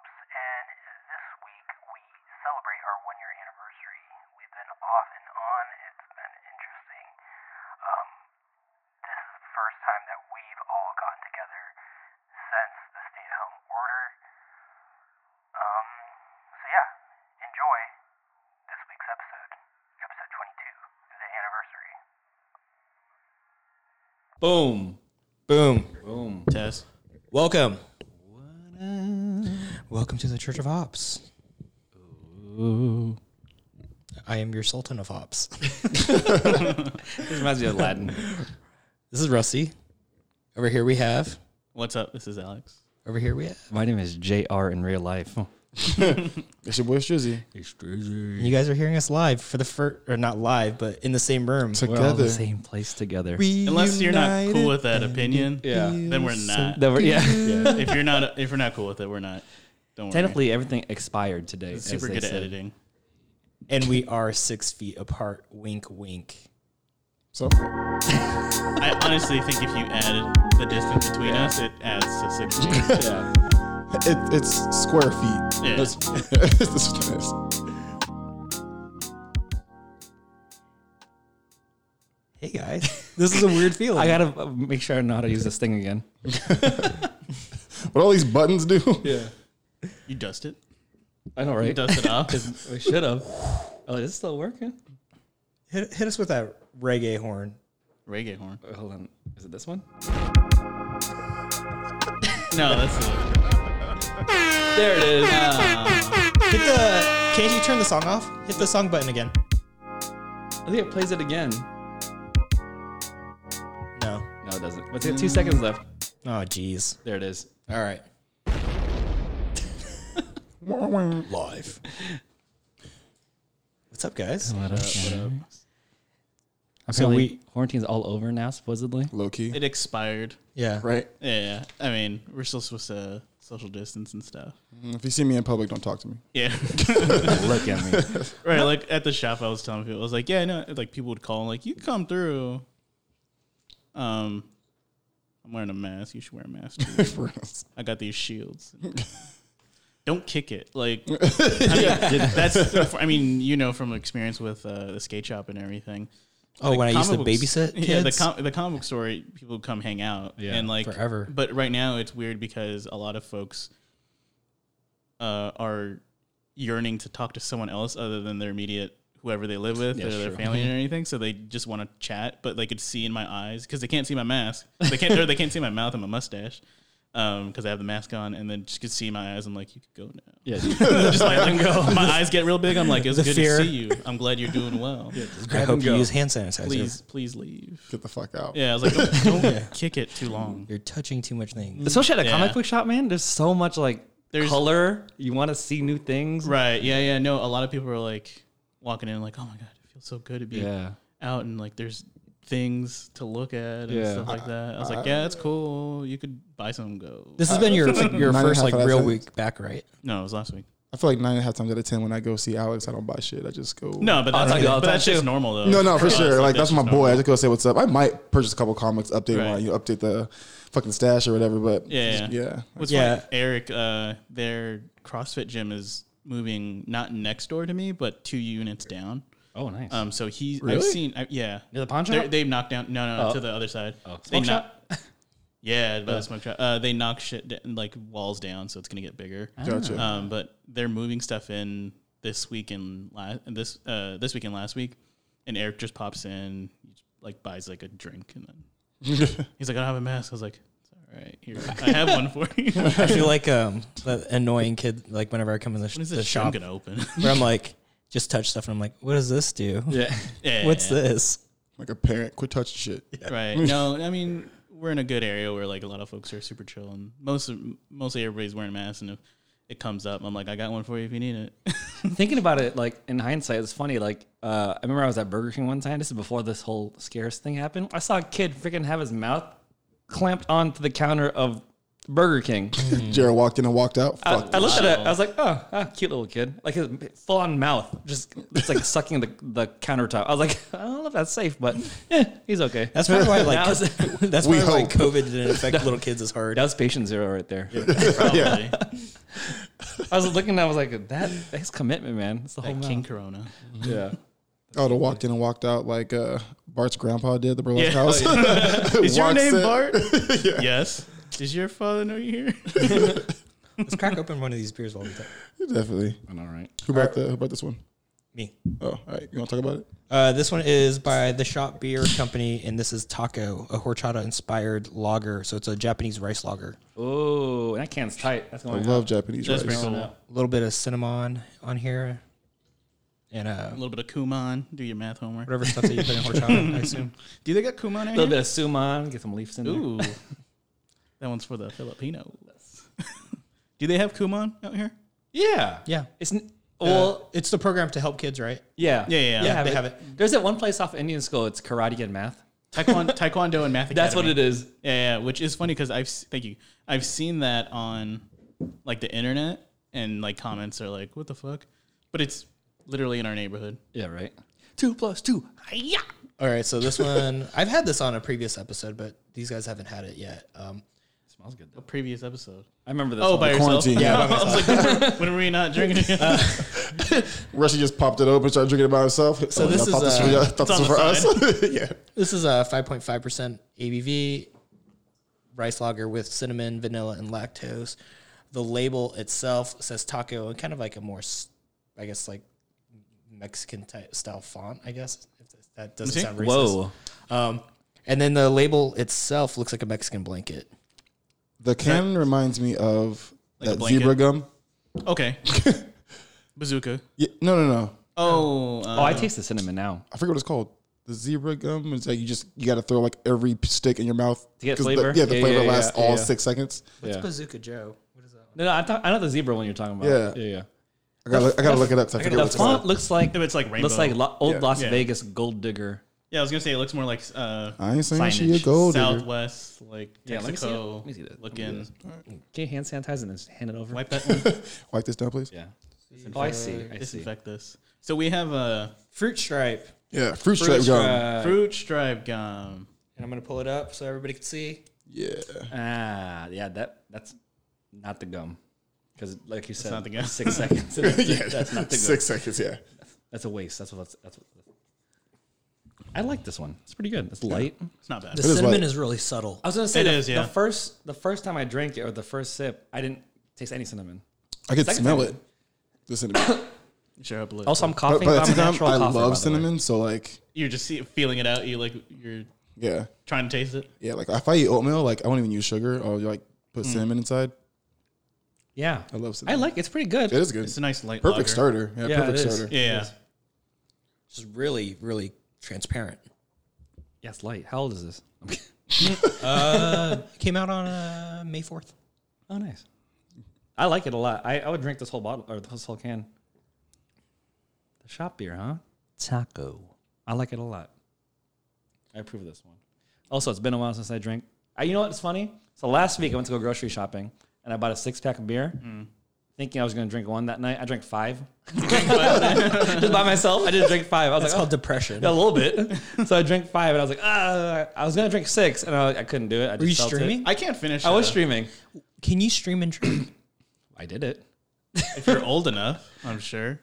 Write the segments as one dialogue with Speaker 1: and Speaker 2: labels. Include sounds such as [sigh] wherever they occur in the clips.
Speaker 1: And uh, this week we celebrate our one year anniversary. We've been off and on. It's been interesting. Um, this is the first time that we've all gotten together since the stay at home order. Um, so yeah, enjoy this week's episode, episode 22, the anniversary.
Speaker 2: Boom.
Speaker 3: Boom.
Speaker 2: Boom.
Speaker 3: Test. Welcome. Welcome to the Church of Ops. I am your Sultan of Ops. [laughs]
Speaker 2: This reminds me of Aladdin.
Speaker 4: [laughs]
Speaker 3: This is Rusty. Over here we have.
Speaker 5: What's up? This is Alex.
Speaker 3: Over here we have.
Speaker 4: My name is JR in real life.
Speaker 6: It's your boy Strizzy.
Speaker 3: And you guys are hearing us live for the first, or not live, but in the same room.
Speaker 4: We're all in
Speaker 6: Together.
Speaker 4: the same place together.
Speaker 5: Unless you're not cool with that opinion,
Speaker 2: Yeah.
Speaker 5: [laughs] then we're not.
Speaker 4: That we're- yeah.
Speaker 5: [laughs] if you're not if you're not cool with it, we're not. Don't worry.
Speaker 4: Technically, everything expired today. as
Speaker 5: super
Speaker 4: they
Speaker 5: good at
Speaker 4: said.
Speaker 5: editing.
Speaker 3: And we are six feet apart. Wink, wink.
Speaker 6: So,
Speaker 5: I honestly think if you added the distance between us, it adds to six.
Speaker 2: Yeah.
Speaker 6: it, it's square feet.
Speaker 5: Yeah.
Speaker 6: That's, [laughs] that's what it is.
Speaker 3: Hey guys. [laughs] This is a weird feeling.
Speaker 4: I gotta uh, make sure I know how to use this thing again.
Speaker 6: What all these buttons do? [laughs]
Speaker 2: Yeah.
Speaker 5: You dust it.
Speaker 4: I know,
Speaker 5: You
Speaker 4: right? [laughs]
Speaker 5: dust it off.
Speaker 4: We should have. Oh, is it still working?
Speaker 3: hit, hit us with that reggae horn.
Speaker 5: Reggae horn.
Speaker 4: Uh, Hold on. Is it this one?
Speaker 5: No, that's the
Speaker 4: There it is.
Speaker 3: Hit the. Can you turn the song off? Hit the song button again.
Speaker 4: I think it plays it again.
Speaker 3: No.
Speaker 4: No, it doesn't. What's
Speaker 5: Mm.
Speaker 4: it? Two seconds left.
Speaker 3: Oh, jeez.
Speaker 4: There it is.
Speaker 3: All right.
Speaker 6: Wah-wah.
Speaker 3: Live. What's up, guys?
Speaker 4: Uh, So
Speaker 3: we-
Speaker 4: we quarantine's all over now,
Speaker 5: [laughs]
Speaker 4: supposedly.
Speaker 6: Low key.
Speaker 5: it expired.
Speaker 3: Yeah.
Speaker 6: right?
Speaker 5: Yeah, I mean we're still supposed to social distance and stuff.
Speaker 6: Mm, If you see me in public, don't talk to me. [laughs]
Speaker 5: Yeah, [laughs]
Speaker 4: Look at me.
Speaker 5: right. Like at the shop, I was telling people, I was like, yeah, no, like people would call, like you come through. Um, I'm wearing a mask. You should wear a mask. Too.
Speaker 6: For reals.
Speaker 5: I got these shields. Don't kick it. Like, I mean, that's, I mean, you know, from experience with uh, the skate shop and everything.
Speaker 3: Oh, when I used to
Speaker 5: Comic books-
Speaker 3: babysit kids.
Speaker 5: [laughs] Yeah, the, com- the comic book store, people would come hang out.
Speaker 4: Yeah,
Speaker 5: and like,
Speaker 3: forever.
Speaker 5: But right now it's weird because a lot of folks uh, are yearning to talk to someone else other than their immediate whoever they live with
Speaker 4: Yeah,
Speaker 5: or their
Speaker 3: [laughs]
Speaker 4: sure.
Speaker 5: family or anything. So they just want to chat, but they could see in my eyes because they can't see my mask. They can't, or they can't see my mouth and my mustache because I have the mask on, and then just could see my eyes. I'm like, you could go
Speaker 3: [laughs]
Speaker 5: now.
Speaker 4: [laughs] Yeah.
Speaker 5: [laughs] just let them go. My eyes get real big. I'm like, it's
Speaker 3: The
Speaker 5: good
Speaker 3: fear.
Speaker 5: to see you. I'm glad you're doing
Speaker 3: [laughs]
Speaker 5: well.
Speaker 3: I hope you
Speaker 4: go.
Speaker 3: use hand sanitizer.
Speaker 5: Please, please leave.
Speaker 6: Get the fuck out.
Speaker 5: Yeah, I was like, don't, don't kick it too long.
Speaker 3: You're touching too much things.
Speaker 4: Especially at a
Speaker 5: Yeah.
Speaker 4: comic book shop, man. There's so much like
Speaker 5: There's-
Speaker 4: color. You want to see new things.
Speaker 5: Right? Yeah, yeah. No, a lot of people are like walking in, like, oh my god, it feels so good to be
Speaker 4: Yeah.
Speaker 5: out and like there's things to look at and
Speaker 4: Yeah.
Speaker 5: stuff like that. I was like, yeah, it's cool. You could buy some and go.
Speaker 3: This has been [laughs] your your
Speaker 6: Nine and a
Speaker 3: first
Speaker 6: half
Speaker 3: like
Speaker 6: out of
Speaker 3: real
Speaker 6: ten.
Speaker 3: week back, right?
Speaker 5: no, it was last week.
Speaker 6: I feel like nine and a half times out of ten when I go see Alex, I don't buy shit. I just go.
Speaker 5: No, but that's,
Speaker 4: I do all
Speaker 5: but
Speaker 4: the
Speaker 5: that's
Speaker 4: time,
Speaker 5: just
Speaker 4: too.
Speaker 5: normal though.
Speaker 6: No, no, for
Speaker 5: us,
Speaker 6: sure. Like that's my
Speaker 5: just
Speaker 6: boy.
Speaker 5: normal.
Speaker 6: I just go say what's up. I might purchase a couple comics, update
Speaker 5: Right.
Speaker 6: while you update the fucking stash or whatever. But
Speaker 5: Yeah,
Speaker 6: just-
Speaker 5: yeah.
Speaker 6: yeah.
Speaker 5: What's
Speaker 3: Yeah.
Speaker 5: yeah. Eric, uh, their CrossFit gym is moving not next door to me, but two units down.
Speaker 4: Oh, nice.
Speaker 5: Um, so he, I've
Speaker 6: Really?
Speaker 5: seen, I, yeah,
Speaker 4: Near the pawn
Speaker 5: They're-
Speaker 4: shop?
Speaker 5: they've knocked down. No, no, no
Speaker 4: Oh.
Speaker 5: to the other side.
Speaker 4: Oh.
Speaker 5: They
Speaker 4: Smoke
Speaker 5: knock-
Speaker 4: shop? Oh.
Speaker 5: Yeah, by the smoke shop. Uh, they knock shit da- like walls down, so it's gonna get bigger.
Speaker 6: Gotcha.
Speaker 5: Um, but they're moving stuff in this week and last this uh this week and last week, and Eric just pops in, like buys like a drink, and
Speaker 6: [laughs]
Speaker 5: then he's like, "I don't have a mask." I was like, "It's all right, here, I have one for
Speaker 6: [laughs]
Speaker 5: you." [laughs] when
Speaker 3: I feel like um the annoying kid like whenever I come in the, sh-
Speaker 5: is
Speaker 3: the
Speaker 5: this shop
Speaker 3: shop
Speaker 5: gonna open?
Speaker 3: where I'm like just touch stuff and I'm like, what does this do?
Speaker 4: [laughs] yeah.
Speaker 5: yeah,
Speaker 3: What's this?
Speaker 6: Like a parent, quit touching shit.
Speaker 5: Right. No, I mean we're in a good area where like a lot of folks are super chill and most of, mostly everybody's wearing masks and if it comes up, I'm like, I got one for you if you need it.
Speaker 4: Thinking about it, like in hindsight, it's funny. Like uh, I remember I was at Burger King one time. This is before this whole scarce thing happened. I saw a kid freaking have his mouth clamped onto the counter of Burger King.
Speaker 6: Jared walked in and walked out.
Speaker 4: I,
Speaker 6: Fuck.
Speaker 4: I looked at it. I was like, oh, ah, cute little kid. Like his full on mouth, just it's like sucking the, the countertop. I was like, [laughs] I don't know if that's safe, but [laughs] eh, he's okay.
Speaker 3: That's probably why
Speaker 4: That
Speaker 3: like
Speaker 4: was-
Speaker 3: [laughs] that's
Speaker 6: We
Speaker 3: probably why
Speaker 6: hope.
Speaker 3: COVID didn't affect little kids as hard.
Speaker 4: That was patient zero right there.
Speaker 5: Probably.
Speaker 4: I was looking, I was like, that that's commitment, man. It's the whole
Speaker 5: That
Speaker 4: mouth.
Speaker 5: King Corona.
Speaker 4: Yeah.
Speaker 6: Oh, the walked in and walked out like uh, Bart's grandpa did the Burlesque
Speaker 5: Yeah.
Speaker 6: House. [laughs]
Speaker 5: Is your
Speaker 6: Walks
Speaker 5: name
Speaker 6: in.
Speaker 5: Bart? Yes. Does your father know you're here?
Speaker 3: Let's crack open one of these beers while we talk.
Speaker 6: Definitely.
Speaker 4: All right.
Speaker 6: Who brought the who brought this one?
Speaker 3: Me.
Speaker 6: Oh, all right. You want to talk about it?
Speaker 3: Uh, this one is by the Shop Beer Company, and this is Taco, a horchata inspired lager. So it's a Japanese rice lager.
Speaker 4: Oh, and that can's tight. That's
Speaker 6: I
Speaker 4: going
Speaker 6: love Japanese
Speaker 5: That's pretty
Speaker 6: rice.
Speaker 5: cool.
Speaker 4: out.
Speaker 3: A little bit of cinnamon on here, and uh,
Speaker 5: A little bit of Kumon. Do your math homework.
Speaker 3: whatever stuff that you put in horchata, [laughs] I assume.
Speaker 5: Do they got Kumon
Speaker 4: A
Speaker 5: out
Speaker 4: little
Speaker 5: here?
Speaker 4: bit of suman, get some leaves in there.
Speaker 5: Ooh. [laughs] that one's for the Filipinos. [laughs] Do they have Kumon out here?
Speaker 4: Yeah.
Speaker 3: Yeah.
Speaker 4: It's n-
Speaker 3: Well,
Speaker 4: well,
Speaker 3: it's the program to help kids, right?
Speaker 4: yeah.
Speaker 5: Yeah, yeah, yeah.
Speaker 4: They,
Speaker 5: Yeah,
Speaker 3: Uh,
Speaker 4: have,
Speaker 3: they
Speaker 4: it.
Speaker 3: have it.
Speaker 4: There's that one place off Indian School. It's karate and math.
Speaker 5: Taekwondo, Taekwondo and Math Academy.
Speaker 4: That's what it is.
Speaker 5: Yeah, yeah, which is funny because I've s- thank you. I've seen that on like the internet and like comments are like, "What the fuck?" But it's literally in our neighborhood.
Speaker 4: Yeah. Right. Two plus two. Yeah.
Speaker 3: All right, so [laughs] this one I've had this on a previous episode, but these guys haven't had it yet. Um,
Speaker 4: Smells good though.
Speaker 5: A previous episode.
Speaker 4: I remember this.
Speaker 5: Oh,
Speaker 4: one.
Speaker 5: by yourself.
Speaker 6: quarantine, Uh.
Speaker 5: Yeah, [laughs] I was like, when were we not drinking?
Speaker 6: Rusty just popped it open, started drinking it by himself. So
Speaker 3: this
Speaker 6: I thought
Speaker 3: is,
Speaker 6: this
Speaker 3: uh,
Speaker 6: was, I thought this was for
Speaker 5: on
Speaker 6: us. [laughs] yeah.
Speaker 3: this is a 5.5 percent ABV rice lager with cinnamon, vanilla, and lactose. The label itself says taco and kind of like a more, s- I guess, like Mexican type style font. I guess if that- that doesn't
Speaker 5: See?
Speaker 3: sound racist.
Speaker 4: Whoa.
Speaker 3: Um, and then the label itself looks like a Mexican blanket.
Speaker 6: The can reminds me of
Speaker 5: a
Speaker 6: that
Speaker 5: blanket?
Speaker 6: zebra gum.
Speaker 5: [laughs] okay.
Speaker 6: [laughs]
Speaker 5: Bazooka.
Speaker 6: Yeah, no, no, no.
Speaker 5: Oh,
Speaker 4: Oh, I taste the cinnamon now.
Speaker 6: I forget what it's called. The zebra gum. It's like you just you got to throw like every p- stick in your mouth
Speaker 4: To get
Speaker 6: 'Cause the-
Speaker 4: flavor?
Speaker 6: yeah, the
Speaker 4: Yeah,
Speaker 6: flavor
Speaker 4: yeah,
Speaker 6: lasts
Speaker 4: yeah,
Speaker 6: all
Speaker 4: yeah.
Speaker 6: six seconds.
Speaker 4: Yeah.
Speaker 3: Bazooka Joe. What is that?
Speaker 4: No, no. I thought I know the zebra one you're talking about.
Speaker 6: Yeah.
Speaker 4: Yeah. Yeah.
Speaker 6: I gotta, I gotta look it up. 'cause I forget
Speaker 4: The
Speaker 6: what it's called.
Speaker 4: font looks like
Speaker 5: If uh, it's like rainbow.
Speaker 4: looks like lo- old
Speaker 6: Yeah.
Speaker 4: Las
Speaker 5: Yeah.
Speaker 4: Vegas gold digger.
Speaker 5: yeah, I was gonna say it looks more like uh,
Speaker 6: I ain't saying she a gold digger.
Speaker 5: Southwest, like
Speaker 4: Yeah, let me see it.
Speaker 5: Mexico.
Speaker 4: Let me see that. Let me do
Speaker 5: Looking.
Speaker 4: Get your hand sanitizer and just hand it over.
Speaker 5: Wipe that [laughs] one.
Speaker 6: Wipe this down, please. Yeah,
Speaker 4: Yeah. Oh, I see. I see.
Speaker 5: Disinfect this. So we have a
Speaker 3: Fruit stripe.
Speaker 6: fruit, stripe gum.
Speaker 4: Uh,
Speaker 5: fruit stripe gum.
Speaker 3: And I'm gonna pull it up so everybody can see.
Speaker 6: Yeah,
Speaker 4: Ah, yeah, that that's not the gum. Because like you said,
Speaker 5: not the gum.
Speaker 4: six seconds. [laughs]
Speaker 6: yeah.
Speaker 4: That's not the gum.
Speaker 6: six seconds. Yeah,
Speaker 4: That's a waste. That's what that's, that's what I like this one. It's pretty good. It's light.
Speaker 5: It's not bad.
Speaker 3: The
Speaker 6: is
Speaker 3: cinnamon
Speaker 6: light.
Speaker 3: is really subtle.
Speaker 4: I was gonna say
Speaker 5: It
Speaker 4: the,
Speaker 5: is, yeah.
Speaker 4: the first the first time I drank it or the first sip, I didn't taste any cinnamon.
Speaker 6: I could
Speaker 4: Second
Speaker 6: smell
Speaker 4: time.
Speaker 6: it. The cinnamon.
Speaker 5: Sure, I believe.
Speaker 4: Also, I'm
Speaker 6: But
Speaker 4: coughing.
Speaker 6: by the
Speaker 4: I'm a
Speaker 6: time
Speaker 4: natural
Speaker 6: I
Speaker 4: cougher, by the way.
Speaker 6: love cinnamon, so like,
Speaker 5: you're just see, feeling it out. You like you're
Speaker 6: yeah,
Speaker 5: trying to taste it.
Speaker 6: yeah. Like if I eat oatmeal, like I won't even use sugar. I'll like put cinnamon inside.
Speaker 4: Yeah,
Speaker 6: I love
Speaker 4: I
Speaker 6: cinnamon.
Speaker 4: like. It's pretty good.
Speaker 6: It is good.
Speaker 5: It's a nice light.
Speaker 6: perfect
Speaker 5: lager.
Speaker 6: starter. Yeah,
Speaker 4: Yeah,
Speaker 6: perfect
Speaker 4: it is.
Speaker 6: starter.
Speaker 5: Yeah,
Speaker 3: It's really, really transparent.
Speaker 4: Yeah, it's light. How old is this?
Speaker 3: Uh, came out on uh, May 4th.
Speaker 4: oh, nice. I like it a lot. I, I would drink this whole bottle or this whole can. The shop beer, huh?
Speaker 3: Taco.
Speaker 4: I like it a lot. I approve of this one. Also, it's been a while since I drank. I, you know what's funny? So last week I went to go grocery shopping and I bought a six pack of beer, thinking I was going to drink one that night. I drank five. [laughs] just by myself, I just drank five. I was
Speaker 3: That's
Speaker 4: like,
Speaker 3: called depression.
Speaker 4: oh, a little bit. [laughs] so I drank five, and I was like, ah, I was going to drink six, and I, I couldn't do it. I just
Speaker 3: Were you
Speaker 4: felt it.
Speaker 3: streaming?
Speaker 5: I can't finish.
Speaker 4: I was
Speaker 5: uh,
Speaker 4: streaming.
Speaker 3: Can you stream and drink?
Speaker 4: I did it.
Speaker 5: if you're old enough, I'm sure.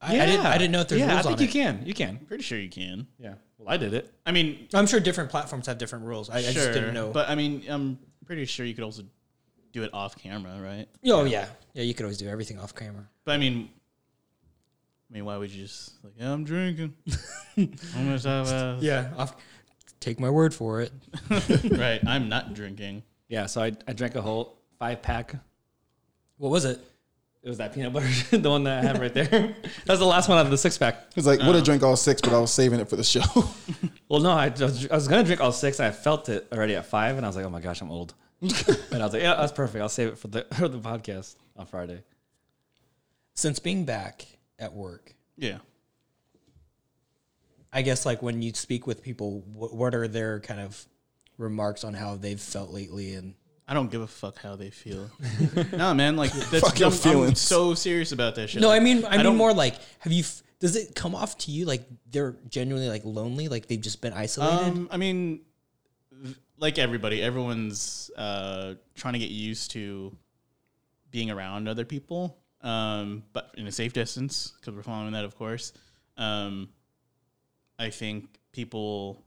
Speaker 3: I, I, didn't, I didn't know if there's
Speaker 4: yeah,
Speaker 3: rules
Speaker 4: I think
Speaker 3: on
Speaker 4: you
Speaker 3: it.
Speaker 4: can. You can.
Speaker 5: Pretty sure you can.
Speaker 4: Yeah. Well, I did it.
Speaker 5: I mean,
Speaker 3: I'm sure different platforms have different rules. I, I
Speaker 5: sure,
Speaker 3: just didn't know.
Speaker 5: but I mean, I'm pretty sure you could also do it off camera, right?
Speaker 3: oh, yeah. Yeah, you could always do everything off camera.
Speaker 5: But I mean, I mean, why would you just like? Yeah, I'm [laughs] drinking. I'm gonna stop, uh,
Speaker 3: Yeah. Off, take my word for it.
Speaker 5: Right. I'm not drinking.
Speaker 4: Yeah. So I, I drank a whole five pack.
Speaker 3: What was it?
Speaker 4: It was that peanut butter, [laughs] shit, the one that I have right there. [laughs] that was the last one out of the six pack.
Speaker 6: It's like would have drank all six, but I was saving it for the show. [laughs]
Speaker 4: Well, no, I, was- I was gonna drink all six, and I felt it already at five, and I was like, "Oh my gosh, I'm old." [laughs] and I was like, "Yeah, that's perfect. I'll save it for the [laughs] for the podcast on Friday."
Speaker 3: Since being back at work,
Speaker 5: Yeah.
Speaker 3: I guess like when you speak with people, what, what are their kind of remarks on how they've felt lately? And
Speaker 5: I don't give a fuck how they [laughs] feel. nah, man. Like that's
Speaker 6: Fuck your
Speaker 5: I'm- I'm
Speaker 6: feelings.
Speaker 5: so serious about that shit.
Speaker 3: no, I mean, I, mean
Speaker 5: don't-
Speaker 3: more like, have you? f- Does it come off to you like they're genuinely like lonely, like they've just been isolated?
Speaker 5: Um, I mean, th- like everybody, everyone's uh, trying to get used to being around other people, um, but in a safe distance because we're following that, of course. Um, I think people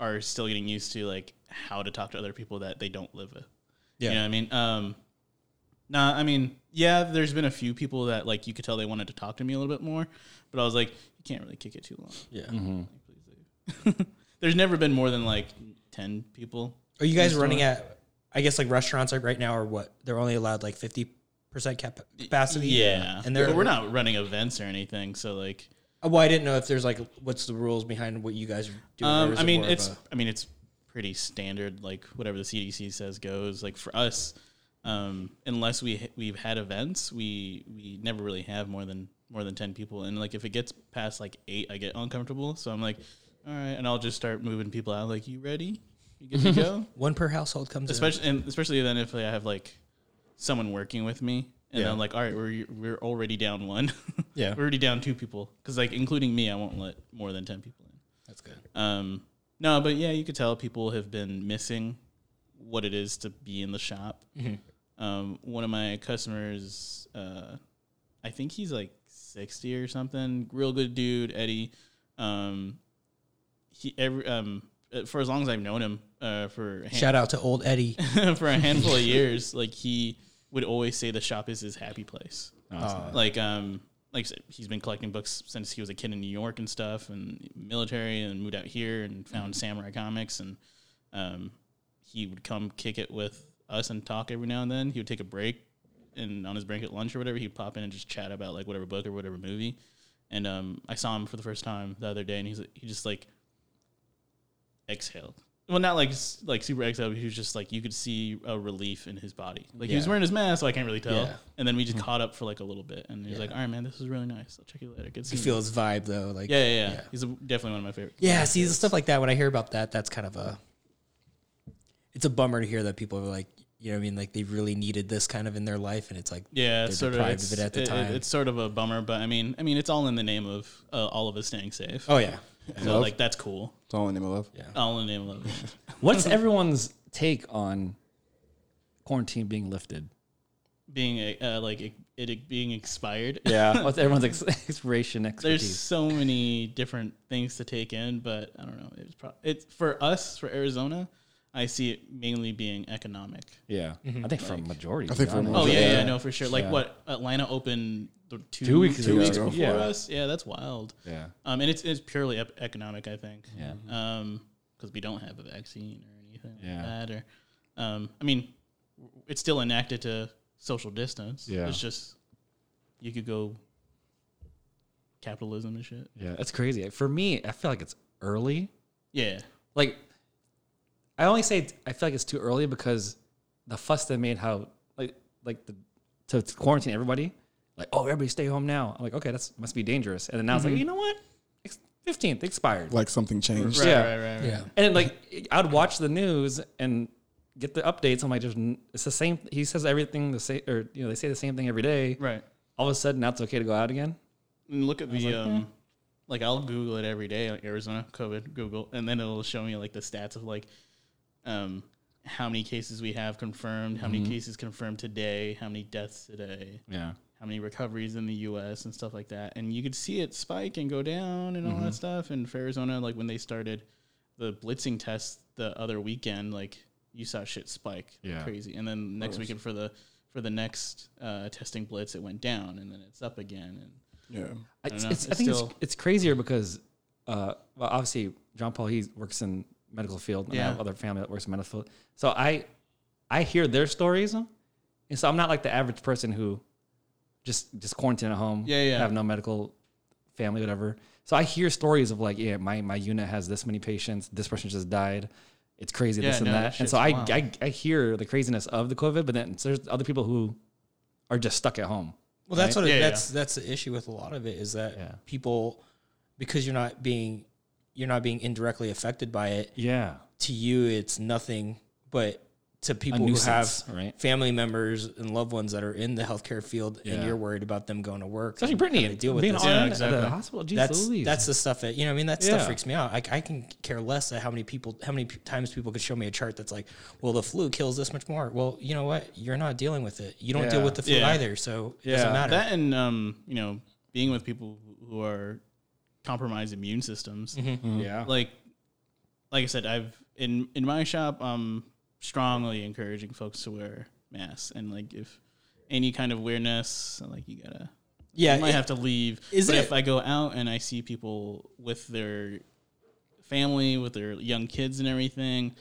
Speaker 5: are still getting used to like how to talk to other people that they don't live with.
Speaker 3: Yeah.
Speaker 5: You know what I mean? Um, nah, I mean, yeah, there's been a few people that like you could tell they wanted to talk to me a little bit more, but I was like, you can't really kick it too long.
Speaker 3: Yeah.
Speaker 5: There's never been more than like 10 people.
Speaker 3: Are you guys running at? I guess like restaurants like right now are what they're only allowed like fifty percent cap- capacity.
Speaker 5: Yeah.
Speaker 3: and
Speaker 5: And
Speaker 3: they're Oh,
Speaker 5: we're not running events or anything. So like,
Speaker 3: Well, I didn't know if there's like what's the rules behind what you guys are doing. or
Speaker 5: um,
Speaker 3: is
Speaker 5: I
Speaker 3: it
Speaker 5: mean,
Speaker 3: more of
Speaker 5: it's,
Speaker 3: a-
Speaker 5: I mean, it's pretty standard. Like whatever the CDC says goes like for us, um, unless we, we've had events, we, we never really have more than, more than 10 people. And like, if it gets past like eight, I get uncomfortable. So I'm like, all right. And I'll just start moving people out. Like, you ready? You
Speaker 3: [laughs]
Speaker 5: good to go?
Speaker 3: one per household comes in.
Speaker 5: especially and especially then if I have like someone working with me, and I'm like, all right, we're we're already down one, [laughs]
Speaker 3: Yeah.
Speaker 5: we're already down two people, because like including me, I won't let more than ten people in.
Speaker 3: That's good.
Speaker 5: Um, no, but yeah, you could tell people have been missing what it is to be in the shop.
Speaker 3: Mm-hmm.
Speaker 5: Um, one of my customers, uh, I think he's like sixty or something, real good dude, Eddie. Um, he every um uh, for as long as I've known him, uh, for a hand-
Speaker 3: Shout out to old Eddie.
Speaker 5: [laughs] for a handful of years, like he would always say the shop is his happy place. like um like I said, he's been collecting books since he was a kid in New York and stuff and military and moved out here and found samurai comics and um he would come kick it with us and talk every now and then. He would take a break and on his break at lunch or whatever, he'd pop in and just chat about like whatever book or whatever movie. And um I saw him for the first time the other day and he's he just like exhaled. Well, not like s- like super exhaled. But he was just like you could see a relief in his body. Like he was wearing his mask, so I can't really tell.
Speaker 3: Yeah. Hmm.
Speaker 5: And then we just caught up for like a little bit, and he was like, "All right, man, this is really nice. I'll check you later. Good
Speaker 3: You
Speaker 5: seeing you."
Speaker 3: feel his vibe though, like
Speaker 5: Yeah, yeah, yeah. He's a, definitely one of my favorite.
Speaker 3: Yeah, see the stuff like that. When I hear about that, that's kind of a. It's a bummer to hear that people are like, you know, what I mean, like they really needed this kind of in their life, and it's like,
Speaker 5: Yeah,
Speaker 3: They're
Speaker 5: it's sort of
Speaker 3: deprived
Speaker 5: it's,
Speaker 3: of it at the time.
Speaker 5: it's sort of a bummer, but I mean, I mean, it's all in the name of uh, all of us staying safe.
Speaker 3: oh yeah,
Speaker 5: so
Speaker 6: love.
Speaker 5: like that's cool.
Speaker 6: It's all in the name of love.
Speaker 3: Yeah.
Speaker 5: All in the name of [laughs] love.
Speaker 4: [laughs] What's everyone's take on quarantine being lifted?
Speaker 5: being a, uh, like it, it being expired.
Speaker 4: Yeah. What's everyone's ex- [laughs] expiration
Speaker 5: [laughs] There's
Speaker 4: expertise?
Speaker 5: so many different things to take in, but I don't know. It's pro- it's for us for Arizona. I see it mainly being economic.
Speaker 4: yeah. I think for a majority.
Speaker 6: I think for a
Speaker 5: Oh
Speaker 6: majority.
Speaker 5: yeah, yeah,
Speaker 6: Yeah.
Speaker 5: I know for sure. Like
Speaker 4: Yeah.
Speaker 5: what Atlanta opened th- two,
Speaker 4: Two weeks ago.
Speaker 5: before
Speaker 4: Yeah.
Speaker 5: us. Yeah, that's wild.
Speaker 4: Yeah.
Speaker 5: Um, and it's it's purely ep- economic, I think.
Speaker 4: Yeah.
Speaker 5: Um, because we don't have a vaccine or anything
Speaker 4: Yeah.
Speaker 5: like that, or, um, I mean, w- it's still enacted to social distance.
Speaker 4: Yeah.
Speaker 5: It's just you could go capitalism and shit.
Speaker 4: Yeah. That's crazy. For me, I feel like it's early.
Speaker 5: Yeah.
Speaker 4: like I only say it's- I feel like it's too early because the fuss they made how like like the to to quarantine everybody like oh everybody stay home now I'm like okay that's must be dangerous and then now it's like you know what fifteenth expired
Speaker 6: Like something changed.
Speaker 5: Right,
Speaker 4: Yeah.
Speaker 5: right, right, right.
Speaker 3: yeah,
Speaker 4: and then like I'd watch the news and get the updates I'm like just it's the same he says everything the same or you know they say the same thing every day
Speaker 5: Right.
Speaker 4: all of a sudden now it's okay to go out again
Speaker 5: And look at the um, like I'll Google it every day, like Arizona COVID Google, and then it'll show me like the stats of like, um, how many cases we have confirmed, how many
Speaker 4: Mm-hmm.
Speaker 5: cases confirmed today, how many deaths today,
Speaker 4: yeah
Speaker 5: how many recoveries in the U.S. and stuff like that, and you could see it spike and go down and all that stuff. And for Arizona, like when they started the blitzing test the other weekend, like you saw shit spike like
Speaker 4: Yeah.
Speaker 5: crazy, and then next weekend for the for the next uh, testing blitz, it went down, and then it's up again, and
Speaker 6: Yeah.
Speaker 4: I,
Speaker 5: don't
Speaker 4: it's,
Speaker 5: know.
Speaker 4: it's- I
Speaker 5: It's
Speaker 4: think
Speaker 5: still-
Speaker 4: it's, it's crazier because, uh, well, obviously John Paul he works in medical field, and I have
Speaker 5: Yeah.
Speaker 4: other family that works in medical field. So I, I hear their stories, and so I'm not like the average person who, just just quarantine at home,
Speaker 5: Yeah, yeah.
Speaker 4: have no medical family, whatever. So I hear stories of like, yeah, my my unit has this many patients, this person just died. It's crazy,
Speaker 5: Yeah,
Speaker 4: this and
Speaker 5: no,
Speaker 4: that.
Speaker 5: that
Speaker 4: And so I,
Speaker 5: shit's wild.
Speaker 4: I I hear the craziness of the COVID, but then there's other people who are just stuck at home.
Speaker 3: Well, that's what it,
Speaker 5: Yeah, yeah.
Speaker 3: that's that's the issue with a lot of it is that
Speaker 4: Yeah.
Speaker 3: people, because you're not being you're not being indirectly affected by it.
Speaker 4: Yeah.
Speaker 3: To you, it's nothing, but to people who have
Speaker 4: nuisance, right?
Speaker 3: family members and loved ones that are in the healthcare field, and you're worried about them going to work.
Speaker 4: Especially
Speaker 3: and having
Speaker 4: Brittany
Speaker 3: to deal with
Speaker 4: being
Speaker 3: this.
Speaker 4: on
Speaker 5: Yeah,
Speaker 4: end at
Speaker 5: exactly.
Speaker 4: the hospital. Jeez
Speaker 3: That's
Speaker 4: Louise.
Speaker 3: that's the stuff that you know. I mean, that stuff
Speaker 4: Yeah.
Speaker 3: freaks me out. I, I can care less at how many people, how many p- times people could show me a chart that's like, well, the flu kills this much more. Well, you know what? You're not dealing with it. You don't deal
Speaker 4: Yeah.
Speaker 3: with the flu
Speaker 5: Yeah.
Speaker 3: either, so it doesn't
Speaker 4: Yeah.
Speaker 3: matter.
Speaker 5: That and um, you know, being with people who are compromised immune systems.
Speaker 4: yeah.
Speaker 5: Like, like I said, I've in in my shop, I'm strongly encouraging folks to wear masks and like if any kind of weirdness, like you gotta
Speaker 3: yeah,
Speaker 5: I might
Speaker 3: it-
Speaker 5: have to leave.
Speaker 3: is
Speaker 5: but
Speaker 3: it-
Speaker 5: if I go out and I see people with their family, with their young kids and everything,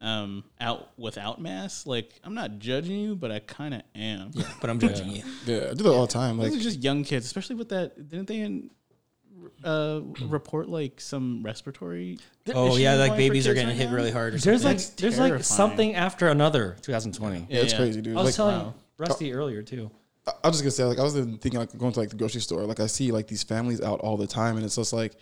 Speaker 5: um, out without masks, like I'm not judging you, but I kind of am.
Speaker 3: but I'm judging you.
Speaker 6: Yeah, I do that all the time. Like,
Speaker 5: Those are just young kids, especially with that. Didn't they in, uh, report like some respiratory?
Speaker 3: Oh yeah,
Speaker 5: issues
Speaker 3: like
Speaker 5: for
Speaker 3: babies are
Speaker 5: kids
Speaker 3: getting
Speaker 5: right
Speaker 3: hit
Speaker 5: now?
Speaker 3: really hard. Or
Speaker 4: There's like
Speaker 5: That's
Speaker 4: there's like
Speaker 5: terrifying.
Speaker 4: something after another 2020.
Speaker 6: yeah, it's
Speaker 5: yeah.
Speaker 6: crazy, dude.
Speaker 4: I was
Speaker 6: Like,
Speaker 4: telling Rusty earlier too.
Speaker 6: I I was just gonna say, like, I was thinking, like, going to like the grocery store, like, I see like these families out all the time, and it's just like,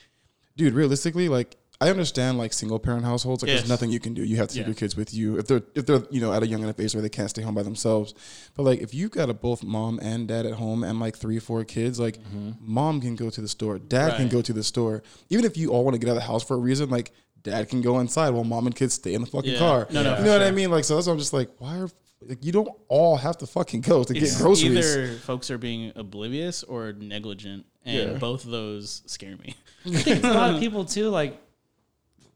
Speaker 6: dude, realistically, like, I understand like single parent households, like,
Speaker 5: Yes.
Speaker 6: there's nothing you can do. You have to take
Speaker 5: Yeah.
Speaker 6: your kids with you if they're if they're you know at a young enough age where they can't stay home by themselves. But like, if you've got a both mom and dad at home and like three four kids, like, mom can go to the store, dad can
Speaker 5: Mm-hmm. Right.
Speaker 6: go to the store, even if you all want to get out of the house for a reason, like. Dad can go inside while mom and kids stay in the fucking
Speaker 5: Yeah.
Speaker 6: car.
Speaker 5: No, no,
Speaker 6: you
Speaker 5: for
Speaker 6: know what I
Speaker 5: sure.
Speaker 6: mean? Like, so that's why I'm just like, why are like you don't all have to fucking go to
Speaker 5: It's
Speaker 6: get groceries?
Speaker 5: Either folks are being oblivious or negligent, and both of those scare me.
Speaker 4: There's a lot of people too like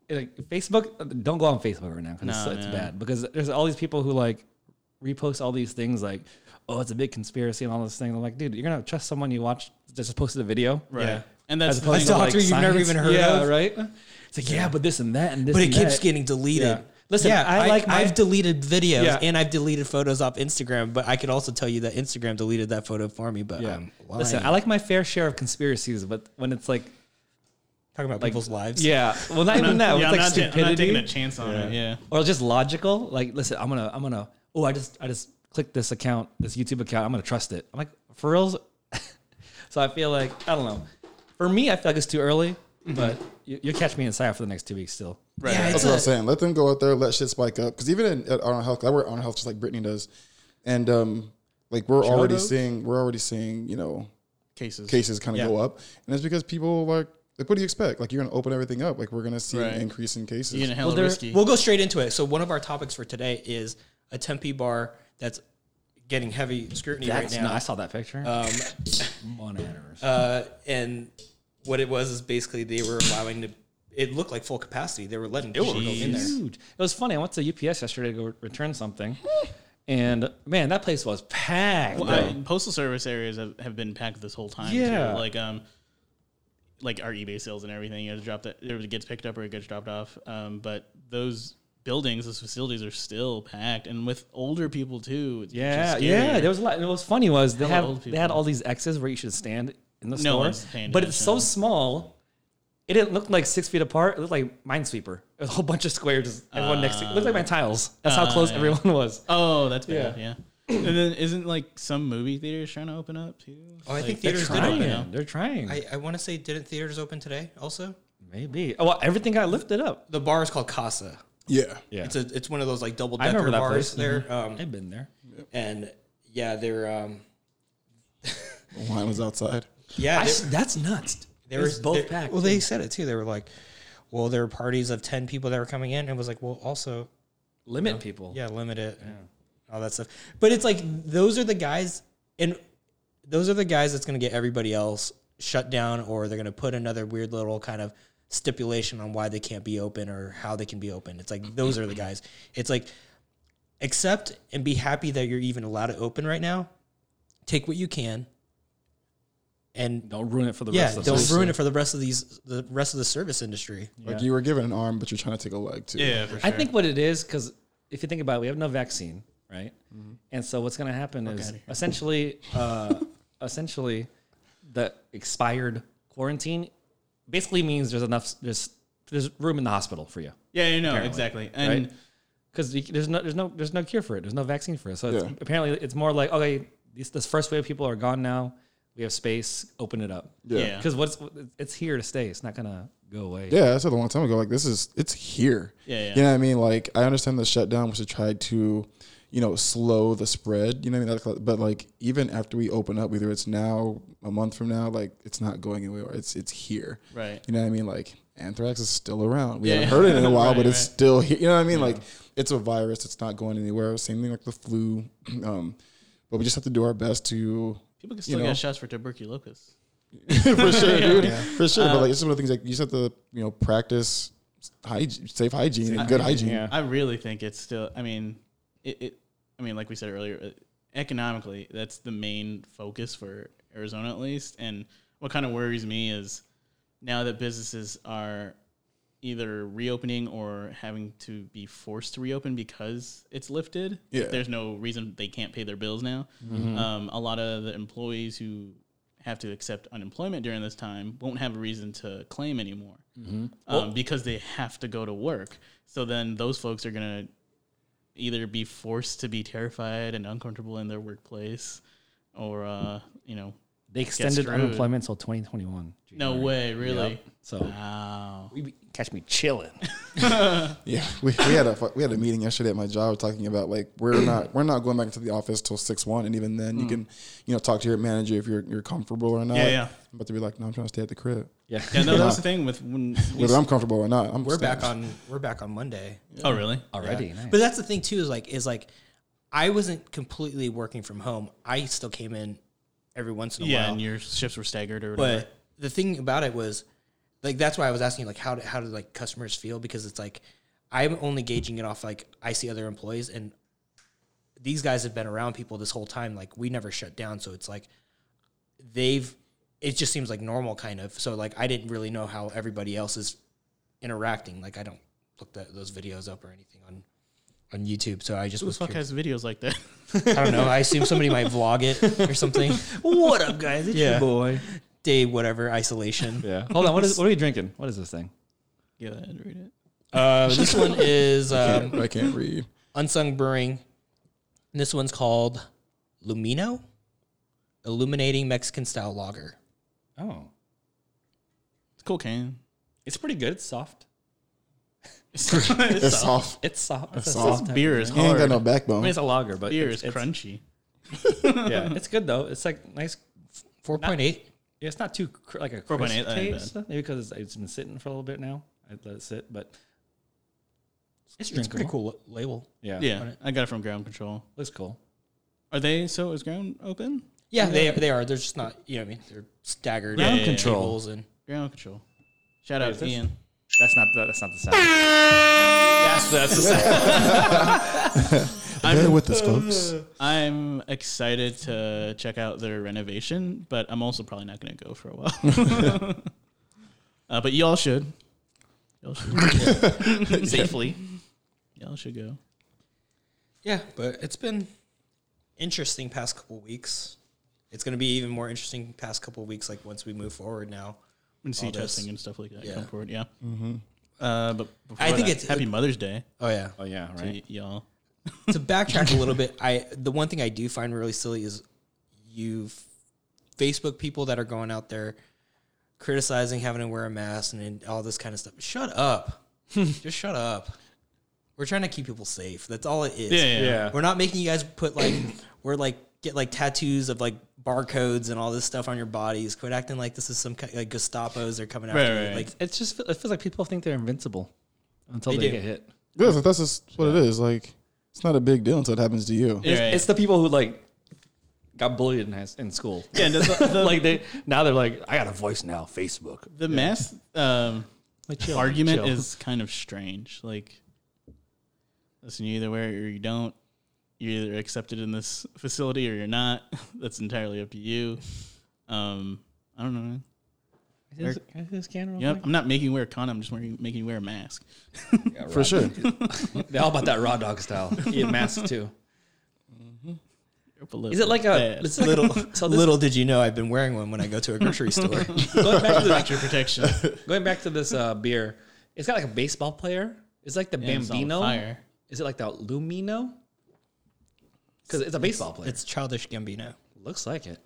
Speaker 4: like Facebook. Don't go on Facebook right now because
Speaker 5: Nah,
Speaker 4: it's, it's
Speaker 5: man.
Speaker 4: bad because there's all these people who like repost all these things like oh it's a big conspiracy and all this thing. I'm like dude you're gonna trust someone you watch that just posted a video
Speaker 5: Right.
Speaker 4: Yeah.
Speaker 5: And that's
Speaker 4: As
Speaker 5: the
Speaker 4: opposed
Speaker 5: thing,
Speaker 4: to
Speaker 5: like,
Speaker 4: like,
Speaker 3: doctor you've never
Speaker 4: science.
Speaker 3: even heard
Speaker 4: yeah,
Speaker 3: of.
Speaker 4: right? It's like yeah. but this and that and this.
Speaker 3: But it
Speaker 4: and
Speaker 3: keeps
Speaker 4: that.
Speaker 3: getting deleted.
Speaker 4: Yeah. Listen, I like my-
Speaker 3: I've deleted videos
Speaker 4: Yeah.
Speaker 3: and I've deleted photos off Instagram, but I could also tell you that Instagram deleted that photo for me. But
Speaker 4: Yeah.
Speaker 3: I'm lying.
Speaker 4: Listen, I like my fair share of conspiracies, but when it's like
Speaker 3: talking about people's lives.
Speaker 4: yeah, well not even that.
Speaker 5: yeah,
Speaker 4: it's
Speaker 5: I'm,
Speaker 4: like
Speaker 5: not, ta- I'm
Speaker 4: stupidity.
Speaker 5: not taking a chance on it. Yeah.
Speaker 4: or just logical. Like, listen, I'm gonna, I'm gonna. Oh, I just, I just clicked this account, this YouTube account. I'm gonna trust it. I'm like, for reals. [laughs] so I feel like I don't know. For me, I feel like it's too early,
Speaker 5: Mm-hmm.
Speaker 4: but you, you'll catch me inside for the next two weeks still.
Speaker 5: Right.
Speaker 3: Yeah,
Speaker 6: That's
Speaker 3: it's
Speaker 6: what
Speaker 3: a-
Speaker 5: [laughs]
Speaker 6: I'm saying. Let them go out there, let shit spike up. Because even in, at Honor Health, 'cause I work at Honor Health just like Brittany does, and um, like we're already
Speaker 5: does?
Speaker 6: seeing, we're already seeing, you know,
Speaker 5: Cases.
Speaker 6: cases kind of
Speaker 5: Yeah.
Speaker 6: go up, and it's because people like, like, what do you expect? Like, you're gonna open everything up. Like, we're gonna see
Speaker 5: Right.
Speaker 6: an increase in cases.
Speaker 5: You're gonna hella
Speaker 4: Well, there-
Speaker 5: risky.
Speaker 3: We'll go straight into it. So one of our topics for today is a Tempe bar that's getting heavy scrutiny
Speaker 4: That's
Speaker 3: right
Speaker 4: not,
Speaker 3: now.
Speaker 4: I saw that picture. [laughs]
Speaker 3: Um,
Speaker 4: One hours.
Speaker 3: uh, and what it was is basically they were allowing to. It looked like full capacity. They were letting people go in there.
Speaker 4: Huge. It was funny. I went to UPS yesterday to go return something, and man, that place was packed.
Speaker 5: Well,
Speaker 4: though.
Speaker 5: I- postal service areas have, have been packed this whole time.
Speaker 4: Yeah.
Speaker 5: too. like um, like our eBay sales and everything. You have to drop that. It gets picked up or it gets dropped off. Um, but those buildings, those facilities are still packed, and with older people too. It's
Speaker 4: Yeah,
Speaker 5: just
Speaker 4: yeah.
Speaker 5: scarier.
Speaker 4: There was a lot. And what's funny was they
Speaker 5: Hella
Speaker 4: had
Speaker 5: old
Speaker 4: they
Speaker 5: people.
Speaker 4: had all these X's where you should stand in the
Speaker 5: No
Speaker 4: store,
Speaker 5: one's paying
Speaker 4: but it's so
Speaker 5: attention.
Speaker 4: small. It didn't look like six feet apart. It looked like Minesweeper. It was a whole bunch of squares, just everyone next to. It looked like my tiles. That's how
Speaker 5: uh,
Speaker 4: close
Speaker 5: yeah.
Speaker 4: everyone was.
Speaker 5: [laughs] Oh, that's bad. Yeah. and then isn't like some movie theaters trying to open up too?
Speaker 4: Uh,
Speaker 3: Oh, I
Speaker 5: Like,
Speaker 3: think
Speaker 5: they're
Speaker 3: theaters did
Speaker 5: trying.
Speaker 3: open
Speaker 4: Trying. They're trying.
Speaker 3: I, I want to say, didn't theaters open today? Also,
Speaker 4: Maybe. Oh, well, everything got lifted up.
Speaker 3: the bar is called Casa.
Speaker 6: yeah,
Speaker 4: Yeah,
Speaker 3: It's a it's one of those like double
Speaker 4: I remember
Speaker 3: decker
Speaker 4: that
Speaker 3: bars
Speaker 4: place.
Speaker 3: there.
Speaker 5: Mm.
Speaker 3: Um,
Speaker 4: I've been there.
Speaker 3: and yeah, they're um,
Speaker 6: The line was outside.
Speaker 3: yeah,
Speaker 4: I
Speaker 3: they're-
Speaker 4: s- that's nuts.
Speaker 3: They
Speaker 4: It was
Speaker 3: were
Speaker 4: both
Speaker 3: they-
Speaker 4: packed.
Speaker 3: Well, they said it too. They were like, well, there were parties of ten people that were coming in. It was like, well, also,
Speaker 4: limit people.
Speaker 3: yeah, limit it, all that stuff. But it's like those are the guys, and those are the guys that's going to get everybody else shut down, or they're going to put another weird little kind of stipulation on why they can't be open or how they can be open. It's like those are the guys. It's like accept and be happy that you're even allowed to open right now. Take what you can, and
Speaker 4: Don't ruin it for the
Speaker 3: yeah,
Speaker 4: rest of
Speaker 3: don't
Speaker 4: us.
Speaker 3: ruin it for the rest of these the rest of the service industry.
Speaker 6: Like, you were given an arm, but you're trying to take a leg too.
Speaker 5: Yeah, for sure.
Speaker 4: I think what it is, because if you think about it, we have no vaccine, right?
Speaker 5: Mm-hmm.
Speaker 4: And so what's going to happen is essentially, uh, essentially, the expired quarantine basically means there's enough there's there's room in the hospital for you
Speaker 5: yeah, you know exactly. And
Speaker 4: right? because there's no there's no there's no cure for it. There's no vaccine for it. So it's,
Speaker 6: Yeah.
Speaker 4: apparently, it's more like okay, this, this first wave of people are gone now. We have space. Open it up.
Speaker 5: Yeah.
Speaker 4: Because what's it's here to stay. It's not gonna go away.
Speaker 6: Yeah, I said a long time ago, like this is it's here.
Speaker 5: Yeah, yeah.
Speaker 6: You know what I mean? Like I understand the shutdown was to try to, you know, slow the spread. You know what I mean? Like, But like even after we open up, whether it's now, a month from now, like it's not going anywhere. It's it's here.
Speaker 5: Right.
Speaker 6: You know what I mean? Like anthrax is still around. We
Speaker 5: Yeah. [laughs]
Speaker 6: haven't heard it in a while,
Speaker 5: Right,
Speaker 6: but it's
Speaker 5: right.
Speaker 6: still here. You know what I mean? Like it's a virus. It's not going anywhere. Same thing like the flu. [clears throat] um, but we just have to do our best to
Speaker 5: People can still
Speaker 6: know.
Speaker 5: get shots for tuberculosis.
Speaker 6: [laughs] for sure, dude. For sure. but like, it's just one of the things like you just have to, you know, practice hygiene, safe hygiene and good hygiene.
Speaker 4: yeah.
Speaker 5: I really think it's still. I mean, it. it I mean, like we said earlier, uh, economically, that's the main focus for Arizona, at least. And what kind of worries me is now that businesses are either reopening or having to be forced to reopen because it's lifted.
Speaker 6: Yeah.
Speaker 5: There's no reason they can't pay their bills now. Um, a lot of the employees who have to accept unemployment during this time won't have a reason to claim anymore um, because they have to go to work. So then those folks are going to either be forced to be terrified and uncomfortable in their workplace or, uh, you know,
Speaker 4: They extended
Speaker 5: screwed.
Speaker 4: unemployment until 2021.
Speaker 5: no way, really.
Speaker 4: So
Speaker 5: Wow.
Speaker 4: we be- catch me chilling.
Speaker 6: Yeah, [laughs] we, we had a fu- we had a meeting yesterday at my job talking about like we're not we're not going back into the office till six one, and even then you can you know talk to your manager if you're you're comfortable or not.
Speaker 5: Yeah, yeah.
Speaker 6: I'm about to be like, no, I'm trying to stay at the crib.
Speaker 4: Yeah.
Speaker 5: Yeah, no, that was the thing with when. We,
Speaker 6: Whether I'm comfortable or not, I'm
Speaker 3: We're
Speaker 6: staying.
Speaker 3: back on we're back on Monday.
Speaker 5: oh, really?
Speaker 4: [laughs] Already. Nice.
Speaker 3: But that's the thing too is like is like I wasn't completely working from home. I still came in every once in a
Speaker 5: Yeah,
Speaker 3: while.
Speaker 5: and your shifts were staggered or
Speaker 3: Oh,
Speaker 5: whatever.
Speaker 3: But the thing about it was, like, that's why I was asking, like, how do, how do like customers feel? Because it's like, I'm only gauging it off like I see other employees, and these guys have been around people this whole time. Like, we never shut down, so it's like they've. It just seems like normal, kind of. So like, I didn't really know how everybody else is interacting. Like, I don't look that, those videos up or anything on on YouTube. So I just
Speaker 5: Who the
Speaker 3: was.
Speaker 5: fuck
Speaker 3: curious.
Speaker 5: has videos like that? [laughs]
Speaker 3: I don't know. I assume somebody might vlog it or something. [laughs] what up, guys? It's your boy.
Speaker 4: boy.
Speaker 3: Day whatever isolation.
Speaker 4: Yeah. Hold on. What [laughs] is? What are you drinking? What is this thing?
Speaker 5: yeah, I'd read it.
Speaker 3: Uh, this [laughs] one is um,
Speaker 6: [laughs] I can't read.
Speaker 3: Unsung Brewing. And this one's called Lumino, Illuminating Mexican Style Lager.
Speaker 4: Oh,
Speaker 5: It's cocaine. [laughs]
Speaker 4: it's pretty good. It's soft.
Speaker 5: It's, it's
Speaker 6: It's off.
Speaker 4: It's soft. It's, a
Speaker 6: soft.
Speaker 4: soft. type
Speaker 5: beer
Speaker 4: of
Speaker 5: is
Speaker 4: drink.
Speaker 6: He ain't got
Speaker 5: hard.
Speaker 6: no
Speaker 4: I
Speaker 6: backbone.
Speaker 4: mean, it's a lager, but
Speaker 5: beer
Speaker 4: it's,
Speaker 5: is
Speaker 4: it's-
Speaker 5: crunchy.
Speaker 4: Yeah, [laughs] it's good though. It's like nice.
Speaker 3: 4.8.
Speaker 4: yeah, It's not too cr- like a
Speaker 5: 4.8,
Speaker 4: crisp
Speaker 5: that ain't
Speaker 4: taste. Maybe because it's, it's been sitting for a little bit now. I let it sit, but
Speaker 3: It's, it's a pretty cool la- label.
Speaker 4: yeah,
Speaker 5: Yeah, I got it from Ground Control.
Speaker 4: looks cool.
Speaker 5: Are they so? Is Ground open?
Speaker 3: Yeah, they, they are. They're just not, you know what I mean? They're staggered.
Speaker 5: Ground
Speaker 3: tables
Speaker 4: control.
Speaker 3: And
Speaker 5: Ground Control. Shout out
Speaker 4: is
Speaker 5: to
Speaker 4: this-
Speaker 5: Ian.
Speaker 4: That's not the, that's not the sound.
Speaker 5: That's that's the sound.
Speaker 6: Bear with
Speaker 5: [laughs]
Speaker 6: us, folks.
Speaker 5: [laughs] I'm excited to check out their renovation, but I'm also probably not going to go for a while. [laughs] uh, but y'all should. Y'all should safely. Y'all should go.
Speaker 3: yeah, but it's been interesting past couple weeks. It's going to be even more interesting past couple weeks, like once we move forward now.
Speaker 5: And see
Speaker 3: All this.
Speaker 5: testing and stuff like that
Speaker 3: Yeah.
Speaker 5: come forward. Yeah. Uh, but before
Speaker 3: I think
Speaker 5: that,
Speaker 3: it's-
Speaker 5: Happy Mother's Day
Speaker 3: Oh, yeah.
Speaker 4: Oh yeah,
Speaker 5: to
Speaker 4: right.
Speaker 5: y- y'all.
Speaker 3: to backtrack a little bit, I the one thing I do find really silly is you Facebook people that are going out there criticizing having to wear a mask and, and all this kind of stuff. Shut up. [laughs] Just shut up. We're trying to keep people safe. That's all it is.
Speaker 5: Yeah, yeah,
Speaker 4: yeah.
Speaker 3: We're not making you guys put like [clears throat] we're like get like tattoos of like barcodes and all this stuff on your bodies. Quit acting like this is some kind like Gestapo's are coming after
Speaker 5: Right,
Speaker 3: you.
Speaker 5: right.
Speaker 3: Like
Speaker 4: It's just it feels like people think they're invincible until
Speaker 3: They
Speaker 4: they,
Speaker 3: do.
Speaker 4: get hit.
Speaker 6: Yeah, so that's just what it is. Like it's not a big deal until it happens to you.
Speaker 5: Yeah, right.
Speaker 4: It's, it's the people who like got bullied in, high s- in school.
Speaker 5: Yeah, and the, the,
Speaker 4: [laughs] like they now they're like, I got a voice now. Facebook.
Speaker 5: the mask um,
Speaker 4: Like, chill,
Speaker 5: argument
Speaker 4: chill.
Speaker 5: is kind of strange. Like, listen, you either wear it or you don't. You're either accepted in this facility or you're not. [laughs] That's entirely up to you. Um, I don't know. Man.
Speaker 4: Can I see this- can I see this can real
Speaker 5: Yep, I'm not making you wear a condom. I'm just wearing, making you wear a mask.
Speaker 4: quick?
Speaker 6: For sure.
Speaker 4: They're all about that raw dog [laughs] style. Eat mask too.
Speaker 5: You're political.
Speaker 4: Is it like a
Speaker 5: Bad.
Speaker 4: it's
Speaker 5: [laughs]
Speaker 4: little? So this,
Speaker 3: little did you know I've been wearing one when I go to a grocery store.
Speaker 4: [laughs] going back to this,
Speaker 5: Your protection?
Speaker 4: going back to this uh, beer, it's got like a baseball player. It's like the
Speaker 5: Yeah, it's on
Speaker 4: [laughs] Bambino.
Speaker 5: fire.
Speaker 4: Is it like the Lumino? Because it's Oh, a baseball player.
Speaker 3: It's childish Gambino.
Speaker 4: looks like it.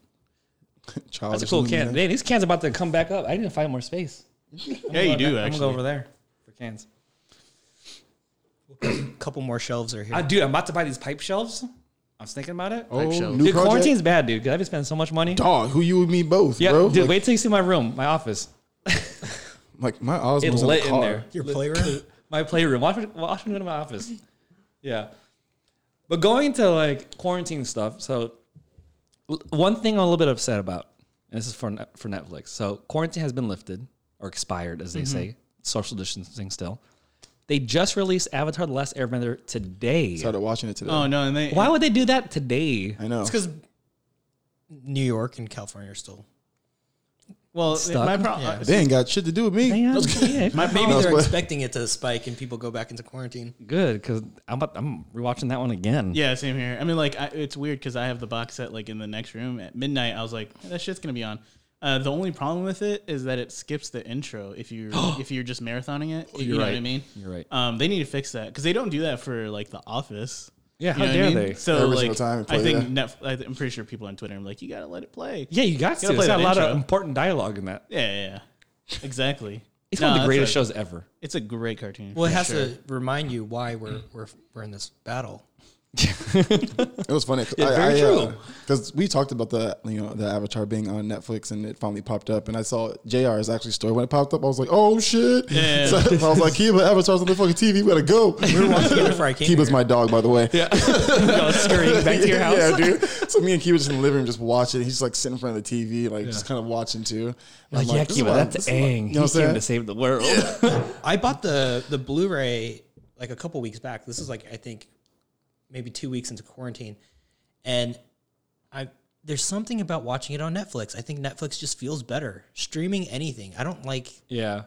Speaker 4: That's a cool
Speaker 6: Childish
Speaker 4: can.
Speaker 6: Gambino.
Speaker 4: Man, these cans about to come back up. I need to find more space.
Speaker 5: Yeah, you do
Speaker 4: I'm gonna
Speaker 5: actually.
Speaker 4: go over there for cans.
Speaker 3: A couple more shelves are here.
Speaker 4: I, Uh, dude, I'm about to buy these pipe shelves. I was thinking about it.
Speaker 6: Oh,
Speaker 5: show.
Speaker 6: new
Speaker 4: dude, quarantine's
Speaker 6: project.
Speaker 4: bad, dude. Because I've been spending so much money.
Speaker 6: Dog, who you and me both,
Speaker 4: yeah,
Speaker 6: bro?
Speaker 4: dude.
Speaker 6: like,
Speaker 4: wait till you see my room, my office.
Speaker 6: like my
Speaker 4: It
Speaker 6: Osmond's in the
Speaker 4: lit in
Speaker 6: car.
Speaker 4: there.
Speaker 3: Your playroom.
Speaker 4: my playroom. Watch, me- watch me go to my office. Yeah. But going to like quarantine stuff. So l- one thing I'm a little bit upset about, and this is for Net- for Netflix. So quarantine has been lifted or expired, as they say, social distancing still. They just released Avatar: The Last Airbender today.
Speaker 6: Started watching it today.
Speaker 5: Oh no, and they
Speaker 4: Why would they do that today?
Speaker 6: I know.
Speaker 5: Oh.
Speaker 3: It's because New York and California are still.
Speaker 5: well they-
Speaker 4: Stuck.
Speaker 5: my uh, problem.
Speaker 3: Yeah.
Speaker 6: They ain't got shit to do with me.
Speaker 4: Man, yeah,
Speaker 5: My
Speaker 3: Maybe
Speaker 5: problem.
Speaker 3: they're expecting it to spike and people go back into quarantine.
Speaker 4: good because I'm about, I'm rewatching that one again.
Speaker 5: Yeah, same here. I mean, like I, it's weird because I have the box set like in the next room at midnight. I was like, that shit's gonna be on. Uh, the only problem with it is that it skips the intro
Speaker 4: [gasps]
Speaker 5: if you if you're just marathoning it. you know what I
Speaker 4: right.
Speaker 5: mean?
Speaker 4: You're right.
Speaker 5: Um, they need to fix that because they don't do that for like The Office.
Speaker 4: Yeah,
Speaker 5: You
Speaker 4: how
Speaker 5: know what
Speaker 4: dare
Speaker 5: I mean?
Speaker 4: they?
Speaker 5: So
Speaker 6: Every
Speaker 5: like,
Speaker 6: single time it
Speaker 5: I
Speaker 6: play
Speaker 5: think
Speaker 6: that.
Speaker 5: Netf- I, I'm pretty sure people on Twitter are like, you gotta let it play.
Speaker 4: Yeah, you got to.
Speaker 5: play
Speaker 4: It's got
Speaker 5: that
Speaker 4: a lot of
Speaker 5: intro.
Speaker 4: important dialogue in that.
Speaker 5: yeah, yeah, yeah. exactly.
Speaker 4: It's
Speaker 5: No,
Speaker 4: one of the
Speaker 5: that's
Speaker 4: greatest
Speaker 5: right.
Speaker 4: shows ever.
Speaker 5: It's a great cartoon.
Speaker 3: Well, it
Speaker 5: for
Speaker 3: has
Speaker 5: sure.
Speaker 3: to remind you why we're we're we're in this battle.
Speaker 6: It was funny.
Speaker 4: Yeah, very true.
Speaker 6: Because we talked about the you know the Avatar being on Netflix and it finally popped up, and I saw JR's actually story when it popped up. I was like, oh shit!
Speaker 5: Yeah.
Speaker 6: [laughs] So I was like, Kiba, Avatar's on the fucking TV. We
Speaker 4: [laughs]
Speaker 6: gotta go.
Speaker 3: We were watching it before I came.
Speaker 6: Kiba's
Speaker 3: here.
Speaker 6: my dog, by the way. Yeah,
Speaker 4: Go scurrying back [laughs] to your house.
Speaker 6: [laughs] yeah, dude. So me and Kiba just in the living room, just watching. He's just like sitting in front of the TV, like just kind of watching too. And I'm
Speaker 4: Like, yeah,
Speaker 6: this is
Speaker 4: Kiba,
Speaker 6: why-
Speaker 4: that's
Speaker 6: this is why-
Speaker 4: Aang.
Speaker 6: You know what
Speaker 4: he came
Speaker 6: I'm
Speaker 4: to
Speaker 6: saying?
Speaker 4: save the [laughs] world.
Speaker 3: I bought the the Blu-ray like a couple weeks back. This is like I think maybe two weeks into quarantine, and I there's something about watching it on Netflix. I think Netflix just feels better streaming anything. I don't like
Speaker 4: Yeah.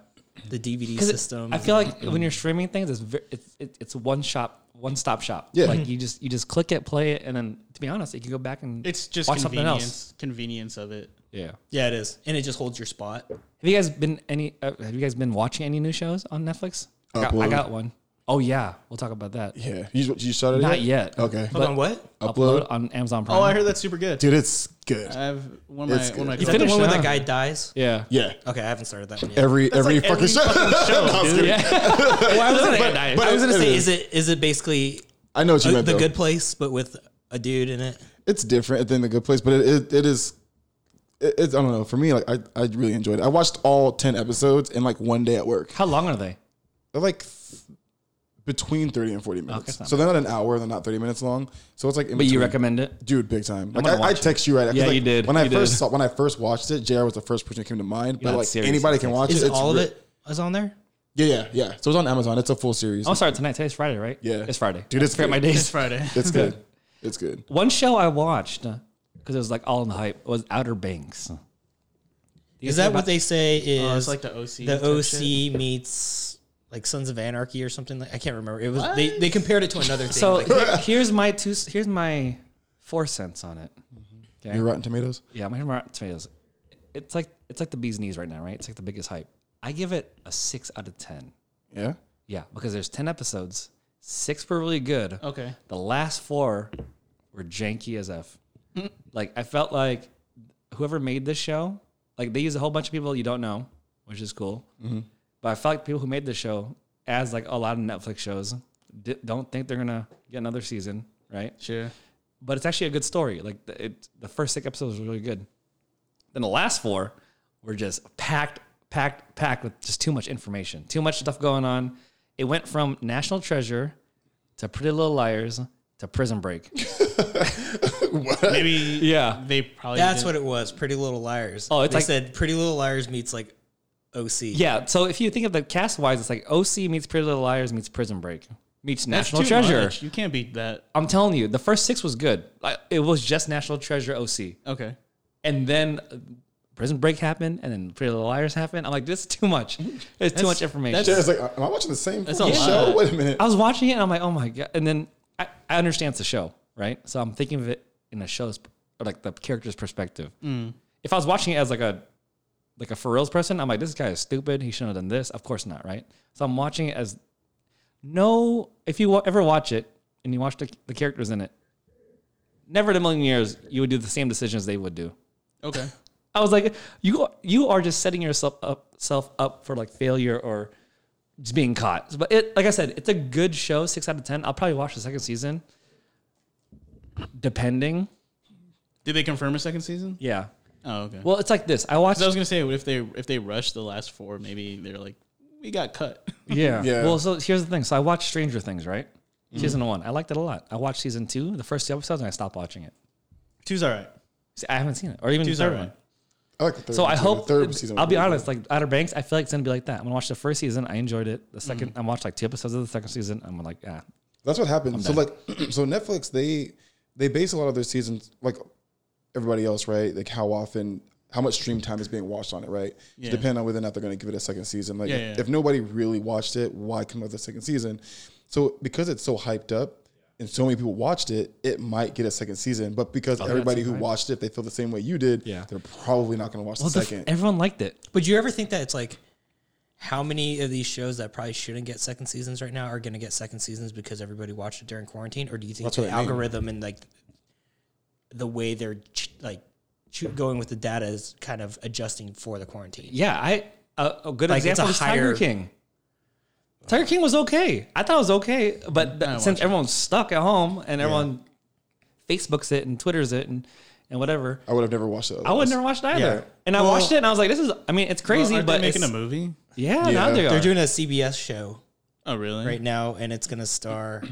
Speaker 3: the DVD
Speaker 4: Because
Speaker 3: system.
Speaker 4: I feel like when you're streaming things, it's ve- it's, it- it's one shop, one stop shop.
Speaker 6: Yeah.
Speaker 4: Like you just you just click it, play it, and then to be honest, you can go back and
Speaker 5: It's just
Speaker 4: watch something
Speaker 5: convenience.
Speaker 4: else.
Speaker 5: Convenience of it.
Speaker 4: Yeah. Have
Speaker 3: yeah, it is, and it just holds your spot.
Speaker 4: you guys been any? Uh, have you guys been watching any new shows on Netflix? I got, I
Speaker 6: Upload.
Speaker 4: got one. Oh yeah, we'll talk about that.
Speaker 6: Yeah, you, you started it?
Speaker 4: Not yet.
Speaker 6: Okay,
Speaker 3: Hold on, what?
Speaker 4: Upload
Speaker 6: upload.
Speaker 4: on Amazon Prime.
Speaker 5: Oh, I heard that's super good.
Speaker 6: dude, it's good.
Speaker 5: I
Speaker 4: Uh,
Speaker 5: have one of my
Speaker 6: It's
Speaker 5: one of my
Speaker 6: good. You
Speaker 3: Is that the
Speaker 4: finished
Speaker 3: one where
Speaker 4: it,
Speaker 3: that
Speaker 4: huh?
Speaker 3: guy dies?
Speaker 4: Yeah.
Speaker 6: Yeah,
Speaker 3: Okay, I haven't started that one yet.
Speaker 6: every every
Speaker 5: like
Speaker 6: fucking
Speaker 5: every
Speaker 6: show.
Speaker 5: fucking show,
Speaker 6: No, I was
Speaker 5: dude.
Speaker 6: kidding.
Speaker 4: Why was it?
Speaker 3: But I was gonna
Speaker 6: it
Speaker 3: say,
Speaker 6: is.
Speaker 3: is it is it basically
Speaker 6: [laughs] I know what you
Speaker 3: uh,
Speaker 6: meant.
Speaker 3: the
Speaker 6: though.
Speaker 3: Good Place, but with a dude in it?
Speaker 6: it's different than the good place, but it it, it is. It, it's I don't know. For me, like I, I really enjoyed it. I watched all ten episodes in like one day at work.
Speaker 4: How long are they?
Speaker 6: They're like th- between thirty and forty minutes.
Speaker 4: that's not
Speaker 6: so they're not an hour. They're not thirty minutes long. So it's like. In
Speaker 4: But you
Speaker 6: between.
Speaker 4: recommend it?
Speaker 6: Dude, big time. Like,
Speaker 4: gonna
Speaker 6: I, I
Speaker 4: watch it.
Speaker 6: text you right after.
Speaker 4: Yeah,
Speaker 6: like,
Speaker 4: you did.
Speaker 6: When I
Speaker 4: You
Speaker 6: first
Speaker 4: did.
Speaker 6: saw, when I first watched it, Jr was the first person that came to mind.
Speaker 4: not
Speaker 6: but like
Speaker 4: serious,
Speaker 6: anybody
Speaker 4: I
Speaker 6: can
Speaker 4: think.
Speaker 6: watch
Speaker 3: Is
Speaker 6: it. It's
Speaker 3: all of
Speaker 6: re-
Speaker 3: it is on there?
Speaker 6: Yeah, yeah, yeah. So it's on Amazon. It's a full series.
Speaker 4: Oh, sorry, tonight. Today's Friday, right?
Speaker 6: Yeah.
Speaker 4: It's Friday.
Speaker 6: Dude,
Speaker 4: I
Speaker 6: it's
Speaker 4: forget
Speaker 6: good.
Speaker 4: my days.
Speaker 5: It's Friday. [laughs]
Speaker 6: It's good. It's good.
Speaker 4: One show I watched because it was like all in the hype was Outer Banks. Do
Speaker 3: [laughs]
Speaker 4: you
Speaker 3: Is
Speaker 4: guys
Speaker 3: that
Speaker 4: know
Speaker 3: what
Speaker 4: about-
Speaker 3: they say is
Speaker 5: Oh, it's like the OC.
Speaker 3: the
Speaker 5: type shit.
Speaker 3: OC meets like Sons of Anarchy or something like I can't remember. It was they, they compared it to another thing. [laughs]
Speaker 4: So
Speaker 3: like,
Speaker 4: here- here's my two. Here's my four cents on it.
Speaker 6: You're Rotten Tomatoes.
Speaker 4: Yeah, my Rotten Tomatoes. It's like it's like the bee's knees right now, right? It's like the biggest hype. I give it a six out of ten.
Speaker 6: Yeah.
Speaker 4: Yeah, because there's ten episodes. Six were really good.
Speaker 5: Okay.
Speaker 4: The last four were janky as f. like I felt like whoever made this show, like they use a whole bunch of people you don't know, which is cool. But I felt like people who made this show, as like a lot of Netflix shows, di- don't think they're gonna get another season, right?
Speaker 6: [laughs]
Speaker 5: Sure.
Speaker 4: But it's actually a good story. Like the, it, the first six episodes were really good. Then the last four were just packed, packed, packed with just too much information, too much stuff going on. It went from National Treasure to Pretty Little Liars to Prison
Speaker 5: [laughs]
Speaker 4: Break.
Speaker 5: Maybe
Speaker 4: Yeah.
Speaker 5: they probably
Speaker 3: that's [laughs]
Speaker 5: did.
Speaker 3: what it was. Pretty Little Liars.
Speaker 4: Oh, it's
Speaker 3: they
Speaker 4: like-
Speaker 3: said Pretty Little Liars meets like OC.
Speaker 4: Yeah. So if you think of the cast wise, it's like OC meets Pretty Little Liars meets Prison Break meets
Speaker 5: That's
Speaker 4: National
Speaker 5: too
Speaker 4: Treasure.
Speaker 5: much. You can't beat that.
Speaker 4: I'm telling you, the first six was good. Like, it was just National Treasure OC.
Speaker 5: Okay.
Speaker 4: And then uh, Prison Break happened and then Pretty Little Liars happened. I'm like, this is too much. It's too much information.
Speaker 6: Yeah, it's like, am I watching the same
Speaker 5: That's
Speaker 6: fucking
Speaker 5: a lot.
Speaker 6: show? [laughs] Wait a minute.
Speaker 4: I was watching it and I'm like, oh my God. And then I, I understand it's a show, right? So I'm thinking of it in a show's, or like the character's perspective. If I was watching it as like a, like a Pharrell's person, I'm like, this guy is stupid. He shouldn't have done this. Of course not, right? So I'm watching it as no, if you wa- ever watch it and you watch the, the characters in it, never in a million years you would do the same decisions they would do.
Speaker 5: Okay.
Speaker 4: I was like, you are, you are just setting yourself up self up for like failure or just being caught. But it, like I said, it's a good show. Six out of ten. I'll probably watch the second season, depending.
Speaker 5: Did they confirm a second season?
Speaker 4: Yeah.
Speaker 5: Oh, okay. Well,
Speaker 4: Well, it's like this. I watched.
Speaker 5: I was gonna say if they if they rush the last four, maybe they're like, we got cut.
Speaker 4: [laughs] Yeah.
Speaker 6: Yeah. Mm-hmm.
Speaker 4: Well, so here's the thing. So I watched Stranger Things, right? Season one. I liked it a lot. I watched season two, the first two episodes, and I stopped watching it.
Speaker 5: [laughs] Two's all right.
Speaker 4: See, I haven't seen it, or even
Speaker 5: Two's
Speaker 4: the
Speaker 5: all
Speaker 4: third
Speaker 5: right.
Speaker 4: one.
Speaker 6: I like the third
Speaker 4: So
Speaker 6: one
Speaker 4: I
Speaker 6: too.
Speaker 4: hope.
Speaker 6: the
Speaker 4: it- I'll be honest. Like Outer Banks, I feel like it's gonna be like that. I'm gonna watch the first season. I enjoyed it. The 2nd
Speaker 6: Mm.
Speaker 4: I watched like two episodes of the second season. I'm like, ah,
Speaker 6: That's what happened. so like, [clears throat] so Netflix they they base a lot of their seasons like everybody else, right? Like how often, how much stream time is being watched on it, right?
Speaker 5: Yeah.
Speaker 6: So depending on whether or not they're going to give it a second season. Like
Speaker 5: Yeah,
Speaker 6: if,
Speaker 5: yeah.
Speaker 6: if nobody really watched it, why come up with a second season? So because it's so hyped up. And so many people watched it, it might get a second season. But because everybody who watched it, they feel the same way you did,
Speaker 4: Yeah.
Speaker 6: they're probably not going to watch
Speaker 4: well,
Speaker 6: the
Speaker 4: the f-
Speaker 6: second.
Speaker 4: everyone liked it.
Speaker 3: But do you ever think that it's like how many of these shows that probably shouldn't get second seasons right now are going to get second seasons because everybody watched it during quarantine, or do you think
Speaker 6: That's
Speaker 3: the
Speaker 6: what I mean.
Speaker 3: algorithm and like the way they're ch- like ch- going with the data is kind of adjusting for the quarantine?
Speaker 4: Yeah, I a a good
Speaker 3: Like, it's
Speaker 4: example
Speaker 3: a
Speaker 4: is
Speaker 3: higher-
Speaker 4: Tiger King. Tiger King was okay. I thought it was okay, but th- since everyone's stuck at home and everyone Facebooks it and Twitters it and and whatever,
Speaker 6: I would have never watched it.
Speaker 4: I would never watched it either.
Speaker 6: Yeah.
Speaker 4: And I watched it and I was like, this is. I mean, it's crazy,
Speaker 5: Aren't they
Speaker 4: but
Speaker 5: making
Speaker 4: it's-
Speaker 5: a movie.
Speaker 4: yeah,
Speaker 6: Yeah.
Speaker 4: now they
Speaker 6: They're
Speaker 4: are.
Speaker 3: They're doing a CBS show
Speaker 5: Oh, really?
Speaker 3: right now, and it's going to star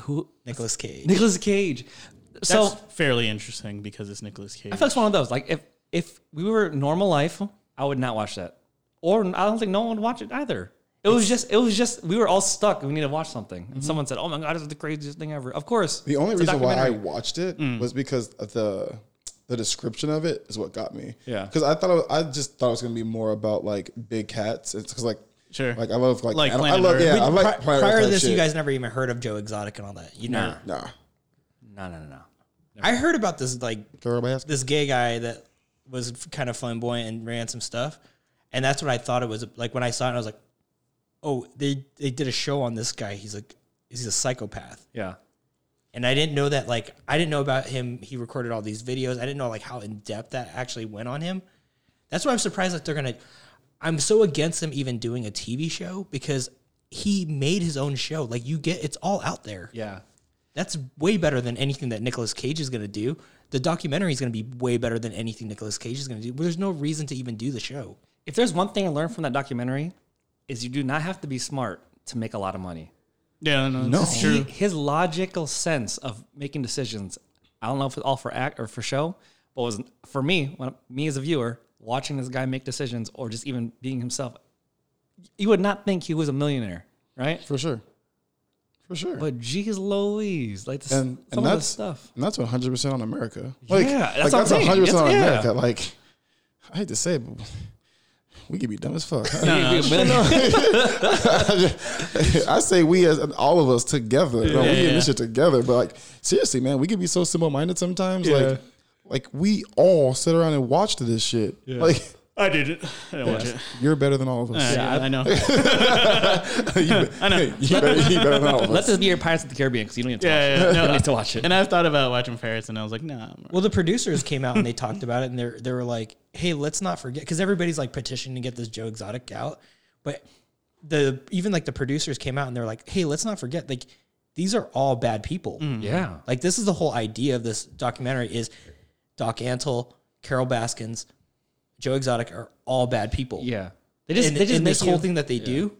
Speaker 4: Who
Speaker 3: Nicolas Cage.
Speaker 4: Nicolas Cage.
Speaker 5: That's
Speaker 4: so
Speaker 5: fairly interesting because it's Nicolas Cage.
Speaker 4: I feel it's one of those. Like if if we were normal life, I would not watch that. Or I don't think no one would watch it either. It was just it was just we were all stuck. and We need to watch something. And someone said, "Oh my god, this is the craziest thing ever." Of course.
Speaker 6: The only
Speaker 4: it's a
Speaker 6: reason why I
Speaker 4: documentary. Mm.
Speaker 6: watched it was because of the the description of it is what got me.
Speaker 4: Yeah.
Speaker 6: because I thought it was- I just thought it was gonna be more about like big cats. It's because like
Speaker 5: Sure.
Speaker 6: like I love like,
Speaker 5: Like
Speaker 6: I, I
Speaker 5: Planet
Speaker 6: love
Speaker 5: Earth.
Speaker 6: yeah
Speaker 5: We-
Speaker 6: I like
Speaker 3: Pri-
Speaker 6: Planet Earth
Speaker 3: prior to
Speaker 6: type
Speaker 3: this, you
Speaker 6: shit.
Speaker 3: guys never even heard of Joe Exotic and all that. You know,
Speaker 6: nah
Speaker 4: no no no no.
Speaker 3: I heard about this like
Speaker 6: girl basket.
Speaker 3: this gay guy that was f- kind of flamboyant and ran some stuff, and that's what I thought it was. Like when I saw it, I was like, "Oh, they they did a show on this guy. He's like, he's a psychopath."
Speaker 4: Yeah.
Speaker 3: And I didn't know that. Like I didn't know about him. He recorded all these videos. I didn't know like how in depth that actually went on him. That's why I'm surprised that they're gonna. I'm so against them even doing a TV show because he made his own show. Like you get, it's all out there.
Speaker 4: Yeah.
Speaker 3: That's way better than anything that Nicolas Cage is going to do. The documentary is going to be way better than anything Nicolas Cage is going to do. There's no reason to even do the show.
Speaker 4: If there's one thing I learned from that documentary, is you do not have to be smart to make a lot of money.
Speaker 5: yeah, no, no, it's
Speaker 4: He,
Speaker 5: true.
Speaker 4: his logical sense of making decisions, I don't know if it's all for act or for show, but was for me, when, me as a viewer, watching this guy make decisions or just even being himself, you would not think he was a millionaire, right?
Speaker 6: for sure, for sure.
Speaker 4: But geez Louise, like this,
Speaker 6: and
Speaker 4: some
Speaker 6: and
Speaker 4: of this
Speaker 6: that's
Speaker 4: stuff.
Speaker 6: and that's one hundred percent on America.
Speaker 4: Yeah, that's
Speaker 6: like,
Speaker 4: what I'm
Speaker 6: that's
Speaker 4: saying.
Speaker 6: one hundred percent on
Speaker 4: That's- yeah.
Speaker 6: America. Like I hate to say it, but we could be dumb as fuck. huh?
Speaker 4: Be a [laughs] millionaire.
Speaker 6: [laughs] I say we as all of us together. Bro, we
Speaker 5: yeah.
Speaker 6: get this shit together. But like seriously, man, we can be so simple minded sometimes. Like like we all sit around and watch this shit. Like [laughs]
Speaker 5: I did it. I didn't watch it.
Speaker 6: you're better than all of us.
Speaker 5: Yeah, I, know.
Speaker 6: I know. [laughs] you better, you better than all of
Speaker 4: Let
Speaker 6: us.
Speaker 4: this be your Pirates of the Caribbean because you don't need to watch
Speaker 5: Yeah, yeah,
Speaker 6: [laughs]
Speaker 4: it.
Speaker 5: no.
Speaker 4: you don't need to watch it.
Speaker 5: and I've thought about watching Ferris, and I was like, nah. I'm
Speaker 3: Well, the producers came out and they talked about it, and they they were like, "Hey, let's not forget," because everybody's like petitioning to get this Joe Exotic out, but the even like the producers came out and they're like, "Hey, let's not forget like these are all bad people."
Speaker 4: [laughs] Yeah.
Speaker 3: Like this is the whole idea of this documentary is Doc Antle, Carol Baskins, Joe Exotic are all bad people.
Speaker 4: Yeah. They just,
Speaker 3: and,
Speaker 4: they just
Speaker 3: and this
Speaker 4: make you-
Speaker 3: whole thing that they do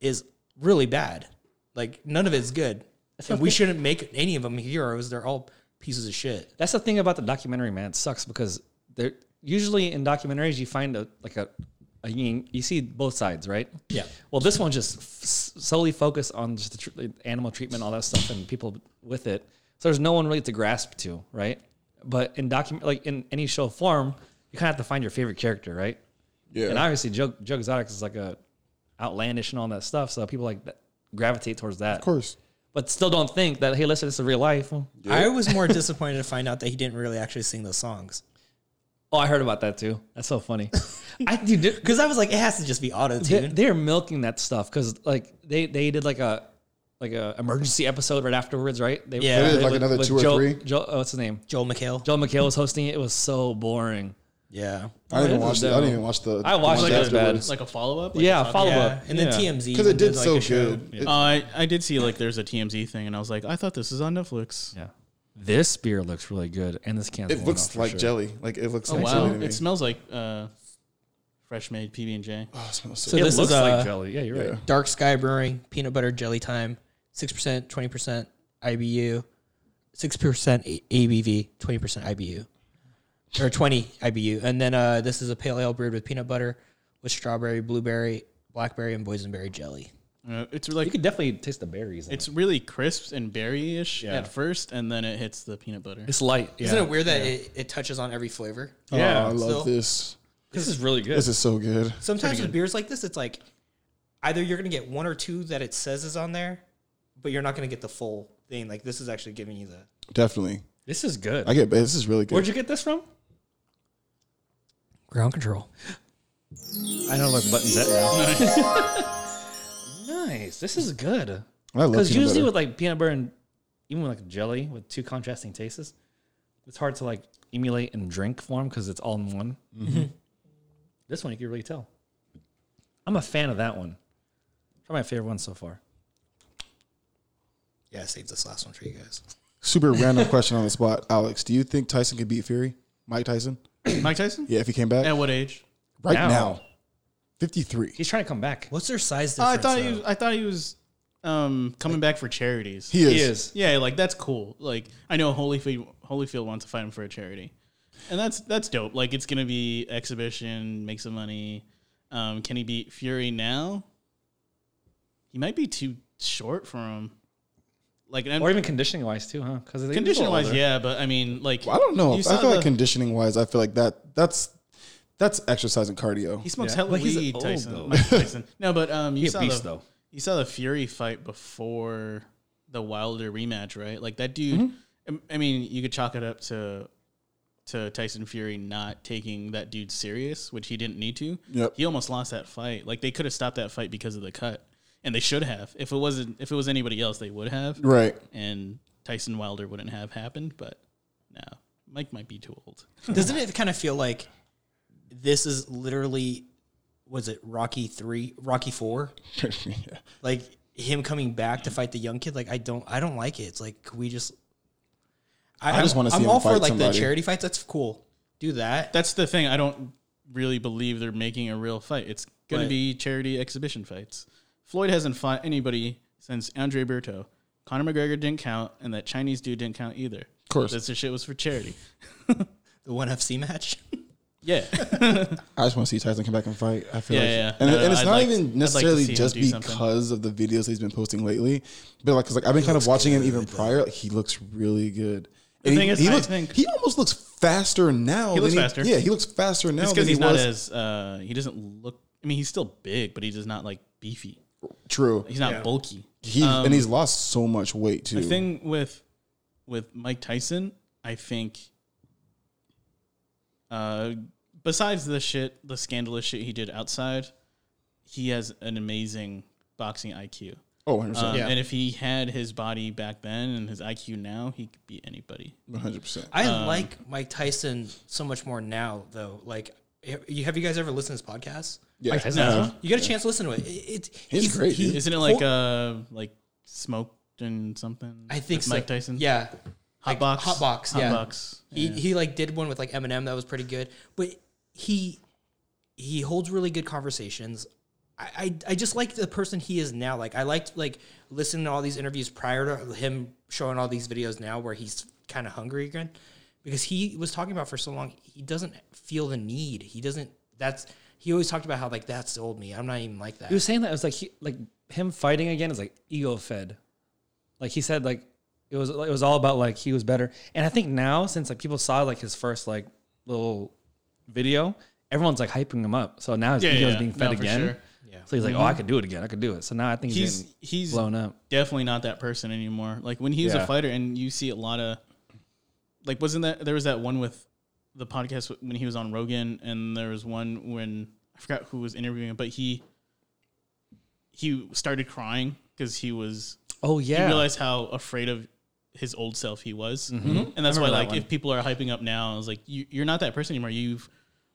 Speaker 3: is really bad. Like none of it's good. And we shouldn't make any of them heroes. They're all pieces of shit.
Speaker 4: That's the thing about the documentary, man. It sucks because they're usually in documentaries you find a like a, a yin, you see both sides, right?
Speaker 3: Yeah.
Speaker 4: Well, this one just f- solely focused on just the tr- the animal treatment, all that stuff, and people with it. So there's no one really to grasp to, right? But in document, like in any show form, you kind of have to find your favorite character, right?
Speaker 6: Yeah.
Speaker 4: And obviously, Joe, Joe Exotic is like a outlandish and all that stuff, so people like that, gravitate towards that.
Speaker 6: of course.
Speaker 4: But still don't think that hey, listen, this is real life. Oh,
Speaker 3: I was more disappointed to find out that he didn't really actually sing those songs.
Speaker 4: Oh, I heard about that too. That's so
Speaker 6: [laughs]
Speaker 4: funny. I dude,
Speaker 3: Because I was like, it has to just be auto
Speaker 4: they,
Speaker 3: tune.
Speaker 4: they're milking that stuff because like they they did like a like a emergency episode right afterwards, right? They,
Speaker 3: Yeah. They
Speaker 6: did, like, another two or
Speaker 4: Joe,
Speaker 6: three.
Speaker 4: Joe, oh, what's his name?
Speaker 3: Joel McHale.
Speaker 4: Joe McHale was hosting it. It was so boring.
Speaker 3: Yeah.
Speaker 6: I didn't
Speaker 4: it
Speaker 6: watch.
Speaker 4: is,
Speaker 6: The, I didn't
Speaker 4: though.
Speaker 6: even watch the.
Speaker 4: I watched
Speaker 6: the
Speaker 4: it,
Speaker 5: like
Speaker 4: it
Speaker 6: ones
Speaker 4: was bad.
Speaker 6: afterwards.
Speaker 5: Like a follow up?
Speaker 4: yeah, follow
Speaker 3: Yeah.
Speaker 4: up.
Speaker 3: And then
Speaker 4: Yeah.
Speaker 3: TMZ.
Speaker 6: because it
Speaker 3: even
Speaker 6: did
Speaker 3: like,
Speaker 6: so
Speaker 3: a show.
Speaker 6: good. It-
Speaker 5: Uh, I I did see like there's a TMZ thing, and I was like, I thought this is on Netflix.
Speaker 4: Yeah. This beer looks really good, and this can's
Speaker 6: It
Speaker 4: going off
Speaker 6: looks
Speaker 4: Oh, for
Speaker 6: like
Speaker 4: sure.
Speaker 6: jelly. Like it looks
Speaker 5: Oh
Speaker 6: like
Speaker 5: wow,
Speaker 6: jelly to me.
Speaker 5: it smells like uh, fresh made PB and J.
Speaker 6: oh, it smells so,
Speaker 3: So
Speaker 4: It
Speaker 3: this
Speaker 4: looks
Speaker 3: is
Speaker 4: like
Speaker 3: uh,
Speaker 4: jelly. Yeah, you're right.
Speaker 3: Dark Sky Brewing Peanut Butter Jelly Time, six percent, twenty percent IBU, six percent ABV, twenty percent IBU, or twenty IBU. And then uh, this is a pale ale brewed with peanut butter, with strawberry, blueberry, blackberry, and boysenberry jelly.
Speaker 5: Uh, it's like
Speaker 4: You could definitely taste the berries. in
Speaker 5: it's really crisp and berry ish
Speaker 4: Yeah.
Speaker 5: at first, and then it hits the peanut butter.
Speaker 4: it. it's light. Yeah.
Speaker 3: Isn't it weird that it, it touches on every flavor?
Speaker 6: yeah,
Speaker 4: yeah.
Speaker 6: Oh, I love
Speaker 3: so-
Speaker 6: this.
Speaker 4: This is really good.
Speaker 6: This is so good.
Speaker 3: Sometimes with beers like this, it's like either you're gonna get one or two that it says is on there, but you're not gonna get the full thing. Like this is actually giving you the
Speaker 6: Definitely.
Speaker 4: This is good.
Speaker 6: I get. This is really
Speaker 4: Where'd
Speaker 6: good.
Speaker 4: you get this from?
Speaker 3: ground control.
Speaker 4: I know where the button's at now. nice. This is good.
Speaker 6: I love
Speaker 4: Because
Speaker 6: peanut
Speaker 4: usually
Speaker 6: butter.
Speaker 4: with like peanut butter and even with like jelly with two contrasting tastes, it's hard to like emulate in drink form because it's all in one. This one you can really tell. I'm a fan of that one. Probably my favorite one so far.
Speaker 3: Yeah, I saved this last one for you guys.
Speaker 6: Super random question on the spot, Alex. Do you think Tyson could beat Fury, Mike Tyson?
Speaker 5: Mike Tyson?
Speaker 6: Yeah, if he came back
Speaker 5: At what age?
Speaker 6: right
Speaker 4: Now.
Speaker 6: now, fifty-three.
Speaker 4: He's trying to come back.
Speaker 3: What's their size
Speaker 5: Oh, I
Speaker 3: difference?
Speaker 5: thought he
Speaker 3: though?
Speaker 5: was. I thought he was um, coming back for charities.
Speaker 6: He is.
Speaker 4: He is.
Speaker 5: yeah, like that's cool. Like I know Holyfield Holyfield wants to fight him for a charity, and that's that's dope. Like it's gonna be exhibition, make some money. Um, can he beat Fury now? He might be too short for him. Like
Speaker 4: Or
Speaker 5: and
Speaker 4: even conditioning wise too, huh? Because
Speaker 5: condition wise, yeah, but I mean, like
Speaker 6: Well, I don't know.
Speaker 5: You
Speaker 6: I
Speaker 5: saw
Speaker 6: feel
Speaker 5: the-
Speaker 6: like conditioning wise, I feel like that. That's that's exercise and cardio.
Speaker 5: he smokes
Speaker 4: Yeah.
Speaker 5: hella
Speaker 4: Well, he's
Speaker 5: weed,
Speaker 4: old,
Speaker 5: Tyson.
Speaker 4: though.
Speaker 5: Mike Tyson. [laughs] No, but um, you
Speaker 4: He's a
Speaker 5: saw
Speaker 4: beast
Speaker 5: the,
Speaker 4: though.
Speaker 5: You saw the Fury fight before the Wilder rematch, right? Like that dude. um, I- I mean, you could chalk it up to to Tyson Fury not taking that dude serious, which he didn't need to.
Speaker 6: Yep.
Speaker 5: He almost lost that fight. Like they could have stopped that fight because of the cut, and they should have. If it wasn't, if it was anybody else, they would have.
Speaker 6: Right.
Speaker 5: And Tyson Wilder wouldn't have happened. But no, Mike might be too old.
Speaker 3: Doesn't it kind of feel like this is literally was it Rocky three, Rocky
Speaker 6: [laughs]
Speaker 3: four? Like him coming back to fight the young kid. Like I don't, I don't like it. It's like could we just.
Speaker 6: I just wanna see
Speaker 3: I'm
Speaker 6: him
Speaker 3: all for
Speaker 6: fight
Speaker 3: like the
Speaker 6: somebody.
Speaker 3: charity fights. That's cool. Do that.
Speaker 5: That's the thing. I don't really believe they're making a real fight. It's going
Speaker 3: Right.
Speaker 5: to be charity exhibition fights. Floyd hasn't fought anybody since Andre Berto. Conor McGregor didn't count, and that Chinese dude didn't count either. Of
Speaker 6: course.
Speaker 5: this shit was for
Speaker 6: [laughs]
Speaker 5: charity.
Speaker 3: The one FC match. [laughs]
Speaker 5: Yeah, [laughs]
Speaker 6: I just want to see Tyson come back and fight. I feel
Speaker 5: Yeah,
Speaker 6: like,
Speaker 5: yeah.
Speaker 6: and,
Speaker 5: No, no,
Speaker 6: and it's
Speaker 5: I'd
Speaker 6: not
Speaker 5: like- I'd like
Speaker 6: even
Speaker 5: to
Speaker 6: necessarily
Speaker 5: see him
Speaker 6: just
Speaker 5: do something.
Speaker 6: because of the videos he's been posting lately, but like, cause like I've been kind of watching him even prior. Like, he looks really good.
Speaker 5: The
Speaker 6: And
Speaker 5: thing
Speaker 6: he,
Speaker 5: is,
Speaker 6: he
Speaker 5: I
Speaker 6: looks,
Speaker 5: think-
Speaker 6: he almost looks faster now.
Speaker 5: He looks
Speaker 6: than
Speaker 5: faster.
Speaker 6: Yeah, he looks faster now
Speaker 5: it's
Speaker 6: than
Speaker 5: because
Speaker 6: he
Speaker 5: he's not
Speaker 6: was.
Speaker 5: as uh, he doesn't look. I mean, he's still big, but he does not like beefy.
Speaker 6: True.
Speaker 5: He's not bulky.
Speaker 6: He and he's lost so much weight too.
Speaker 5: The thing with with Mike Tyson, I think uh besides the shit, the scandalous shit he did outside, he has an amazing boxing IQ.
Speaker 6: oh, 100
Speaker 5: Um,
Speaker 3: Uh-huh. Yeah.
Speaker 5: and if he had his body back then and his IQ now, he could beat anybody.
Speaker 6: one hundred percent.
Speaker 3: I
Speaker 5: Um,
Speaker 3: like Mike Tyson so much more now, though. Like, you have you guys ever listened to his podcast?
Speaker 6: Yeah,
Speaker 5: No.
Speaker 3: You got a chance to listen to it. It, it
Speaker 6: he's, great. dude.
Speaker 5: Isn't it like uh like smoked and something?
Speaker 3: I think
Speaker 5: with
Speaker 3: so.
Speaker 5: Mike Tyson?
Speaker 3: Yeah.
Speaker 5: Hot box.
Speaker 3: Hot box.
Speaker 5: Hot
Speaker 3: yeah.
Speaker 5: box.
Speaker 3: He he like did one with like Eminem that was pretty good, but he he holds really good conversations. I, I, I just like the person he is now. Like I liked like listening to all these interviews prior to him showing all these videos now where he's kind of hungry again because he was talking about for so long he doesn't feel the need. He doesn't. That's he always talked about how like that's the old me. I'm not even like that.
Speaker 4: He was saying that it was like he, like him fighting again is like ego fed. Like he said, like it was it was all about like he was better. And I think now since like people saw like his first like little video, everyone's like hyping him up. So now his
Speaker 5: Yeah,
Speaker 4: ego's ego
Speaker 5: yeah.
Speaker 4: is being fed
Speaker 5: No, for
Speaker 4: again.
Speaker 5: sure. Mm-hmm.
Speaker 3: Yeah.
Speaker 4: So he's like, oh, I could do it again. I could do it. So now I think he's,
Speaker 5: He's
Speaker 4: getting
Speaker 5: he's
Speaker 4: blown up.
Speaker 5: definitely not that person anymore. Like when he was
Speaker 4: Yeah.
Speaker 5: a fighter, and you see a lot of, like, wasn't that there was that one with the podcast when he was on Rogan, and there was one when I forgot who was interviewing him, but he he started crying because he was
Speaker 4: Oh yeah.
Speaker 5: he realized how afraid of his old
Speaker 6: Mm-hmm.
Speaker 5: self he was, and that's why like if people are hyping up now, I was like, you, you're not that person anymore. You've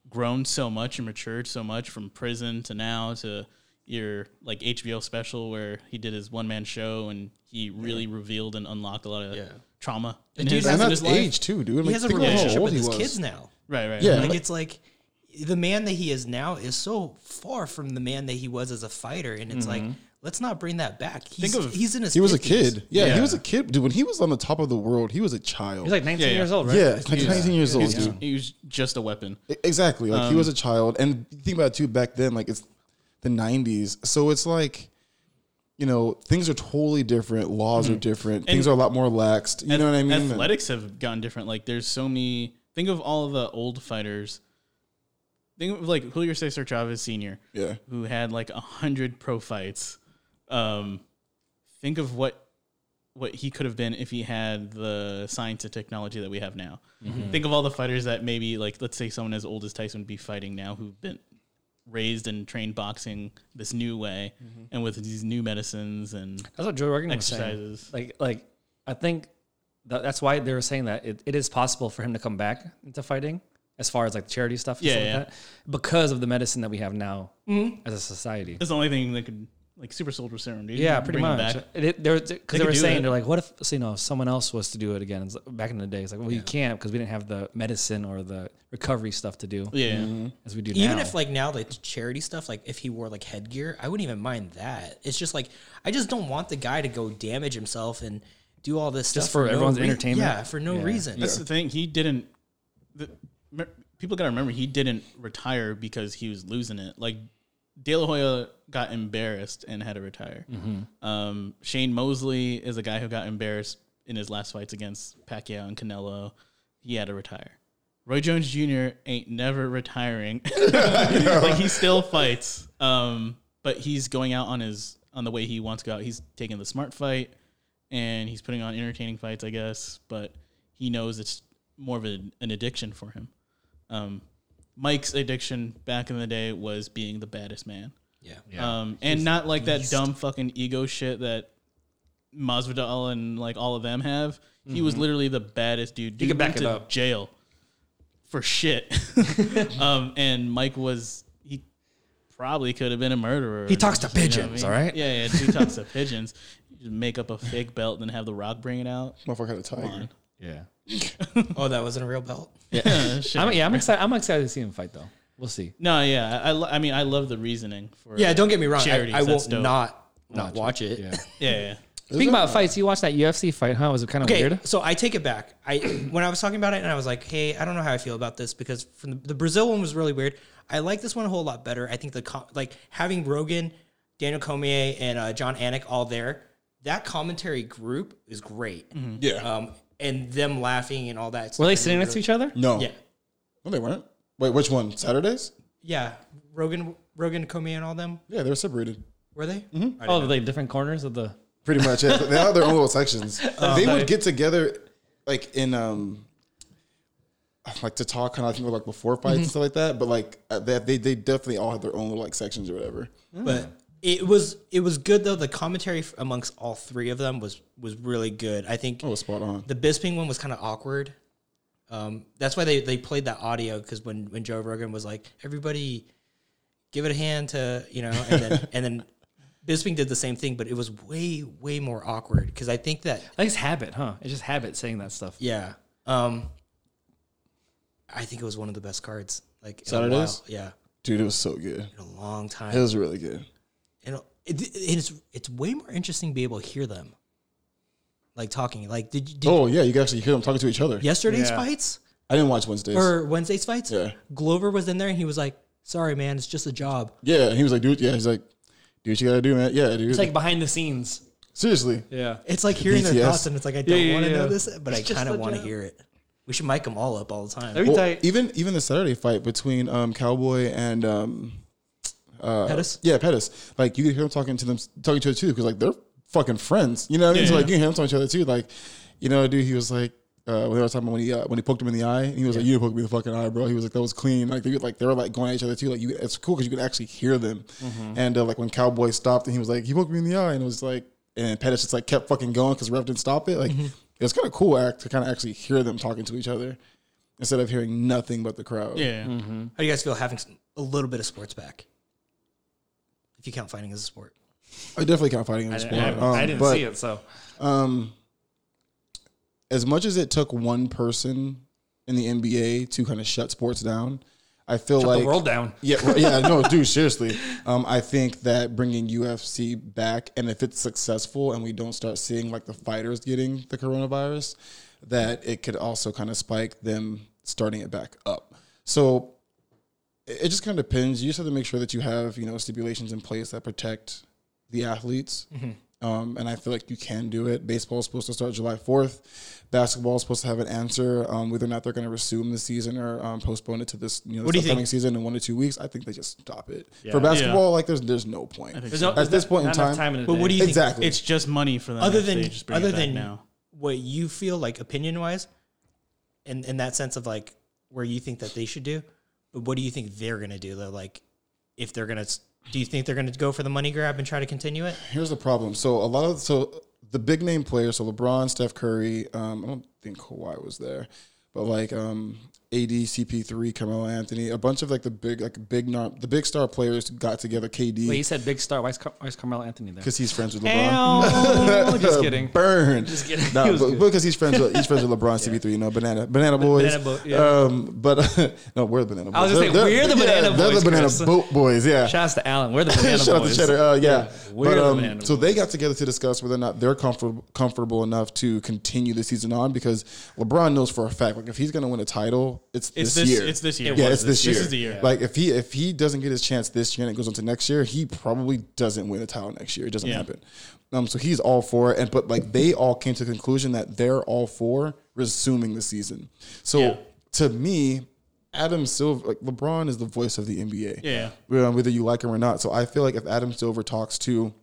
Speaker 5: grown so much and matured so much from prison to now to your like HBO special where he did his one man show and he really revealed and unlocked a lot of
Speaker 3: Yeah.
Speaker 5: trauma in
Speaker 3: dude
Speaker 5: his,
Speaker 3: has
Speaker 6: And
Speaker 5: in
Speaker 3: a-
Speaker 6: that's
Speaker 5: his life.
Speaker 6: age too, dude.
Speaker 3: he has a
Speaker 6: think about how
Speaker 3: relationship
Speaker 6: old
Speaker 3: with
Speaker 6: he
Speaker 3: his
Speaker 6: was.
Speaker 3: kids now.
Speaker 5: Right, right.
Speaker 6: Yeah.
Speaker 5: right.
Speaker 3: Like it's like the man that he is now is so far from the man that he was as a fighter, and it's like let's not bring that back. He's,
Speaker 5: Think of-
Speaker 3: he's in his.
Speaker 6: He was a
Speaker 3: 50s.
Speaker 6: kid. Yeah, he
Speaker 5: Yeah.
Speaker 6: was a kid, dude. When he was on the top of the world, he was a child.
Speaker 4: He's like 19
Speaker 5: yeah.
Speaker 4: years old, right?
Speaker 6: yeah, like 19 years old,
Speaker 5: He's-
Speaker 6: dude.
Speaker 5: he was just a weapon.
Speaker 6: E- Exactly. Like he was a child, and think about it too. Back then, like it's the '90s, so it's like, you know, things are totally different. Laws are different. things are a lot more laxed. You know what I mean? Mm. And-
Speaker 5: Athletics have gotten different. Like there's so many. Think of all the old fighters. Think of like Julio Cesar Chavez Sr.
Speaker 6: Yeah.
Speaker 5: who had like a hundred pro fights. Um, think of what what he could have been if he had the science and technology that we have now.
Speaker 4: Mm-hmm.
Speaker 5: Think of all the fighters that maybe like let's say someone as old as Tyson would be fighting now who've been raised and trained boxing this new way
Speaker 4: Mm-hmm.
Speaker 5: and with these new medicines and
Speaker 4: That's what Joe Rogan was saying.
Speaker 5: Exercises.
Speaker 4: Like, like I think that, that's why they were saying that it, it is possible for him to come back into fighting as far as like charity stuff and
Speaker 5: Yeah,
Speaker 4: stuff
Speaker 5: yeah. Mm-hmm.
Speaker 4: like that because of the medicine that we have now as a society.
Speaker 5: that's the only thing that could like super soldier serum dude.
Speaker 4: Yeah, pretty
Speaker 5: Bring them
Speaker 4: much.
Speaker 5: back.
Speaker 4: Because they,
Speaker 5: could
Speaker 4: were
Speaker 5: do
Speaker 4: saying
Speaker 5: that.
Speaker 4: they're like, what if so, you know someone else was to do it again? It's like- back in the day, it's like, well, you can't because we didn't have the medicine or the recovery stuff to do
Speaker 5: Yeah.
Speaker 4: as we do now.
Speaker 3: Even if like now like the charity stuff, like if he wore like headgear, I wouldn't even mind that. It's just like I just don't want the guy to go damage himself and do all this
Speaker 4: Just
Speaker 3: stuff
Speaker 4: for everyone's
Speaker 3: no
Speaker 4: entertainment?
Speaker 3: Yeah, for no reason.
Speaker 5: That's the thing. He didn't. The, me- people got to remember he didn't retire because he was losing it. Like De La Hoya got embarrassed and had to retire. Um, Shane Mosley is a guy who got embarrassed in his last fights against Pacquiao and Canelo. He had to retire. Roy Jones Jr. ain't never retiring. [laughs] like he still fights. Um, but he's going out on his on the way he wants to go out. He's taking the smart fight and he's putting on entertaining fights, I guess, but he knows it's more of an an addiction for him. Um, Mike's addiction back in the day was being the baddest man.
Speaker 3: yeah.
Speaker 5: Um, and not like that dumb fucking ego shit that Masvidal and like all of them have. He was literally the baddest dude. Dude
Speaker 4: Mm-hmm. could back
Speaker 5: went
Speaker 4: it
Speaker 5: to
Speaker 4: up.
Speaker 5: jail
Speaker 4: [laughs]
Speaker 5: for shit. [laughs] um, and Mike was he probably could have been a murderer.
Speaker 4: He talks to
Speaker 5: You know what I
Speaker 4: pigeons,
Speaker 5: mean?
Speaker 4: all right?
Speaker 5: Yeah, yeah. He
Speaker 4: [laughs]
Speaker 5: talks to pigeons. You just make up a fake belt and have The Rock bring it out.
Speaker 6: Motherfucker had a tiger.
Speaker 4: yeah,
Speaker 3: Oh, that wasn't a real belt.
Speaker 5: [laughs]
Speaker 4: I'm, yeah, I'm excited. I'm excited to see him fight though. We'll see.
Speaker 5: No, yeah. I, I lo- I mean, I love the reasoning for.
Speaker 3: Yeah, don't get me wrong.
Speaker 5: Charities,
Speaker 3: I, I
Speaker 5: that's
Speaker 3: will
Speaker 5: dope.
Speaker 3: not not watch it.
Speaker 4: Yeah.
Speaker 5: Yeah, yeah.
Speaker 4: Speaking about fights, you watched that UFC fight, huh? Was it kind of
Speaker 3: Okay,
Speaker 4: weird?
Speaker 3: so I take it back. I [clears throat] when I was talking about it, and I was like, "Hey, I don't know how I feel about this because from the, the Brazil one was really weird. I like this one a whole lot better. I think the co- like having Rogan, Daniel Cormier, and uh, John Anik all there, that commentary group is great.
Speaker 6: Yeah.
Speaker 3: Um, and them laughing and all that.
Speaker 4: Were they
Speaker 3: stuff.
Speaker 4: sitting next to each other?
Speaker 6: no.
Speaker 3: Yeah,
Speaker 6: No, they weren't. Wait, which one? Saturdays?
Speaker 3: yeah. Rogan, Rogan, Cormier, and all them
Speaker 6: Yeah, they were separated.
Speaker 3: were they?
Speaker 4: Oh, they different corners of the.
Speaker 6: Pretty much. Yeah. they had their own
Speaker 4: [laughs]
Speaker 6: little sections.
Speaker 4: Oh,
Speaker 6: they would get together, like in um, like to talk kind of I think like before fights
Speaker 4: Mm-hmm.
Speaker 6: and stuff like that. But like uh, they they, they definitely all had their own little like sections or whatever.
Speaker 4: Mm.
Speaker 3: but it was it was good though. The commentary f- amongst all three of them was was really good. I think
Speaker 6: That was Oh, spot on.
Speaker 3: the Bisping one was kind of awkward. Um, that's why they, they played that audio because when, when Joe Rogan was like, everybody give it a hand to, you know, and
Speaker 6: [laughs]
Speaker 3: then, and then Bisping did the same thing, but it was way, way more awkward because I think that,
Speaker 4: I think it's habit, huh? It's just habit saying that stuff.
Speaker 3: yeah, um, I think it was one of the best cards. Like in a
Speaker 6: Saturdays?
Speaker 3: while. Yeah.
Speaker 6: Dude, it was so good.
Speaker 3: In a long time.
Speaker 6: It was really good.
Speaker 3: and it, it's it's way more interesting to be able to hear them like talking like did you did
Speaker 6: Oh yeah, you can actually hear them talking to each other.
Speaker 3: yesterday's fights
Speaker 6: I didn't watch Wednesdays.
Speaker 3: or wednesday's fights
Speaker 6: Yeah.
Speaker 3: glover was in there and he was like sorry man it's just a job
Speaker 6: yeah, and he was like, dude, yeah, he's like, do what you gotta do, man. Yeah, dude.
Speaker 4: It's like behind the scenes.
Speaker 6: seriously.
Speaker 4: Yeah.
Speaker 3: it's
Speaker 4: [laughs]
Speaker 3: like hearing their
Speaker 6: BTS.
Speaker 3: thoughts and it's like i don't
Speaker 4: yeah,
Speaker 3: want to
Speaker 4: yeah.
Speaker 3: know this but i
Speaker 4: just
Speaker 3: kind
Speaker 4: a
Speaker 3: of want to
Speaker 4: job.
Speaker 3: hear it we should mic them all up all the time
Speaker 4: Well,
Speaker 6: Well, even even the Saturday fight between um, Cowboy and um,
Speaker 3: Pettis?
Speaker 6: yeah Pettis, like you could hear them talking to them talking to each other too because like they're fucking friends. You know what I mean? so like you can hear them talking to each other too. Like you know, dude, he was like. Uh, when they were talking about when he uh, when he poked him in the eye, and he was like, "You poked me in the fucking eye, bro." He was like, "That was clean." Like they were like they were like going at each other too. Like you, it's cool because you could actually hear them.
Speaker 4: Mm-hmm.
Speaker 6: And uh, like when Cowboy stopped, and he was like, "He poked me in the eye," and it was like, and Pettis just like kept
Speaker 4: Mm-hmm.
Speaker 6: fucking going because Ref didn't stop it. Like it was kind of cool act to kind of actually hear them talking to each other instead of hearing nothing but the crowd.
Speaker 5: Yeah.
Speaker 4: Mm-hmm.
Speaker 3: How do you guys feel having some, a little bit of sports back? If you count fighting as a sport,
Speaker 6: I definitely count fighting as a sport. um,
Speaker 4: I didn't
Speaker 6: but,
Speaker 4: see it, so
Speaker 6: Um, as much as it took one person in the NBA to kind of shut sports down, I feel like
Speaker 4: the world down.
Speaker 6: Yeah, right, yeah, no, dude, seriously. Um, I think that bringing UFC back, and if it's successful, and we don't start seeing like the fighters getting the coronavirus, that it could also kind of spike them starting it back up. So it it just kind of depends. You just have to make sure that you have you know stipulations in place that protect the athletes.
Speaker 3: Mm-hmm.
Speaker 6: Um, and I feel like you can do it. Baseball is supposed to start July 4th. Basketball is supposed to have an answer um, whether or not they're going to resume the season or um, postpone it to this you know
Speaker 3: do you
Speaker 6: this upcoming
Speaker 3: think?
Speaker 6: season in one to two weeks. I think they just stop it. For basketball, like there's there's no point.
Speaker 4: no-
Speaker 6: At this
Speaker 4: not-
Speaker 6: point in
Speaker 4: not enough
Speaker 6: time,
Speaker 4: in the
Speaker 5: But
Speaker 4: day.
Speaker 5: what do you
Speaker 6: Exactly.
Speaker 5: think? It's just money for them.
Speaker 3: other
Speaker 5: if they
Speaker 3: than
Speaker 5: just bring it
Speaker 3: other
Speaker 5: back
Speaker 3: than
Speaker 5: now.
Speaker 3: what you feel like opinion wise, and in that sense of like where you think that they should do, but what do you think they're gonna do though? Like, if they're gonna, s- do you think they're gonna go for the money grab and try to continue it?
Speaker 6: here's the problem. So a lot of so the big name players, so LeBron, Steph Curry. Um, I don't think Kawhi was there, but like um, AD, CP3, Carmelo Anthony, a bunch of like the big like big nar- the big star players got together. KD
Speaker 4: Wait, you said big star. Why is, Car- why is Carmelo Anthony there?
Speaker 6: [laughs] because he's friends with LeBron.
Speaker 4: Ow.
Speaker 6: [laughs]
Speaker 4: just kidding.
Speaker 6: Burn. Just kidding.
Speaker 4: [laughs]
Speaker 6: Nah, but- because he's friends with he's friends with LeBron, CB3, you know, banana banana boys.
Speaker 3: Banana Boat, yeah.
Speaker 6: Um, but [laughs] no, we're the banana boys.
Speaker 4: I was gonna say, we're the Banana
Speaker 6: They're
Speaker 4: Boys,
Speaker 6: the banana
Speaker 4: Chris.
Speaker 6: boat boys. Yeah.
Speaker 4: Shouts to Allen.
Speaker 6: [laughs]
Speaker 4: We're the banana
Speaker 6: Shout out to
Speaker 4: boys.
Speaker 6: Cheddar. Uh, yeah.
Speaker 4: we're
Speaker 6: But,
Speaker 4: the
Speaker 6: um,
Speaker 4: banana
Speaker 6: so they got together to discuss whether or not they're comfortable comfortable enough to continue the season on because LeBron knows for a fact like if he's going to win a title, it's,
Speaker 5: It's
Speaker 6: this,
Speaker 5: this.
Speaker 6: year.
Speaker 5: It's this year.
Speaker 6: yeah, it's this year.
Speaker 5: This is the year.
Speaker 6: Like if he if he doesn't get his chance this year and it goes on to next year, he probably doesn't win a title next year. It doesn't
Speaker 5: Yeah.
Speaker 6: happen. Um, so he's all for it, and but like they all came to the conclusion that they're all for resuming the season. So
Speaker 5: Yeah.
Speaker 6: to me, Adam Silver, like LeBron, is the voice of the NBA
Speaker 5: yeah.
Speaker 6: um, whether you like him or not. So I feel like if Adam Silver talks to,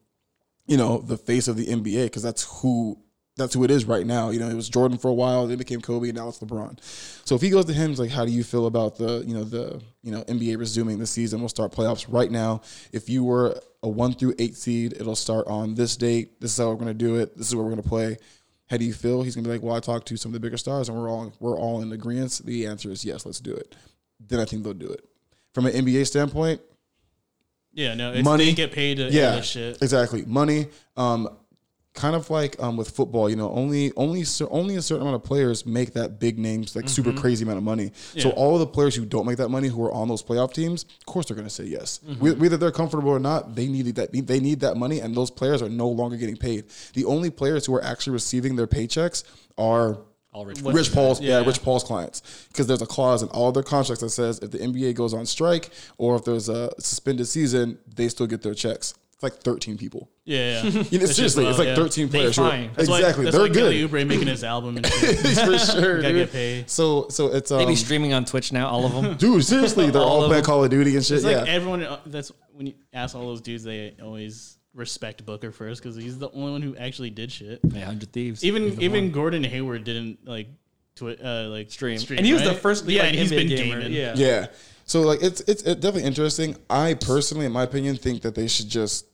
Speaker 6: you know, the face of the NBA, because that's who that's who it is right now. You know, it was Jordan for a while, then it became Kobe, and now it's LeBron. So if he goes to him, he's like, "How do you feel about the you know the you know NBA resuming the season? We'll start playoffs right now. If you were a one through eight seed, it'll start on this date. This is how we're gonna do it. This is where we're gonna play." How do you feel? He's gonna be like, "Well, I talked to some of the bigger stars, and we're all we're all in agreement." The answer is yes. Let's do it. Then I think they'll do it. From an NBA standpoint,
Speaker 5: Yeah. No. It's,
Speaker 6: Money.
Speaker 5: They get paid to yeah.
Speaker 6: yeah,
Speaker 5: this shit.
Speaker 6: exactly. Money, um, kind of like um, with football, you know, only only cer- only a certain amount of players make that big names like super crazy amount of money. So all of the players who don't make that money, who are on those playoff teams, of course they're going to say yes, Whe- whether they're comfortable or not. They need that they need that money, and those players are no longer getting paid. The only players who are actually receiving their paychecks are. All rich, rich Paul's, yeah, Rich Paul's clients, because there's a clause in all their contracts that says if the NBA goes on strike or if there's a suspended season, they still get their checks. It's like 13 people. [laughs]
Speaker 5: Yeah. yeah.
Speaker 6: You know, seriously,
Speaker 5: wild,
Speaker 6: it's like
Speaker 5: yeah.
Speaker 6: 13 players. who are-
Speaker 4: fine.
Speaker 5: That's why-
Speaker 6: exactly,
Speaker 5: that's
Speaker 6: they're
Speaker 5: why Kelly
Speaker 6: good
Speaker 5: Oubre making his album
Speaker 6: [laughs]
Speaker 5: and
Speaker 4: [laughs]
Speaker 5: shit.
Speaker 6: for sure.
Speaker 5: Gotta
Speaker 6: dude.
Speaker 5: get paid.
Speaker 6: So, so it's um,
Speaker 4: They be streaming on Twitch now, all of
Speaker 6: [laughs]
Speaker 4: them.
Speaker 6: dude. Seriously,
Speaker 4: [laughs]
Speaker 6: they're
Speaker 4: All
Speaker 6: all,
Speaker 4: of
Speaker 6: playing
Speaker 4: them.
Speaker 6: Call of Duty and shit.
Speaker 5: It's
Speaker 6: yeah,
Speaker 5: like everyone. uh, That's when you ask all those dudes, they always respect Booker first because he's the only one who actually did shit.
Speaker 4: yeah, 100 Thieves.
Speaker 5: Even even Gordon Hayward didn't like twi- uh, like
Speaker 4: Stream. And he was the
Speaker 5: right?
Speaker 4: first,
Speaker 5: Yeah,
Speaker 4: like,
Speaker 5: and he's
Speaker 4: NBA
Speaker 5: been
Speaker 4: gamer.
Speaker 5: gaming.
Speaker 4: Yeah.
Speaker 6: yeah. So like it's it's it definitely interesting. I personally, in my opinion, think that they should just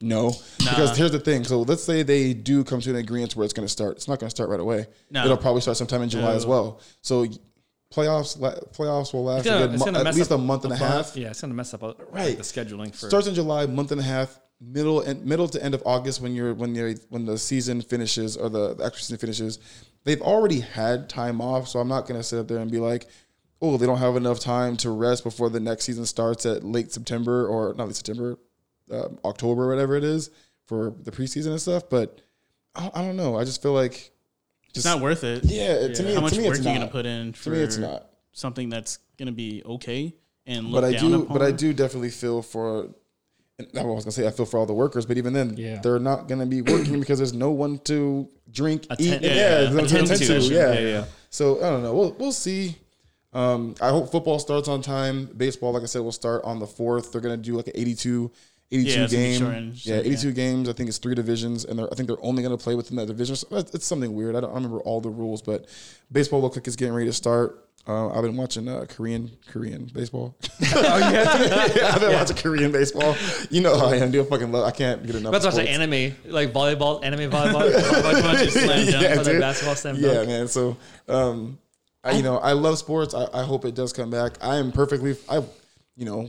Speaker 6: no. Because here's the thing. So let's say they do come to an agreement where it's going to start. It's not going to start right away.
Speaker 5: No.
Speaker 6: It'll probably start sometime in July as well. So playoffs la- playoffs will last
Speaker 4: It's gonna-
Speaker 6: a good
Speaker 4: it's
Speaker 6: mo-
Speaker 4: gonna
Speaker 6: at
Speaker 4: mess
Speaker 6: least
Speaker 4: up
Speaker 6: a month and a half.
Speaker 4: Yeah, it's going to mess up uh, like,
Speaker 6: Right.
Speaker 4: the scheduling for.
Speaker 6: starts in July, month and a half, middle and middle to end of August when you're when you're when the season finishes or the, the actual season finishes. They've already had time off, so I'm not gonna sit up there and be like, oh, they don't have enough time to rest before the next season starts at late September or not late September, um, October, or whatever it is for the preseason and stuff. But I, I don't know. I just feel like
Speaker 5: It's not worth it.
Speaker 6: yeah, to me,
Speaker 5: How much
Speaker 6: to me
Speaker 5: work
Speaker 6: it's
Speaker 5: are
Speaker 6: not.
Speaker 5: you gonna put in
Speaker 6: to
Speaker 5: for
Speaker 6: me, it's not.
Speaker 5: something that's gonna be okay and look
Speaker 6: but I
Speaker 5: down
Speaker 6: do,
Speaker 5: upon?
Speaker 6: but I do definitely feel for. And I was gonna say I feel for all the workers, but even then,
Speaker 4: Yeah.
Speaker 6: they're not gonna be working because there's no one to drink, eat, and-
Speaker 4: yeah,
Speaker 6: yeah,
Speaker 4: yeah.
Speaker 6: there's no one to
Speaker 4: Attend
Speaker 6: attend
Speaker 4: to.
Speaker 6: to,
Speaker 4: Yeah,
Speaker 6: yeah.
Speaker 4: yeah.
Speaker 6: So I don't know. We'll we'll see. Um, I hope football starts on time. Baseball, like I said, will start on the fourth. They're gonna do like an 82, 82
Speaker 5: Yeah, it's gonna be
Speaker 6: game.
Speaker 5: short and
Speaker 6: yeah,
Speaker 5: short,
Speaker 6: 82 games. I think it's three divisions, and they're, I think they're only gonna play within that division. So it's, it's something weird. I don't I don't remember all the rules, but baseball looks like it's getting ready to start. Uh, I've been watching uh, Korean Korean baseball. [laughs] Oh, yeah, I've been watching Korean baseball. You know how I am. Dude, I fucking love. I can't get enough.
Speaker 4: Let's
Speaker 6: of
Speaker 4: watch the
Speaker 6: sports.
Speaker 4: anime, like [laughs]
Speaker 6: [laughs]
Speaker 4: volleyball, anime volleyball, volleyball, volleyball slam dunk,
Speaker 6: Yeah,
Speaker 4: or the
Speaker 6: dude.
Speaker 4: basketball slam dunk.
Speaker 6: Yeah, man. So um, I, you know, I love sports. I, I hope it does come back. I am perfectly, I, you know,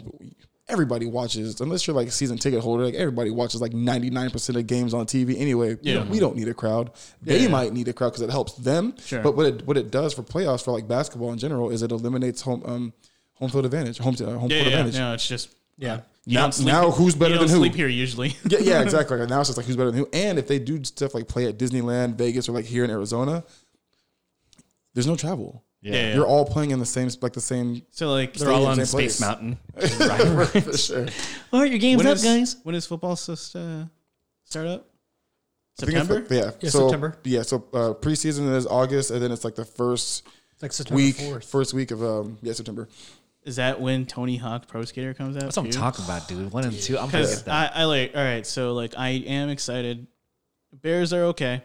Speaker 6: everybody watches unless you're like a season ticket holder. Like everybody watches like 99 percent of games on TV anyway. Yeah. we don't need a crowd. They might need a crowd because it helps them.
Speaker 5: Sure.
Speaker 6: But what it what it does for playoffs for like basketball in general is it eliminates home um home field advantage. Home, uh, home
Speaker 5: Yeah,
Speaker 6: field
Speaker 5: yeah,
Speaker 6: advantage.
Speaker 5: no, it's just
Speaker 3: Yeah.
Speaker 5: you
Speaker 6: Now-
Speaker 5: don't sleep-
Speaker 6: now who's better
Speaker 5: you don't
Speaker 6: than who?
Speaker 5: Sleep here usually. [laughs]
Speaker 6: Yeah, yeah, exactly. Like now it's just like who's better than who. And if they do stuff like play at Disneyland, Vegas, or like here in Arizona, there's no travel.
Speaker 5: Yeah, yeah.
Speaker 6: You're all playing in the same like the same.
Speaker 5: so like
Speaker 4: They're all
Speaker 6: Stay in
Speaker 4: on
Speaker 6: the
Speaker 4: Space
Speaker 6: same place.
Speaker 4: Mountain.
Speaker 6: [laughs] for sure.
Speaker 5: all right, your game's
Speaker 2: up, guys.
Speaker 5: When is football supposed to start up?
Speaker 6: I think it's
Speaker 5: September.
Speaker 6: like- yeah.
Speaker 3: Yeah,
Speaker 6: so,
Speaker 3: September.
Speaker 6: Yeah. So uh, preseason is August, and then it's like the first
Speaker 3: It's like September
Speaker 6: week,
Speaker 3: 4th.
Speaker 6: first week of um yeah September.
Speaker 5: Is that when Tony Hawk Pro Skater comes out?
Speaker 4: That's what I'm
Speaker 5: too?
Speaker 4: talking about, dude. One and two. I'm gonna get
Speaker 5: Because
Speaker 4: that.
Speaker 5: I, I like, all right, so like I am excited. Bears are okay.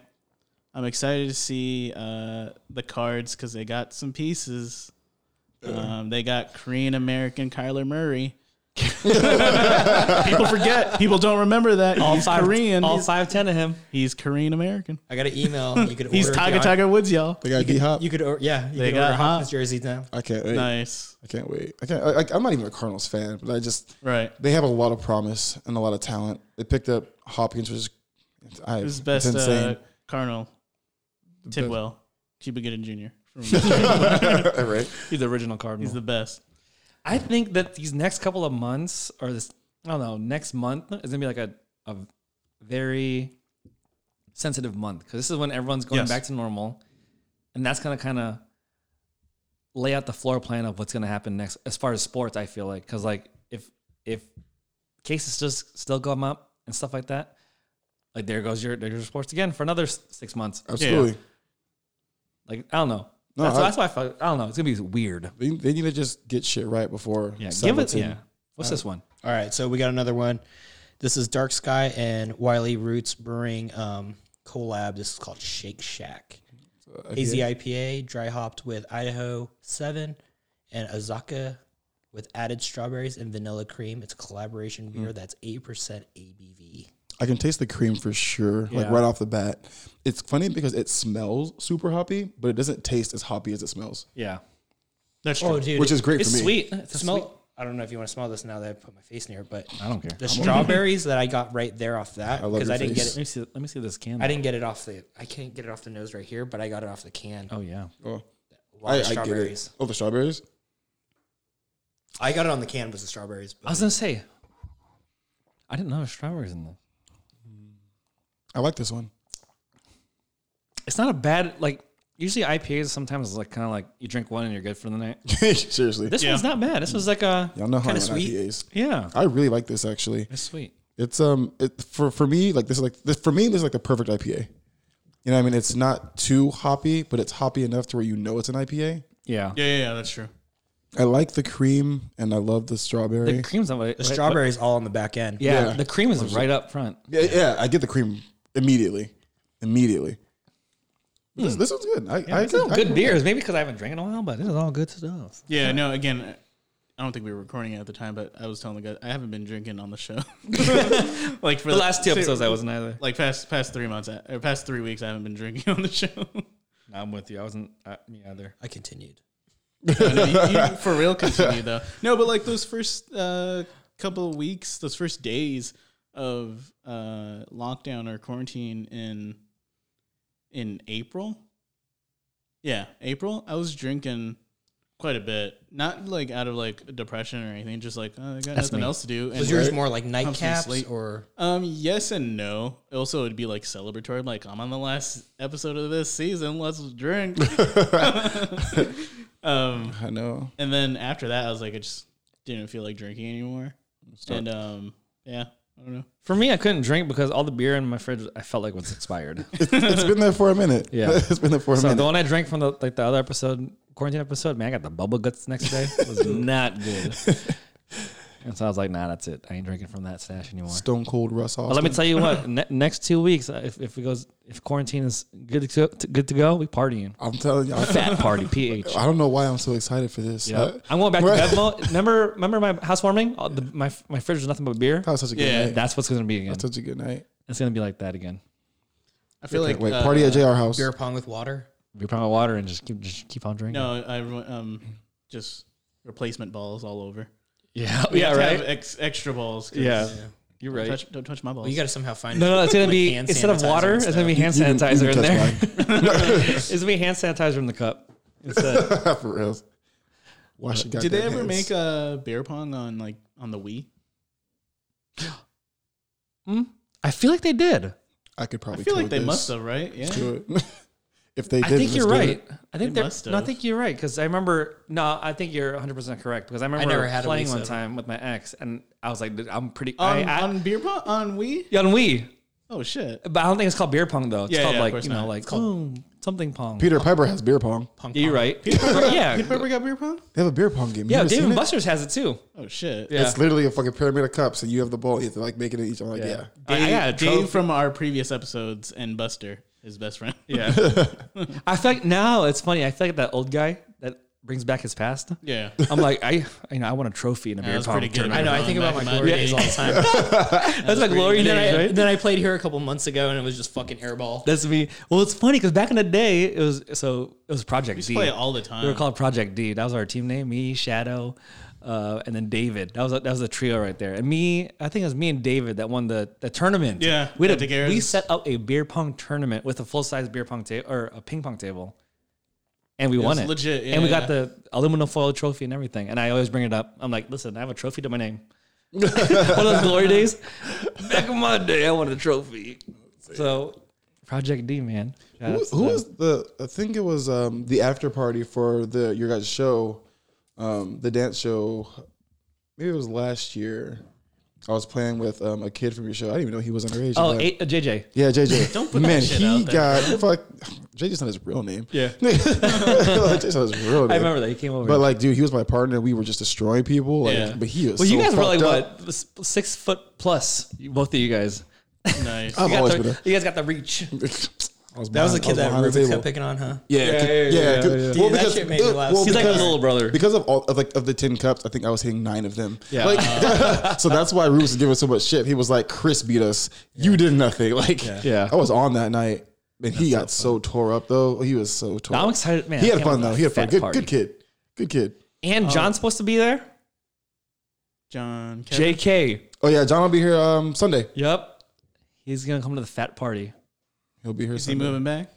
Speaker 5: I'm excited to see uh, the cards because they got some pieces. Um, they got Korean American
Speaker 4: [laughs]
Speaker 5: Kyler Murray. people forget. People don't remember that. he's Korean.
Speaker 4: all
Speaker 5: he's,
Speaker 4: five ten of him.
Speaker 5: Korean American.
Speaker 3: I got an email.
Speaker 6: [laughs]
Speaker 3: You could
Speaker 5: He's
Speaker 3: order.
Speaker 5: Tiger
Speaker 3: if you-
Speaker 5: Tiger Woods, y'all.
Speaker 6: They got D Hop.
Speaker 3: You could, or, yeah, you
Speaker 5: They
Speaker 3: could
Speaker 5: got
Speaker 3: order
Speaker 5: hot.
Speaker 3: Hopkins
Speaker 6: Uh-huh.
Speaker 3: jerseys now.
Speaker 6: I can't wait.
Speaker 5: Nice.
Speaker 6: I can't wait. I can't. I, I, I'm not even a Cardinals fan, but I just
Speaker 5: Right.
Speaker 6: they have a lot of promise and a lot of talent. They picked up Hopkins, which is I,
Speaker 5: His
Speaker 6: it's
Speaker 5: best
Speaker 6: insane.
Speaker 5: uh, Colonel Tidwell, Cuba Gooding Jr.
Speaker 3: uh,
Speaker 6: [laughs] right.
Speaker 4: He's the original Cardinal.
Speaker 5: He's the best.
Speaker 4: I think that these next couple of months, or this, I don't know, next month is gonna be like a, a very sensitive month because this is when everyone's going
Speaker 5: Yes.
Speaker 4: back to normal, and that's gonna kind of lay out the floor plan of what's gonna happen next as far as sports. I feel like because like if if cases just still come up and stuff like that, like there goes your there goes your sports again for another s- six months.
Speaker 6: Absolutely.
Speaker 4: Like I don't know.
Speaker 6: No,
Speaker 4: that's,
Speaker 6: I-
Speaker 4: that's why I felt. I don't know. It's gonna be weird.
Speaker 6: They, they need to just get shit right before.
Speaker 4: Yeah, give it.
Speaker 6: Sabaton.
Speaker 4: Yeah. What's this one?
Speaker 3: All right, so we got another one. This is Dark Sky and Wiley Roots Brewing um, collab. This is called Shake Shack.
Speaker 6: Uh,
Speaker 3: AZ IPA, dry hopped with Idaho 7 and Azaka with added strawberries and vanilla cream. It's a collaboration
Speaker 6: Hmm.
Speaker 3: beer that's 8% ABV.
Speaker 6: I can taste the cream for sure, like right off the bat. It's funny because it smells super hoppy, but it doesn't taste as hoppy as it smells,
Speaker 4: Yeah.
Speaker 5: That's true.
Speaker 3: Oh, dude.
Speaker 6: which is great
Speaker 4: It's
Speaker 6: for me.
Speaker 4: sweet.
Speaker 3: the smell. I don't know if you want to smell this now that I put my face in here, but uh,
Speaker 6: [laughs]
Speaker 4: I don't care.
Speaker 3: the strawberries that I got right there off that
Speaker 6: love
Speaker 3: because
Speaker 6: your
Speaker 3: I didn't
Speaker 6: face.
Speaker 3: get
Speaker 4: Let
Speaker 3: it.
Speaker 4: me see. Let me see this can.
Speaker 3: I didn't get it off the. I can't get it off the nose right here, but I got it off the can.
Speaker 4: Oh yeah.
Speaker 6: Oh,
Speaker 3: Wild
Speaker 6: I, I get it. Oh, the strawberries.
Speaker 3: I got it on the can was the strawberries.
Speaker 4: I was gonna say. I didn't know there were strawberries in there.
Speaker 6: I like this one.
Speaker 4: It's not a bad like. Usually IPAs sometimes is like kind of like you drink one and you're good for the night.
Speaker 6: [laughs]
Speaker 4: [laughs]
Speaker 6: Seriously,
Speaker 4: This one's not bad. This was like a
Speaker 6: y'all know how I
Speaker 3: Kinda
Speaker 6: like
Speaker 3: sweet.
Speaker 6: IPAs.
Speaker 4: yeah.
Speaker 6: I really like this actually.
Speaker 4: It's sweet.
Speaker 6: It's um, it, for for me, like this is like this for me. This is like the perfect IPA. You know, what I mean, it's not too hoppy, but it's hoppy enough to where you know it's an IPA.
Speaker 4: Yeah.
Speaker 5: Yeah, yeah, yeah, that's true.
Speaker 6: I like the cream, and I love the strawberry.
Speaker 4: The cream's not right,
Speaker 3: the strawberries all on the back end.
Speaker 4: Yeah,
Speaker 6: Yeah.
Speaker 4: The cream is right up front.
Speaker 6: Yeah, yeah, I get the cream immediately, immediately. This, this one's good. I, I,
Speaker 4: Hmm. It's all
Speaker 6: I-
Speaker 4: good beers. Maybe because I haven't drank in a while, but this is all good stuff.
Speaker 5: Yeah, no, again, I don't think we were recording it at the time, but I was telling the guy I haven't been drinking on the show. [laughs] like for
Speaker 4: The last two episodes, I wasn't either.
Speaker 5: like past past three months or past three weeks, I haven't been drinking [laughs] on the show.
Speaker 4: I'm with you. I wasn't uh, me either.
Speaker 3: I continued. [laughs]
Speaker 5: You- you for real, continue though. No, but like those first uh, couple of weeks, those first days of uh, lockdown or quarantine in in April. Yeah, April. I was drinking quite a bit, not like out of like depression or anything. Just like oh, I got nothing
Speaker 4: me.
Speaker 5: else to do. And
Speaker 3: Was
Speaker 5: like-
Speaker 3: yours more like nightcaps
Speaker 5: sleep.
Speaker 3: or?
Speaker 5: Um, yes and no. Also, it'd be like celebratory. Like I'm on the last episode of this season. Let's
Speaker 3: [laughs]
Speaker 5: drink. [laughs] um,
Speaker 6: [laughs] I know.
Speaker 5: and then after that, I was like, I just didn't feel like drinking anymore. And um, yeah, I don't know.
Speaker 4: For me, I couldn't drink because all the beer in my fridge I felt like was expired.
Speaker 6: it's been there for a minute.
Speaker 4: [laughs] Yeah.
Speaker 6: it's been there for a
Speaker 4: So the
Speaker 6: minute.
Speaker 4: one I drank from the like the other episode, quarantine episode, man, I got the bubble guts next day. It [laughs] was not good. And so I was like, nah, that's it. I ain't drinking from that stash anymore.
Speaker 6: Stone Cold Russ
Speaker 4: But
Speaker 6: Austin.
Speaker 4: let me tell you what, [laughs] ne- next two weeks, uh, if, if it goes, if quarantine is good to, to- good to go, we [laughs] partying.
Speaker 6: I'm telling you, I,
Speaker 4: Fat party, [laughs] ph.
Speaker 6: [laughs] I don't know why I'm so excited for this. Uh,
Speaker 4: Yeah,
Speaker 6: I,
Speaker 4: I'm going back to [laughs] Bevmo. Remember, remember my housewarming. All the, my my fridge was nothing but beer.
Speaker 6: [laughs] that was such a good
Speaker 5: Yeah.
Speaker 6: night.
Speaker 4: That's what's gonna be again.
Speaker 6: such a good night.
Speaker 4: It's gonna be like that again.
Speaker 5: I feel like
Speaker 6: Wait,
Speaker 5: uh,
Speaker 6: party at JR House.
Speaker 3: Beer pong with water.
Speaker 4: Drink my water and just keep just keep on drinking.
Speaker 5: No, I re- um just replacement balls all over.
Speaker 4: [laughs] Yeah,
Speaker 5: We
Speaker 4: yeah,
Speaker 5: have to
Speaker 4: right.
Speaker 5: have ex- extra balls. 'cause
Speaker 4: yeah.
Speaker 3: Yeah.
Speaker 4: you're
Speaker 5: Don't
Speaker 4: right.
Speaker 5: touch, don't touch my balls.
Speaker 3: Well, you got to somehow find.
Speaker 4: no, no, it's gonna be
Speaker 3: hand
Speaker 4: instead of
Speaker 3: sanitizer
Speaker 4: water,
Speaker 3: and
Speaker 4: it's gonna be hand
Speaker 6: You can- you can
Speaker 4: sanitizer in
Speaker 6: touch
Speaker 4: there. [laughs] it's gonna be hand sanitizer in the cup. Instead.
Speaker 6: mine. [laughs] For real. Wash your
Speaker 5: Did they
Speaker 6: goddamn
Speaker 5: ever make
Speaker 6: hands.
Speaker 5: a beer pong on like on the Wii?
Speaker 4: I feel like they did.
Speaker 6: I could
Speaker 5: I
Speaker 6: probably.
Speaker 5: feel like
Speaker 6: code
Speaker 5: they
Speaker 6: this.
Speaker 5: must have, right? Yeah.
Speaker 6: Do it. [laughs] if they did,
Speaker 4: I think
Speaker 6: let's
Speaker 4: you're
Speaker 6: do it.
Speaker 4: right. I think
Speaker 5: They
Speaker 4: they're,
Speaker 5: must
Speaker 4: no, I
Speaker 5: have.
Speaker 4: think you're right because I remember. No, I think you're 100 percent correct because I remember
Speaker 3: never had a
Speaker 4: playing
Speaker 3: Wii
Speaker 4: one
Speaker 3: Seven.
Speaker 4: time with my ex and I was like, "Dude, I'm pretty.
Speaker 5: On,
Speaker 4: I, I,
Speaker 5: on beer pong on Wii?
Speaker 4: yeah, on Wii,
Speaker 5: Oh shit!
Speaker 4: but I don't think it's called beer pong though. It's
Speaker 5: Yeah,
Speaker 4: called
Speaker 5: yeah, of
Speaker 4: like
Speaker 5: course
Speaker 4: you know
Speaker 5: not.
Speaker 4: like boom, something pong.
Speaker 6: Peter Piper has beer pong.
Speaker 3: punk
Speaker 4: Yeah, you're
Speaker 3: punk.
Speaker 4: right.
Speaker 5: Peter
Speaker 4: yeah,
Speaker 5: Piper got beer pong?
Speaker 6: They have a beer pong game. You
Speaker 4: yeah.
Speaker 6: ever
Speaker 4: Dave
Speaker 6: seen
Speaker 4: and
Speaker 6: it?
Speaker 4: Buster's has it too.
Speaker 5: Oh shit!
Speaker 4: Yeah.
Speaker 6: It's literally a fucking pyramid of cups, and you have the ball. You have to like make it in each. I'm like, yeah.
Speaker 4: I- I
Speaker 5: Dave,
Speaker 4: got a
Speaker 5: Dave
Speaker 4: trophy.
Speaker 5: from our previous episodes and Buster, his best friend.
Speaker 4: Yeah. [laughs] I feel like now it's funny. I feel like that old guy that brings back his past.
Speaker 5: yeah.
Speaker 4: I'm like, I, you know, I want a trophy in a
Speaker 5: That
Speaker 4: beer
Speaker 5: was
Speaker 4: pong
Speaker 5: pretty good.
Speaker 4: tournament.
Speaker 3: I know. I think about my glory days all the time.
Speaker 4: That's like glory
Speaker 3: And
Speaker 4: days,
Speaker 3: then, I,
Speaker 4: right?
Speaker 3: then I played here a couple months ago, and it was just fucking hairball.
Speaker 4: That's me. Well, it's funny because back in the day, it was so it was Project D.
Speaker 5: play it all the
Speaker 4: we were
Speaker 5: time.
Speaker 4: called Project D. That was our team name. Me, Shadow, uh, and then David. That was that was the trio right there. And me, I think it was me and David that won the, the tournament.
Speaker 5: Yeah,
Speaker 4: we
Speaker 5: at
Speaker 4: had
Speaker 5: the
Speaker 4: a,
Speaker 5: Garrens.
Speaker 4: we set up a beer pong tournament with a full size beer pong table or a ping pong table, and we won
Speaker 5: was
Speaker 4: it.
Speaker 5: legit, yeah,
Speaker 4: and we
Speaker 5: yeah.
Speaker 4: got the aluminum foil trophy and everything. And I always bring it up. I'm like, listen, I have a trophy to my
Speaker 5: [laughs]
Speaker 4: name. [laughs] One of those glory days. Back in my day, I wanted a trophy. So Project D, man.
Speaker 6: Who,
Speaker 4: That's
Speaker 6: who
Speaker 4: the-
Speaker 6: was the? I think it was um, the after party for the your guys' show, um, the dance show. Maybe it was last year. I was playing with um, a kid from your show. I didn't even know he was underage.
Speaker 4: Oh,
Speaker 6: but-
Speaker 4: eight, uh, JJ.
Speaker 6: yeah,
Speaker 4: [laughs]
Speaker 6: JJ.
Speaker 5: Don't put
Speaker 6: Man,
Speaker 5: that shit
Speaker 6: he
Speaker 5: out there,
Speaker 6: got fuck. JJ's not his real name. [laughs]
Speaker 4: Yeah.
Speaker 6: JJ's not his real
Speaker 4: [laughs]
Speaker 6: name.
Speaker 4: I remember that he came over.
Speaker 6: But like, dude, he was my partner. We were just destroying people. Like,
Speaker 5: Yeah.
Speaker 6: but he was.
Speaker 4: well, you
Speaker 6: so
Speaker 4: guys were like
Speaker 6: fucked up.
Speaker 4: what s- six foot plus, you- both of you guys.
Speaker 5: nice.
Speaker 6: I've
Speaker 4: You, got
Speaker 6: always
Speaker 4: the-
Speaker 6: been. A, [laughs]
Speaker 4: you guys got the reach.
Speaker 6: I was
Speaker 3: That was the
Speaker 6: behind- I
Speaker 3: kid that
Speaker 6: behind the
Speaker 3: Ruben
Speaker 6: table.
Speaker 3: kept picking on, huh?
Speaker 6: Yeah,
Speaker 4: Yeah,
Speaker 6: yeah,
Speaker 4: yeah, yeah,
Speaker 6: yeah, 'cause-
Speaker 4: yeah.
Speaker 6: Well,
Speaker 3: Dude, that
Speaker 6: because
Speaker 3: shit made me
Speaker 6: uh,
Speaker 3: laugh.
Speaker 6: well,
Speaker 4: He's like my
Speaker 6: because-
Speaker 4: little brother.
Speaker 6: because of all of like of the ten cups, I think I was hitting nine of them.
Speaker 4: Yeah.
Speaker 6: Like, [laughs] so that's why Rubes was giving so much shit. He was like, "Chris beat us. You did nothing." [laughs] Like,
Speaker 4: Yeah.
Speaker 6: I was on that night, and he got so, tore up though. He was so tore.
Speaker 4: I'm
Speaker 6: up.
Speaker 4: excited, man.
Speaker 6: He
Speaker 4: I
Speaker 6: had
Speaker 4: can't
Speaker 6: fun
Speaker 4: wait
Speaker 6: though.
Speaker 4: for
Speaker 6: He had
Speaker 4: that
Speaker 6: fun. Good,
Speaker 4: party.
Speaker 6: good kid. Good kid.
Speaker 4: And John's supposed to be there.
Speaker 5: John. Kevin.
Speaker 4: JK.
Speaker 6: Oh yeah, John will be here um, Sunday.
Speaker 4: Yep. He's gonna come to the fat party.
Speaker 6: He'll be here.
Speaker 5: Is he
Speaker 6: Sunday.
Speaker 5: moving back?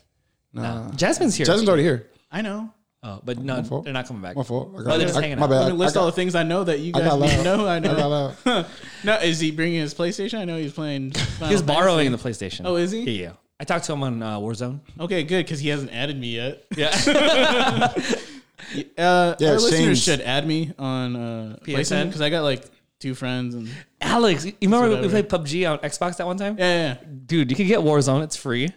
Speaker 4: Nah. Jasmine's here.
Speaker 6: Jasmine's already here.
Speaker 5: I know.
Speaker 4: oh, but no,
Speaker 6: fault.
Speaker 4: they're not coming back.
Speaker 6: My fault. I got,
Speaker 4: they're just
Speaker 6: I-
Speaker 4: hanging
Speaker 6: my
Speaker 4: out.
Speaker 6: bad.
Speaker 5: Let me list
Speaker 6: I got,
Speaker 5: all the things I know that you
Speaker 6: I
Speaker 5: guys
Speaker 6: got
Speaker 5: need to
Speaker 6: loud.
Speaker 5: [laughs] know. I
Speaker 6: I got
Speaker 5: know.
Speaker 6: loud.
Speaker 5: no, is he bringing his PlayStation? I know he's playing. Final
Speaker 4: He's
Speaker 5: Fantasy.
Speaker 4: borrowing the PlayStation.
Speaker 5: Oh, is he?
Speaker 4: Yeah, yeah. I talked to him on uh, Warzone.
Speaker 5: Okay, good because he hasn't added me yet.
Speaker 4: Yeah. [laughs]
Speaker 5: Uh, our
Speaker 6: [laughs] Yeah,
Speaker 5: listeners
Speaker 6: Shane's-
Speaker 5: should add me on uh, PlayStation
Speaker 4: PSN?
Speaker 5: because I got like two friends and yeah,
Speaker 4: Alex, you remember we
Speaker 5: whatever.
Speaker 4: played PUBG on Xbox that one time?
Speaker 5: yeah. yeah.
Speaker 4: Dude, you can get Warzone. It's free.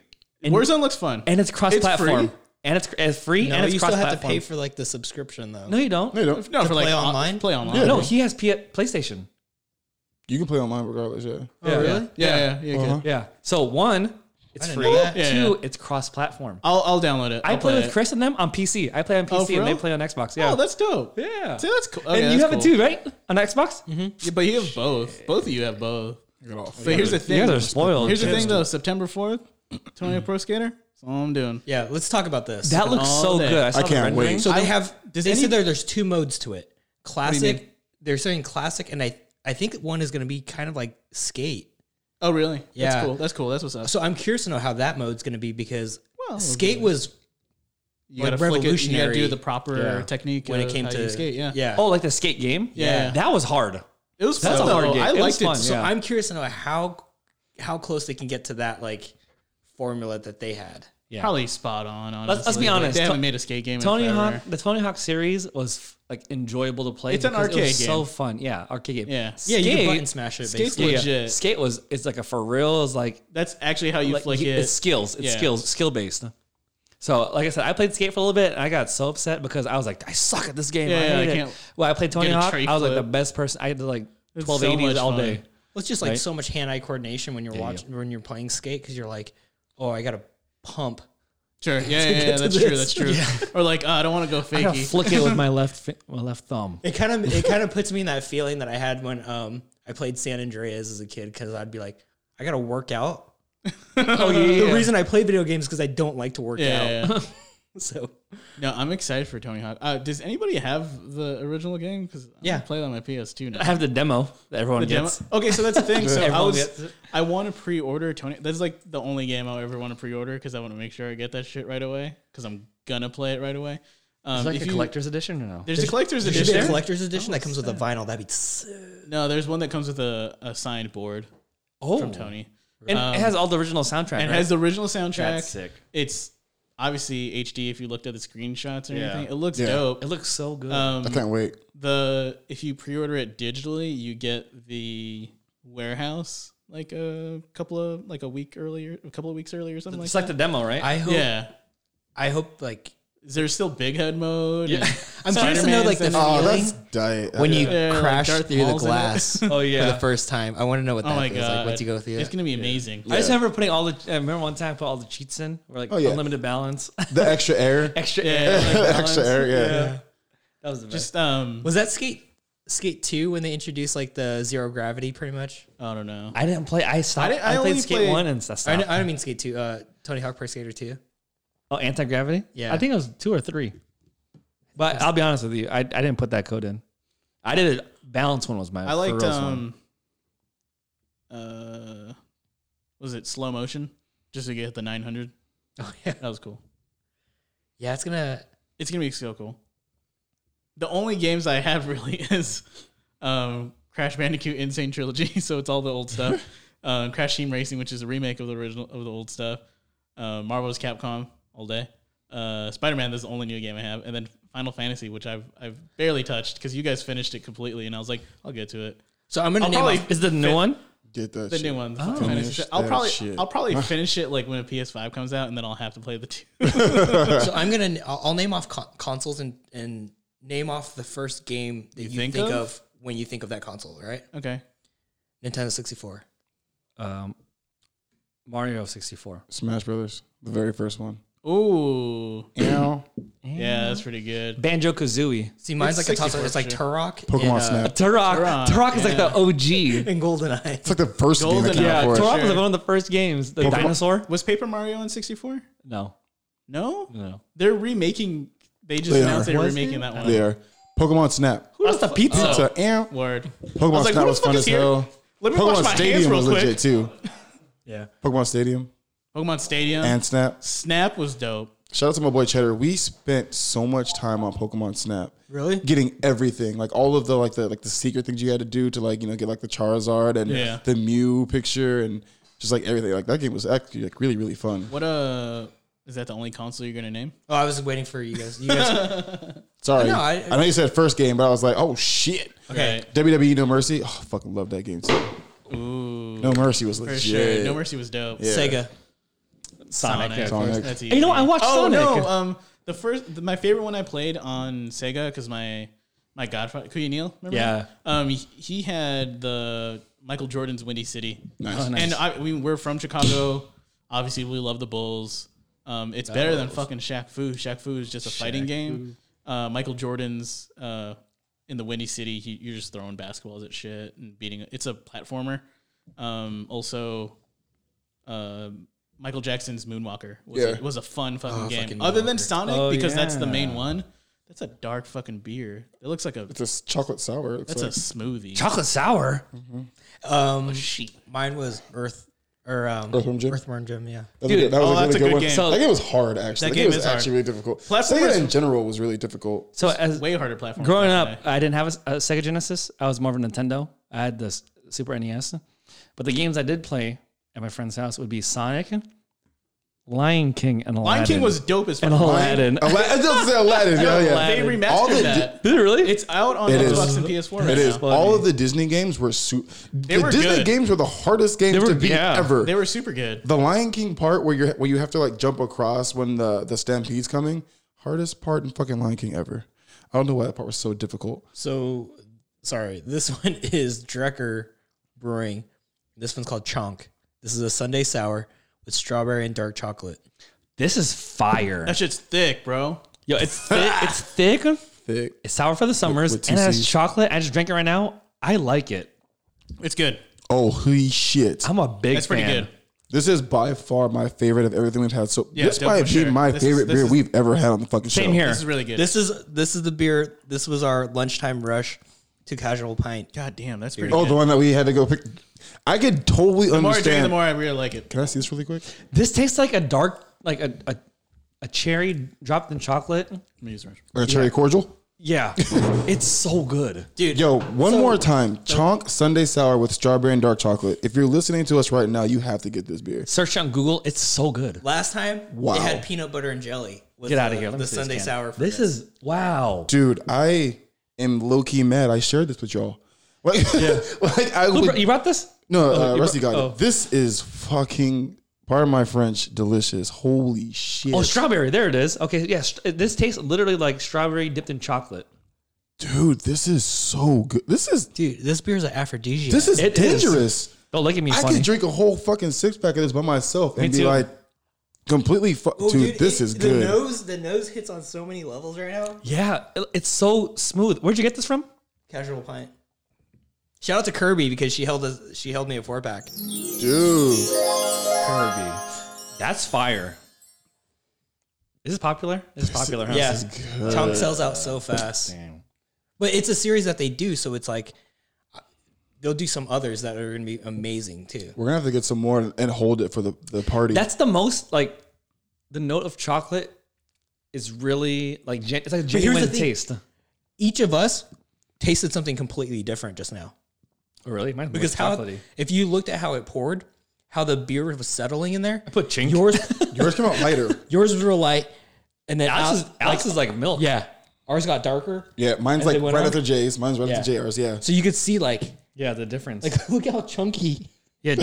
Speaker 4: And,
Speaker 5: Warzone looks fun
Speaker 4: Mm-hmm. and it's cross-platform.
Speaker 5: free?
Speaker 4: and it's, it's free.
Speaker 3: No,
Speaker 4: and it's
Speaker 3: you still
Speaker 4: cross-platform.
Speaker 3: have to pay for like the subscription though.
Speaker 4: No, you don't.
Speaker 6: No, you
Speaker 5: [laughs]
Speaker 6: don't.
Speaker 5: No, for like
Speaker 3: play
Speaker 5: on-
Speaker 3: online?
Speaker 5: Play online.
Speaker 6: Yeah.
Speaker 4: No, he has P- PlayStation.
Speaker 6: You can play online regardless. Yeah.
Speaker 4: Oh, yeah. really?
Speaker 5: Yeah, yeah, yeah. good.
Speaker 6: Uh-huh.
Speaker 4: Yeah. So one, it's
Speaker 3: didn't
Speaker 4: free.
Speaker 3: know that.
Speaker 5: Yeah,
Speaker 4: Two,
Speaker 5: yeah.
Speaker 4: it's cross-platform.
Speaker 5: I'll I'll download it.
Speaker 4: I
Speaker 5: I'll
Speaker 4: play with
Speaker 5: it.
Speaker 4: Chris and them on PC. I play on PC
Speaker 5: Oh, for
Speaker 4: and they
Speaker 5: real?
Speaker 4: play on Xbox. Yeah.
Speaker 5: Oh, that's dope.
Speaker 4: yeah.
Speaker 5: See, that's cool. Okay,
Speaker 4: and you
Speaker 5: that's
Speaker 4: have
Speaker 5: cool. Mm-hmm.
Speaker 4: it too, right? On Xbox.
Speaker 5: Yeah, but you have both. Both of you have both.
Speaker 6: Get off.
Speaker 5: But here's the
Speaker 4: You guys
Speaker 5: thing.
Speaker 4: are spoiled.
Speaker 5: Here's the thing though. September fourth, [clears throat] Tony Pro Skater. That's all I'm doing.
Speaker 3: Yeah, let's talk about this.
Speaker 4: That looks so
Speaker 5: all day.
Speaker 4: good. I, saw the
Speaker 6: can't
Speaker 4: rendering.
Speaker 6: wait.
Speaker 3: So I have.
Speaker 5: does
Speaker 3: they
Speaker 5: any-
Speaker 3: said there, there's two modes to it.
Speaker 5: you
Speaker 3: Classic. They're saying classic, and I I think one is going to be kind of like skate.
Speaker 5: Oh, really?
Speaker 3: Yeah.
Speaker 5: That's cool. That's cool. That's what's up.
Speaker 3: So I'm curious to know how that mode's going to be because
Speaker 5: Well,
Speaker 3: skate was
Speaker 5: you
Speaker 3: like
Speaker 5: gotta flick it- You
Speaker 3: revolutionary
Speaker 5: gotta do the proper
Speaker 4: Yeah.
Speaker 5: technique
Speaker 3: when
Speaker 5: of
Speaker 3: it came
Speaker 5: how
Speaker 3: to
Speaker 5: you skate. Yeah.
Speaker 3: yeah.
Speaker 4: Oh, like the skate game.
Speaker 5: Yeah.
Speaker 4: That was hard.
Speaker 5: It was fun.
Speaker 4: That's a hard
Speaker 5: though.
Speaker 4: game.
Speaker 5: I
Speaker 4: It was
Speaker 5: liked it.
Speaker 4: fun,
Speaker 5: so
Speaker 4: yeah.
Speaker 3: So I'm curious to know how how close they can get to that like formula that they had.
Speaker 4: Yeah.
Speaker 5: Probably spot on. Honestly.
Speaker 4: let's be
Speaker 5: Like,
Speaker 4: honest.
Speaker 5: They haven't
Speaker 4: To-
Speaker 5: made a skate game.
Speaker 4: Tony
Speaker 5: in forever.
Speaker 4: Hawk. The Tony Hawk series was f- like enjoyable to play.
Speaker 5: It's an
Speaker 4: because it was
Speaker 5: arcade
Speaker 4: So
Speaker 5: game.
Speaker 4: fun. Yeah, arcade game.
Speaker 5: Yeah.
Speaker 4: Skate,
Speaker 3: Yeah, you can button smash it.
Speaker 5: Skate's
Speaker 3: Basically.
Speaker 4: yeah, yeah.
Speaker 5: legit.
Speaker 4: Skate was. It's like a for real. It's like
Speaker 5: That's actually how you
Speaker 4: like,
Speaker 5: flick
Speaker 4: you-
Speaker 5: it.
Speaker 4: it's [laughs] skills. It's
Speaker 5: Yeah.
Speaker 4: skills, skill based. So, like I said, I played skate for a little bit, and I got so upset because I was like, I suck at this game.
Speaker 5: Yeah,
Speaker 4: I
Speaker 5: yeah, I
Speaker 4: hate it.
Speaker 5: can't
Speaker 4: Well, I played Tony
Speaker 5: get a
Speaker 4: Hawk. I
Speaker 5: tree
Speaker 4: was like the
Speaker 5: flip.
Speaker 4: best person. I did like
Speaker 5: It's so
Speaker 4: twelve eighties
Speaker 5: much
Speaker 4: all
Speaker 5: fun. [laughs]
Speaker 4: day.
Speaker 3: Well, it's just like
Speaker 4: Right.
Speaker 3: so much hand eye coordination when you're watching when you're playing skate because you're like, oh, I got to pump.
Speaker 5: Sure. Yeah, yeah, yeah that's true. That's true. Or like, oh, I don't want to go
Speaker 4: [laughs] I gotta
Speaker 5: fakey.
Speaker 4: flick it with my left fi- my left
Speaker 5: [laughs]
Speaker 4: thumb.
Speaker 3: It kind of it kind of puts me in that feeling that I had when um I played San Andreas as a kid because I'd be like, I got to work out.
Speaker 5: [laughs]
Speaker 4: Oh yeah,
Speaker 3: The reason I play video games because I don't like to work
Speaker 5: yeah,
Speaker 3: out.
Speaker 4: [laughs]
Speaker 5: yeah, yeah.
Speaker 3: [laughs] So
Speaker 5: No, I'm excited for Tony Hawk. Uh, does anybody have the original game? Because
Speaker 3: Yeah.
Speaker 5: play it on my PS2
Speaker 4: [laughs]
Speaker 5: now.
Speaker 4: I have the demo that everyone
Speaker 5: the demo.
Speaker 4: gets.
Speaker 5: Okay, so that's the
Speaker 4: [laughs]
Speaker 5: thing. So I
Speaker 4: Everyone
Speaker 5: was,
Speaker 4: gets it.
Speaker 5: I want to pre-order Tony. That's like the only game I'll ever want to pre-order because I want to make sure I get that shit right away because I'm gonna play it right away. Um,
Speaker 4: Is it like
Speaker 5: if
Speaker 4: a
Speaker 5: you-
Speaker 4: collector's edition or no?
Speaker 5: There's, a collector's
Speaker 3: there should be a
Speaker 5: edition.
Speaker 3: collector's edition that comes with a vinyl. That'd be sick.
Speaker 5: no, there's one that comes with a, a signed board
Speaker 4: oh,
Speaker 5: from Tony.
Speaker 4: and it has all the original soundtrack. right?
Speaker 5: And it has the original soundtrack.
Speaker 4: That's sick.
Speaker 5: It's obviously HD if you looked at the screenshots or
Speaker 4: Yeah.
Speaker 5: anything. It looks
Speaker 6: Yeah.
Speaker 5: dope.
Speaker 4: it looks so good.
Speaker 5: um,
Speaker 6: I can't wait.
Speaker 5: the if you pre-order it digitally, you get the warehouse like a couple of like a week earlier, a couple of weeks earlier or something
Speaker 4: it's
Speaker 5: like
Speaker 4: like the demo, right?
Speaker 3: I hope.
Speaker 5: that. yeah.
Speaker 3: I hope like
Speaker 5: There's still big head mode.
Speaker 4: Yeah.
Speaker 3: [laughs] I'm curious to know, like, the
Speaker 5: and-
Speaker 6: Oh,
Speaker 3: Really?
Speaker 6: that's diet.
Speaker 3: when you
Speaker 5: Yeah, like
Speaker 3: crash
Speaker 5: Darth
Speaker 3: through the
Speaker 5: Maul's in it. [laughs]
Speaker 3: glass
Speaker 4: oh
Speaker 3: for
Speaker 4: yeah.
Speaker 3: the first time. I want to know what that
Speaker 5: oh my
Speaker 3: feels
Speaker 5: god!
Speaker 3: like once you go through
Speaker 5: it's
Speaker 3: it.
Speaker 5: gonna be amazing.
Speaker 4: I just remember putting all the. I remember one time I put all the cheats in, or like
Speaker 6: Oh, yeah.
Speaker 4: unlimited balance, [laughs]
Speaker 6: the
Speaker 5: [laughs]
Speaker 6: extra air,
Speaker 4: extra
Speaker 5: Yeah,
Speaker 4: air. like, balance.
Speaker 6: extra air. Yeah.
Speaker 4: That was the best.
Speaker 3: [laughs]
Speaker 5: Just um,
Speaker 3: Was that skate skate two when they introduced like the zero gravity pretty much?
Speaker 5: I don't know.
Speaker 4: I didn't play. I stopped.
Speaker 5: I
Speaker 4: I,
Speaker 5: didn't- I only
Speaker 4: played Skate
Speaker 5: played-
Speaker 4: One and stuff.
Speaker 3: I, don't- I don't mean skate two. Uh, Tony Hawk Pro Skater two.
Speaker 4: Oh, anti gravity.
Speaker 3: Yeah.
Speaker 4: I think it was two or three. But I'll be honest with you, I, I didn't put that code in. I did a balance one was my.
Speaker 5: I liked
Speaker 4: ferocious one.
Speaker 5: um, uh, was it slow motion? Just to get the 900.
Speaker 3: Oh yeah,
Speaker 5: That was cool.
Speaker 3: yeah. It's gonna.
Speaker 5: It's gonna be so cool. The only games I have [laughs] really is um, Crash Bandicoot Insane Trilogy, [laughs] so it's all the old stuff. um, Crash Team Racing, which is a remake of the original of the old stuff. Uh, Marvel's Capcom all day. Uh, Spider Man is the only new game I have, and then Final Fantasy, which I've I've barely touched because you guys finished it completely, and I was like, I'll get to it.
Speaker 3: So I'm gonna
Speaker 5: I'll
Speaker 3: name
Speaker 5: probably-
Speaker 3: off- [laughs]
Speaker 4: Is the new
Speaker 5: Fit-
Speaker 4: one?
Speaker 6: Get that.
Speaker 5: The
Speaker 6: shit.
Speaker 5: new one, the Final
Speaker 6: Finish
Speaker 5: Fantasy. shit. I'll
Speaker 6: that
Speaker 5: probably
Speaker 6: shit.
Speaker 5: I'll probably finish it like when a PS5 comes out, and then I'll have to play the two. [laughs]
Speaker 3: So I'm gonna. I'll, I'll name off con- consoles and and name off the first game that you,
Speaker 5: think
Speaker 3: think,
Speaker 5: of?
Speaker 3: of? when you think of that console. Right?
Speaker 5: okay,
Speaker 3: Nintendo 64.
Speaker 4: Um, Mario sixty four.
Speaker 6: Smash Brothers, the very first one.
Speaker 5: ooh,
Speaker 6: You know,
Speaker 5: yeah, that's pretty good.
Speaker 4: Banjo Kazooie.
Speaker 3: See, mine's
Speaker 5: It's
Speaker 3: like a toss up.
Speaker 5: 64
Speaker 3: It's like
Speaker 5: shit.
Speaker 3: Turok.
Speaker 6: Pokemon
Speaker 3: and, uh,
Speaker 6: Snap.
Speaker 4: Turok.
Speaker 5: Turok,
Speaker 4: Turok is like
Speaker 5: [laughs] yeah.
Speaker 4: the OG.
Speaker 3: And GoldenEye. [laughs]
Speaker 6: It's like the first game
Speaker 5: Golden
Speaker 6: that came
Speaker 5: Eye.
Speaker 6: out
Speaker 4: Turok
Speaker 6: for it.
Speaker 4: was
Speaker 5: sure.
Speaker 4: like one of the first games. The dinosaur.
Speaker 5: Was Paper Mario in 64?
Speaker 4: No,
Speaker 5: No?
Speaker 4: no.
Speaker 5: They're remaking. They just
Speaker 6: They
Speaker 5: announced
Speaker 6: are.
Speaker 5: they were
Speaker 4: Was
Speaker 5: remaking that one.
Speaker 6: There, Pokemon Snap.
Speaker 4: That's the pizza.
Speaker 6: Pizza. and
Speaker 5: Word.
Speaker 6: Pokemon
Speaker 5: was Oh. like,
Speaker 6: Snap
Speaker 5: who the
Speaker 6: was
Speaker 5: fuck
Speaker 6: fun
Speaker 5: is
Speaker 6: as
Speaker 5: here?
Speaker 6: hell.
Speaker 5: Let me wash my
Speaker 6: Pokemon
Speaker 5: hands
Speaker 6: Stadium
Speaker 5: real
Speaker 6: was
Speaker 5: quick.
Speaker 6: legit too.
Speaker 4: Yeah.
Speaker 6: Pokemon Stadium
Speaker 5: Pokemon Stadium.
Speaker 6: and Snap.
Speaker 5: Snap was dope.
Speaker 6: Shout out to my boy Cheddar. We spent so much time on Pokemon Snap.
Speaker 3: Really?
Speaker 6: Getting everything, like all of the like the like the secret things you had to do to like you know get like the Charizard and
Speaker 5: Yeah.
Speaker 6: the Mew picture and just like everything. Like that game was actually like really really fun.
Speaker 5: What uh is that the only console you're gonna name?
Speaker 3: Oh, I was waiting for you guys. You [laughs] guys.
Speaker 6: Sorry,
Speaker 3: I know,
Speaker 6: I,
Speaker 3: I-
Speaker 6: know you said first game, but I was like, oh shit.
Speaker 5: Okay.
Speaker 6: WWE No Mercy. Oh, I fucking love that game too.
Speaker 5: Ooh.
Speaker 6: No Mercy was
Speaker 5: For
Speaker 6: legit.
Speaker 5: sure. No Mercy was dope.
Speaker 6: Yeah.
Speaker 3: Sega.
Speaker 4: Sonic.
Speaker 5: of
Speaker 6: Sonic.
Speaker 5: course, that's
Speaker 4: Hey, you know what? I
Speaker 5: easy.
Speaker 4: watched
Speaker 5: Oh
Speaker 4: Sonic.
Speaker 5: no! Um, the first, the, my favorite one I played on Sega because my my godfather, Kuya Neal, remember?
Speaker 4: Yeah.
Speaker 5: Um, he, he had the Michael Jordan's Windy City.
Speaker 6: Nice. Oh,
Speaker 4: nice.
Speaker 5: And I, I mean, we're from Chicago. Obviously, we love the Bulls. Um, it's better than fucking Shaq Fu. Shaq Fu is just a fighting game. Uh, Michael Jordan's uh, in the Windy City. He, you're just throwing basketballs at shit and beating. It's a platformer. Um, also, uh, Michael Jackson's Moonwalker was,
Speaker 6: Yeah.
Speaker 5: a, was a fun fucking
Speaker 3: Oh,
Speaker 5: game.
Speaker 3: fucking
Speaker 5: Other than
Speaker 3: Moonwalker.
Speaker 5: Sonic,
Speaker 4: Oh,
Speaker 5: because that's the main
Speaker 4: yeah.
Speaker 5: one. That's a dark fucking beer. It looks like a.
Speaker 6: It's a s- chocolate sour. It looks
Speaker 5: That's a
Speaker 6: like.
Speaker 5: smoothie.
Speaker 4: Chocolate sour.
Speaker 3: Um, mine was Earth or um,
Speaker 6: Earthworm Jim?
Speaker 3: Earthworm Jim. Yeah.
Speaker 6: That's a good- that
Speaker 5: oh,
Speaker 6: was a
Speaker 5: that's a
Speaker 6: really
Speaker 5: good
Speaker 6: good one.
Speaker 5: game.
Speaker 4: So-
Speaker 6: that game was hard actually.
Speaker 5: That
Speaker 6: That
Speaker 5: game
Speaker 6: game was
Speaker 5: is hard.
Speaker 6: actually really difficult.
Speaker 5: Platformers-
Speaker 6: Sega in general was really difficult.
Speaker 4: So as
Speaker 5: Way harder platform.
Speaker 4: Growing
Speaker 5: back in
Speaker 4: up,
Speaker 5: the day.
Speaker 4: I didn't have a, a Sega Genesis. I was more of a Nintendo. I had the S- Super NES. But the games I did play at my friend's house would be Sonic, Lion King, and Aladdin.
Speaker 5: Lion King was dope as fuck.
Speaker 4: and Aladdin.
Speaker 6: Ala- I was about to say Aladdin. Yeah, yeah.
Speaker 5: They
Speaker 4: Aladdin.
Speaker 5: remastered
Speaker 6: All the
Speaker 4: [laughs]
Speaker 5: that.
Speaker 4: Did it really?
Speaker 5: it's out on
Speaker 6: It
Speaker 5: Xbox
Speaker 6: is.
Speaker 5: and PS4 right
Speaker 6: It is.
Speaker 5: now.
Speaker 6: All of the Disney games were su- the
Speaker 5: were
Speaker 6: Disney
Speaker 5: good.
Speaker 6: games were the hardest games
Speaker 4: They were-
Speaker 6: to beat
Speaker 4: yeah.
Speaker 6: ever.
Speaker 5: They were super good.
Speaker 6: the Lion King part where you where you have to like jump across when the the stampede's coming. Hardest part in fucking Lion King ever. I don't know why that part was so difficult.
Speaker 3: So sorry. This [laughs] one is Drecker Brewing. This one's called Chonk. This is a Sunday sour with strawberry and dark chocolate.
Speaker 4: this is fire.
Speaker 5: That shit's thick, bro.
Speaker 4: Yo, it's
Speaker 5: [laughs]
Speaker 4: thick. It's thick.
Speaker 6: Thick.
Speaker 4: It's sour for the summers,
Speaker 6: with two
Speaker 4: and it has
Speaker 6: Cs.
Speaker 4: chocolate. I just drank it right now. I like it.
Speaker 5: It's good.
Speaker 6: Oh holy shit!
Speaker 4: I'm a big
Speaker 5: That's
Speaker 4: fan.
Speaker 5: pretty good.
Speaker 6: This is by far my favorite of everything we've had. So
Speaker 5: Yeah,
Speaker 6: this
Speaker 5: no,
Speaker 6: might
Speaker 5: for
Speaker 6: be
Speaker 5: sure.
Speaker 6: my
Speaker 5: This is-
Speaker 6: favorite
Speaker 5: this
Speaker 6: beer
Speaker 5: is-
Speaker 6: we've ever had on the fucking show.
Speaker 4: Same here.
Speaker 5: This is really good.
Speaker 3: This is this is the beer. This was our lunchtime rush to casual pint.
Speaker 5: God damn, that's pretty
Speaker 6: Oh,
Speaker 5: good.
Speaker 6: the one that we had to go pick. I could totally
Speaker 5: the more I drink, it,
Speaker 6: understand.
Speaker 5: the more I really like it.
Speaker 6: Can I see this really quick?
Speaker 4: This tastes like a dark, like a a, a cherry dropped in chocolate.
Speaker 5: Let me use the restroom.
Speaker 6: Like a cherry cordial?
Speaker 4: Yeah, [laughs] it's so good.
Speaker 6: Yo, one more time. Chonk Sunday Sour with strawberry and dark chocolate. If you're listening to us right now, you have to get this beer.
Speaker 4: Search it on Google. It's so good.
Speaker 3: Last time,
Speaker 6: Wow.
Speaker 3: it had peanut butter and jelly. With
Speaker 4: Get out of
Speaker 3: the-
Speaker 4: here. Let me
Speaker 3: The
Speaker 4: see this
Speaker 3: Sunday
Speaker 4: can.
Speaker 3: sour. from
Speaker 4: This
Speaker 3: it.
Speaker 4: is wow.
Speaker 6: Dude, I am low key mad. I shared this with y'all. [laughs] Like, like I
Speaker 4: Who
Speaker 6: would,
Speaker 4: br- you brought this?
Speaker 6: no, uh,
Speaker 4: you
Speaker 6: Rusty
Speaker 4: brought-
Speaker 6: got
Speaker 4: oh.
Speaker 6: it. This is fucking, pardon my French, delicious. Holy shit.
Speaker 4: Oh, strawberry. There it is. Okay, yeah. St- this tastes literally like strawberry dipped in chocolate.
Speaker 6: Dude, this is so good. This is
Speaker 3: dude. This beer is an aphrodisiac.
Speaker 6: this is
Speaker 4: It is.
Speaker 6: dangerous.
Speaker 4: Don't look at me
Speaker 6: I
Speaker 4: funny.
Speaker 6: could drink a whole fucking six pack of this by myself and be
Speaker 4: too.
Speaker 6: like completely fuck. dude, this
Speaker 3: is
Speaker 6: is good.
Speaker 3: The nose, the nose hits on so many levels right now.
Speaker 4: yeah, it- it's so smooth. Where'd you get this from?
Speaker 3: Casual pint. Shout out to Kirby because she held us. She held me a four pack.
Speaker 6: Dude,
Speaker 4: Kirby. That's fire. Is this popular? It's popular. Huh?
Speaker 3: Yeah, Chonk sells out so fast. But it's a series that they do, so it's like they'll do some others that are going to be amazing too.
Speaker 6: we're gonna have to get some more and hold it for the, the party.
Speaker 4: That's the most like the note of chocolate is really like gen- it's like a
Speaker 3: here's the
Speaker 4: genuine
Speaker 3: thing.
Speaker 4: taste. Oh,
Speaker 3: Each of us tasted something completely different just now
Speaker 4: Oh, really? Mine's
Speaker 3: because
Speaker 4: more
Speaker 3: how
Speaker 4: chocolatey.
Speaker 3: if you looked at how it poured, how the beer was settling in there,
Speaker 4: I put chink.
Speaker 3: yours
Speaker 6: [laughs] Yours came out lighter.
Speaker 3: yours was real light, and then
Speaker 4: Alex,
Speaker 3: ours,
Speaker 4: is, Alex is like milk.
Speaker 3: yeah, ours got darker,
Speaker 6: Yeah, mine's
Speaker 3: And
Speaker 6: like
Speaker 3: they
Speaker 6: right
Speaker 3: went on?
Speaker 6: after J's. Mine's right
Speaker 3: Yeah.
Speaker 6: after JR's. Yeah.
Speaker 3: so you could see like [laughs]
Speaker 4: yeah, the difference.
Speaker 3: like look how chunky
Speaker 4: yeah,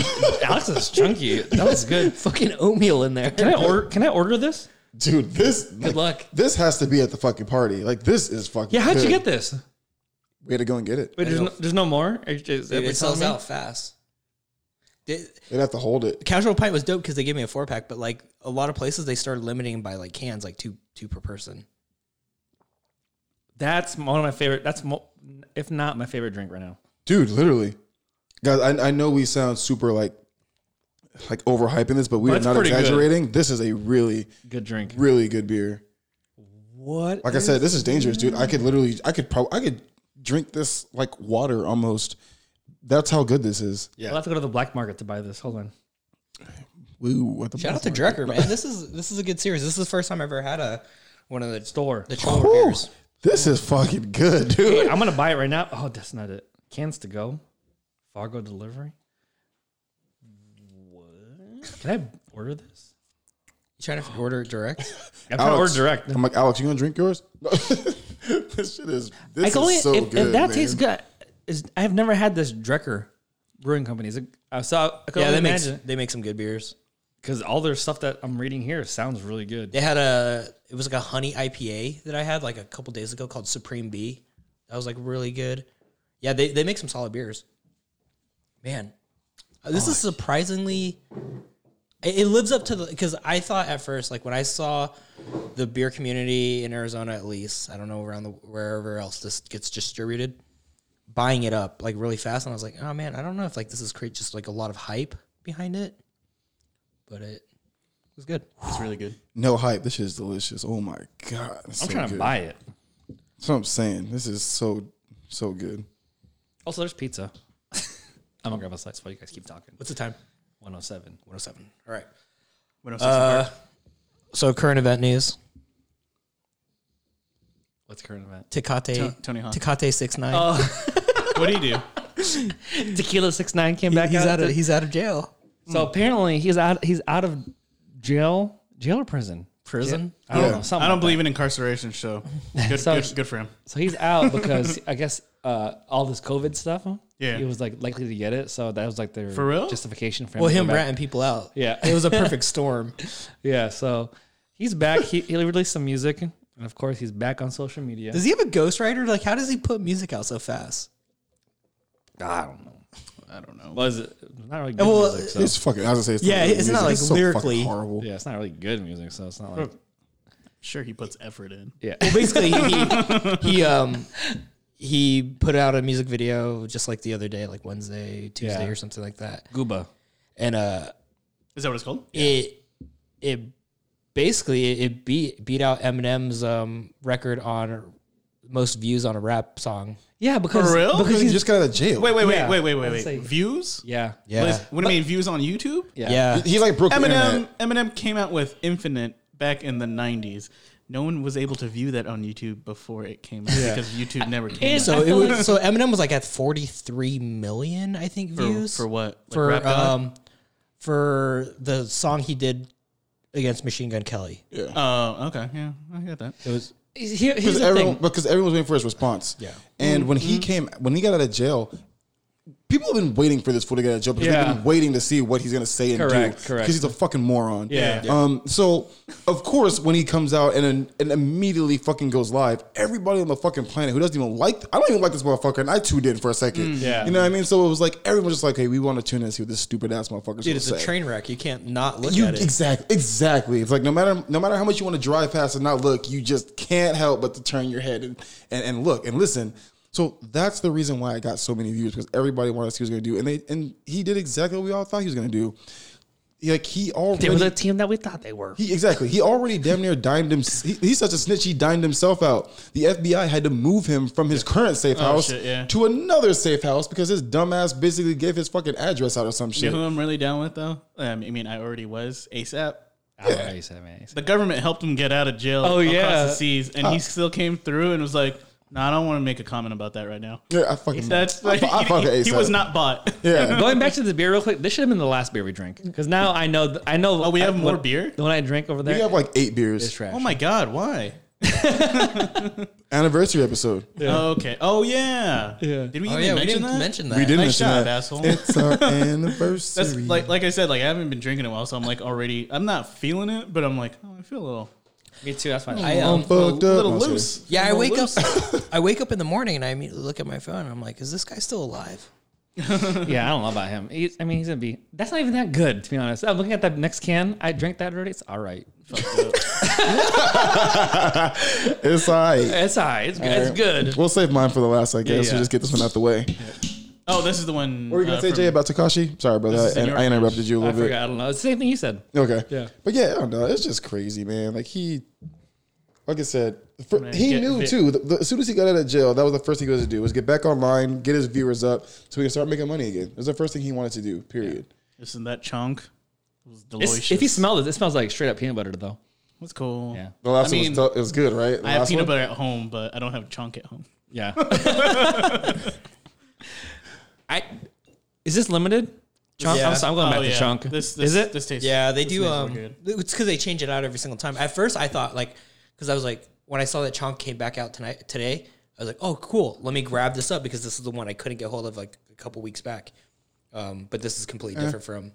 Speaker 4: Alex is chunky. That was
Speaker 3: [laughs]
Speaker 4: good.
Speaker 3: fucking oatmeal in there. [laughs]
Speaker 4: Can I order? Can I order this?
Speaker 6: Dude, this good
Speaker 3: luck.
Speaker 6: This has to be at the fucking party. Like this is fucking.
Speaker 4: Yeah, how'd you
Speaker 6: good.
Speaker 4: get this?
Speaker 6: We had to go and get it.
Speaker 4: Wait, there's no, there's no more. Are you- Is
Speaker 3: Dude,
Speaker 4: that what you're
Speaker 3: it sells
Speaker 4: telling me?
Speaker 3: out fast. Did-
Speaker 6: They'd have to hold it.
Speaker 3: Casual pint was dope because they gave me a four pack, but like a lot of places they started limiting by like cans, like two two per person.
Speaker 4: That's one of my favorite. That's mo- if not my favorite drink right now.
Speaker 6: Dude, literally, guys. I, I know we sound super like like overhyping this, but we
Speaker 4: But
Speaker 6: are
Speaker 4: it's
Speaker 6: not
Speaker 4: pretty good.
Speaker 6: exaggerating. This is a really
Speaker 4: Good drink.
Speaker 6: really good beer.
Speaker 4: What?
Speaker 6: Like I said, this is dangerous, dude. I could literally, I could probably, I could drink this like water almost. That's how good this is.
Speaker 4: I'll have to go to the black market to buy this. Hold on.
Speaker 6: Woo, what the
Speaker 3: Shout out to Drecker, [laughs] man. This is this is a good series. This is the first time I've ever had a one of the
Speaker 4: Store.
Speaker 3: the Cholo beers.
Speaker 6: This is fucking good, dude.
Speaker 4: I'm gonna buy it right now. Oh, that's not it. Cans to go. Fargo delivery. What? Can I order this?
Speaker 3: You trying to order it direct?
Speaker 4: I'm trying to order
Speaker 6: Alex,
Speaker 4: direct.
Speaker 6: I'm like, Alex, you gonna drink yours? [laughs] this shit is. This
Speaker 4: I
Speaker 6: is
Speaker 4: can only
Speaker 6: so
Speaker 4: oh, if,
Speaker 6: good.
Speaker 4: if that
Speaker 6: man.
Speaker 4: tastes good. Is I have never had this Drecker Brewing Company. Is it, I saw. I can
Speaker 3: yeah,
Speaker 4: only
Speaker 3: they make
Speaker 4: imagine
Speaker 3: they make some good beers.
Speaker 4: because all their stuff that I'm reading here sounds really good.
Speaker 3: They had a it was like a honey IPA that I had like a couple days ago called Supreme Bee. That was like really good. Yeah, they they make some solid beers. Man, uh, this is surprisingly. It it lives up to the because I thought at first like when I saw the beer community in Arizona at least I don't know around the wherever else this gets distributed, buying it up like really fast and I was like oh man I don't know if like this is create just like a lot of hype behind it, but it was good.
Speaker 5: It's really good.
Speaker 6: no hype. This shit is delicious. Oh my god, it's
Speaker 4: I'm
Speaker 6: so
Speaker 4: trying to
Speaker 6: good.
Speaker 4: buy it.
Speaker 6: That's what I'm saying. This is so so good.
Speaker 4: Also, there's pizza. [laughs] I'm gonna grab a slice while you guys keep talking.
Speaker 3: What's the time?
Speaker 4: 107.
Speaker 3: 107. All right.
Speaker 5: When I was six
Speaker 6: Uh,
Speaker 5: apart.
Speaker 3: So current event news:
Speaker 4: What's current event?
Speaker 3: Tecate,
Speaker 5: Tony Hawk.
Speaker 3: Tecate six nine.
Speaker 5: what do you
Speaker 4: [laughs]
Speaker 5: do?
Speaker 4: Tequila 69 came back
Speaker 3: he's
Speaker 4: out.
Speaker 3: out of he's out of jail.
Speaker 4: so apparently he's out he's out of jail, jail or prison.
Speaker 3: Prison.
Speaker 4: I don't
Speaker 6: Yeah.
Speaker 4: know. Something
Speaker 5: I don't
Speaker 4: like
Speaker 5: believe in incarceration,
Speaker 4: [laughs]
Speaker 5: so good,
Speaker 4: So-
Speaker 5: good, good for him.
Speaker 4: that. So he's out because [laughs] I guess uh, all this COVID stuff. huh?
Speaker 5: Yeah.
Speaker 4: He was like likely to get it, so that was like their
Speaker 5: For real?
Speaker 4: justification for him.
Speaker 3: Well,
Speaker 4: to
Speaker 3: him
Speaker 4: go back.
Speaker 3: ratting people out.
Speaker 4: Yeah. [laughs]
Speaker 3: it was a perfect storm.
Speaker 4: Yeah. So he's back. He he released some music, and of course he's back on social media.
Speaker 3: Does he have a ghostwriter? Like, how does he put music out so fast?
Speaker 4: I don't know.
Speaker 5: I don't know.
Speaker 4: Was it not really good
Speaker 3: Well,
Speaker 4: music? So
Speaker 6: It's fucking. I was gonna say, it's
Speaker 3: Yeah,
Speaker 6: really
Speaker 3: it's not,
Speaker 6: amazing.
Speaker 3: like,
Speaker 6: so fucking
Speaker 3: lyrically-
Speaker 6: horrible.
Speaker 4: yeah, it's not really good music, so it's not like
Speaker 5: Sure, he puts effort in.
Speaker 4: yeah. [laughs]
Speaker 3: basically, he, he um he put out a music video just like the other day, like Wednesday, Tuesday,
Speaker 4: Yeah.
Speaker 3: or something like that.
Speaker 4: Gooba.
Speaker 3: And uh,
Speaker 5: Is that what it's called?
Speaker 3: it it basically it- it beat beat out Eminem's um, record on most views on a rap song.
Speaker 4: Yeah, because
Speaker 5: For real?
Speaker 4: because
Speaker 6: Because you
Speaker 4: he's
Speaker 6: just got out of jail.
Speaker 5: Wait, wait, wait,
Speaker 4: Yeah.
Speaker 5: wait, wait, wait, wait.
Speaker 4: Let's say-
Speaker 5: Views?
Speaker 4: yeah,
Speaker 5: What, is, what do you mean views on YouTube?
Speaker 4: yeah,
Speaker 3: Yeah,
Speaker 6: He like broke the
Speaker 5: [laughs] Eminem
Speaker 6: internet.
Speaker 5: Eminem came out with Infinite back in the '90s. No one was able to view that on YouTube before it came out because YouTube never came
Speaker 3: so
Speaker 5: out.
Speaker 3: it was, so Eminem was like at forty three million, I think,
Speaker 5: For,
Speaker 3: views
Speaker 5: for what? Like
Speaker 3: for,
Speaker 5: Rap God?
Speaker 3: um for the song he did against Machine Gun Kelly.
Speaker 5: Oh, okay, yeah, I get that.
Speaker 3: It was
Speaker 4: Here- here's
Speaker 6: because
Speaker 4: the
Speaker 6: everyone
Speaker 4: thing.
Speaker 6: because everyone was waiting for his response. Yeah. And when
Speaker 3: Mm-hmm.
Speaker 6: he came, when he got out of jail, people have been waiting for this fool to get out of jail because
Speaker 4: Yeah.
Speaker 6: they've been waiting to see what he's gonna say and
Speaker 4: Correct,
Speaker 6: do.
Speaker 4: correct.
Speaker 6: Because he's a fucking moron.
Speaker 4: Yeah.
Speaker 6: Um. So of course, when he comes out and then- and immediately fucking goes live, everybody on the fucking planet who doesn't even like, I don't even like this motherfucker, and I too did for a second.
Speaker 4: Yeah.
Speaker 6: You know what I mean? So it was like everyone was just like, hey, we want to tune in and see what this stupid ass motherfucker.
Speaker 3: dude, it's
Speaker 6: say.
Speaker 3: a train wreck. You can't not look
Speaker 6: You
Speaker 3: at it.
Speaker 6: exactly, exactly. It's like no matter no matter how much you want to drive past and not look, you just can't help but to turn your head and and, and look and listen. So that's the reason why I got so many views because everybody wanted to see what he was gonna do, and they and he did exactly what we all thought he was gonna do. Like he already
Speaker 4: team that we thought they were.
Speaker 6: he, exactly. He already damn near dimed him. He, he's such a snitch. He dimed himself out. The FBI had to move him from his current safe house
Speaker 5: Oh, shit, yeah.
Speaker 6: to another safe house because his dumbass basically gave his fucking address out or some
Speaker 5: You
Speaker 6: shit.
Speaker 5: know who I'm really down with though? Um, I mean, I already was ASAP.
Speaker 4: Yeah. I said, man, I said-
Speaker 5: The government helped him get out of jail.
Speaker 4: Oh,
Speaker 5: across
Speaker 4: yeah.
Speaker 5: the seas, and he still came through and was like, "No, I don't want to make a comment about that right now."
Speaker 6: Yeah, I fucking.
Speaker 5: That's
Speaker 6: I,
Speaker 5: like,
Speaker 6: fu-
Speaker 5: [laughs]
Speaker 6: I
Speaker 5: he-
Speaker 6: fucking
Speaker 5: he, he
Speaker 6: ASAP.
Speaker 5: was not bought.
Speaker 6: Yeah.
Speaker 4: Going back to the beer real quick, this should have been the last beer we drank because now I know th- I know.
Speaker 5: Oh, we have
Speaker 4: I-
Speaker 5: more
Speaker 4: what-
Speaker 5: beer?
Speaker 4: The one I drank over there
Speaker 6: We have like eight beers.
Speaker 4: is trash.
Speaker 5: Oh my god, why?
Speaker 6: Anniversary episode.
Speaker 5: Okay. Oh yeah. Yeah. Did we even
Speaker 3: Oh yeah, we
Speaker 5: mention
Speaker 3: didn't
Speaker 5: that?
Speaker 3: mention that.
Speaker 6: We didn't
Speaker 5: Nice
Speaker 6: mention
Speaker 5: job,
Speaker 6: that.
Speaker 5: asshole.
Speaker 6: It's our
Speaker 5: [laughs] That's
Speaker 6: anniversary.
Speaker 5: like like I said, like I haven't been drinking in a while, so I'm like already I'm not feeling it, but I'm like, oh, I feel a little
Speaker 4: Me too. That's fine.
Speaker 3: I, um,
Speaker 6: fucked
Speaker 5: a
Speaker 6: up.
Speaker 5: little
Speaker 6: No, I'm sorry.
Speaker 5: loose.
Speaker 3: yeah,
Speaker 5: I'm
Speaker 3: I
Speaker 5: a
Speaker 3: wake
Speaker 5: little
Speaker 3: up.
Speaker 6: [laughs]
Speaker 3: [laughs] I wake up in the morning and I immediately look at my phone. and I'm like, is this guy still alive?
Speaker 4: yeah, I don't know about him. He's, I mean, he's gonna be. That's not even that good, to be honest. I'm looking at that next can. I drank that already. It's all right.
Speaker 6: It's all right.
Speaker 4: It's all right. It's good. It's good.
Speaker 6: We'll save mine for the last, I guess.
Speaker 4: yeah.
Speaker 6: We'll just get this one out the way.
Speaker 5: Oh, this is the one.
Speaker 6: What were you going
Speaker 5: uh,
Speaker 6: to say,
Speaker 5: from-
Speaker 6: Jay, about Takashi? Sorry, brother.
Speaker 5: is
Speaker 6: I,
Speaker 5: in your
Speaker 6: I interrupted you a
Speaker 4: I
Speaker 6: little bit.
Speaker 4: forgot. I don't know. It's the same thing you said.
Speaker 6: Okay.
Speaker 4: Yeah.
Speaker 6: But yeah, I don't know. It's just crazy, man. Like he, like I said, fir-
Speaker 5: Man,
Speaker 6: he
Speaker 5: get-
Speaker 6: knew
Speaker 5: get-
Speaker 6: too. The, the- as soon as he got out of jail, that was the first thing he was to do was get back online, get his viewers up, so he can start making money again. It was the first thing he wanted to do. Period.
Speaker 5: Isn't that chunk? It was delicious.
Speaker 4: It's, if you smell it, it smells like straight up peanut butter, though.
Speaker 5: That's cool.
Speaker 4: Yeah.
Speaker 6: The last
Speaker 5: I
Speaker 6: one
Speaker 5: mean,
Speaker 6: was, tough. it was good, right? The
Speaker 5: I have
Speaker 6: last
Speaker 5: peanut
Speaker 6: one?
Speaker 5: butter at home, but I don't have chunk at home.
Speaker 4: Yeah. I [laughs] is this limited? Chunk.
Speaker 3: Yeah.
Speaker 4: I'm, so- I'm going back
Speaker 5: Oh, yeah.
Speaker 4: to chunk.
Speaker 5: This, this
Speaker 4: is it?
Speaker 5: This tastes.
Speaker 3: Yeah, they
Speaker 5: this
Speaker 3: do.
Speaker 5: tastes real
Speaker 3: Um,
Speaker 5: good.
Speaker 3: it's because they change it out every single time. At first, I thought like, because I was like, when I saw that Chonk came back out tonight today, I was like, oh cool, let me grab this up because this is the one I couldn't get hold of like a couple weeks back. Um, but this is completely different from.